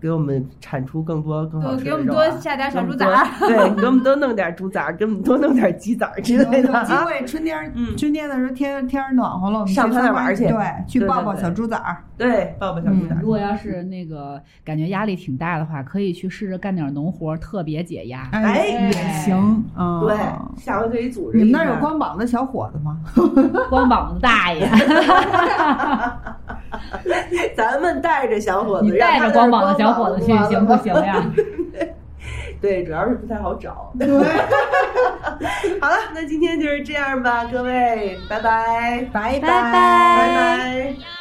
[SPEAKER 1] 给我们产出更多更好吃
[SPEAKER 3] 给
[SPEAKER 1] 的
[SPEAKER 3] 我们
[SPEAKER 1] 肉、
[SPEAKER 3] 多
[SPEAKER 1] 啊，
[SPEAKER 3] 下点
[SPEAKER 1] 给
[SPEAKER 3] 小
[SPEAKER 1] 我
[SPEAKER 3] 猪
[SPEAKER 1] 们
[SPEAKER 3] 崽
[SPEAKER 1] 多
[SPEAKER 3] 儿。
[SPEAKER 1] 对，给 我们多弄点猪崽儿，给我们多弄点鸡崽儿之类的
[SPEAKER 2] 有机
[SPEAKER 1] 啊。
[SPEAKER 2] 会春天儿
[SPEAKER 1] 嗯
[SPEAKER 2] 春天的时候天天儿暖和了，我们
[SPEAKER 1] 上他那玩儿去
[SPEAKER 2] 对，去
[SPEAKER 1] 对对
[SPEAKER 2] 抱抱
[SPEAKER 1] 对
[SPEAKER 2] 小猪崽儿。
[SPEAKER 1] 对，抱抱小猪崽儿
[SPEAKER 5] 如。果要是那个感觉压力挺大的话，可以去试着干点农活，特别 解压。
[SPEAKER 1] 哎
[SPEAKER 2] 也行啊。
[SPEAKER 1] 对，下回可以组织
[SPEAKER 2] 你
[SPEAKER 1] 一
[SPEAKER 2] 们
[SPEAKER 1] 下。
[SPEAKER 2] 那儿有光膀子小伙子吗？
[SPEAKER 5] 光膀子大爷，
[SPEAKER 1] 咱们带着小伙
[SPEAKER 5] 你
[SPEAKER 1] 子，
[SPEAKER 5] 带着光膀
[SPEAKER 1] 让
[SPEAKER 5] 子
[SPEAKER 1] 他
[SPEAKER 5] 小伙子去行不行啊呀？
[SPEAKER 1] 对，主要是不太好找。 好了，那今天就是这样吧，各位，拜拜，
[SPEAKER 2] 拜
[SPEAKER 3] 拜拜
[SPEAKER 1] 拜拜。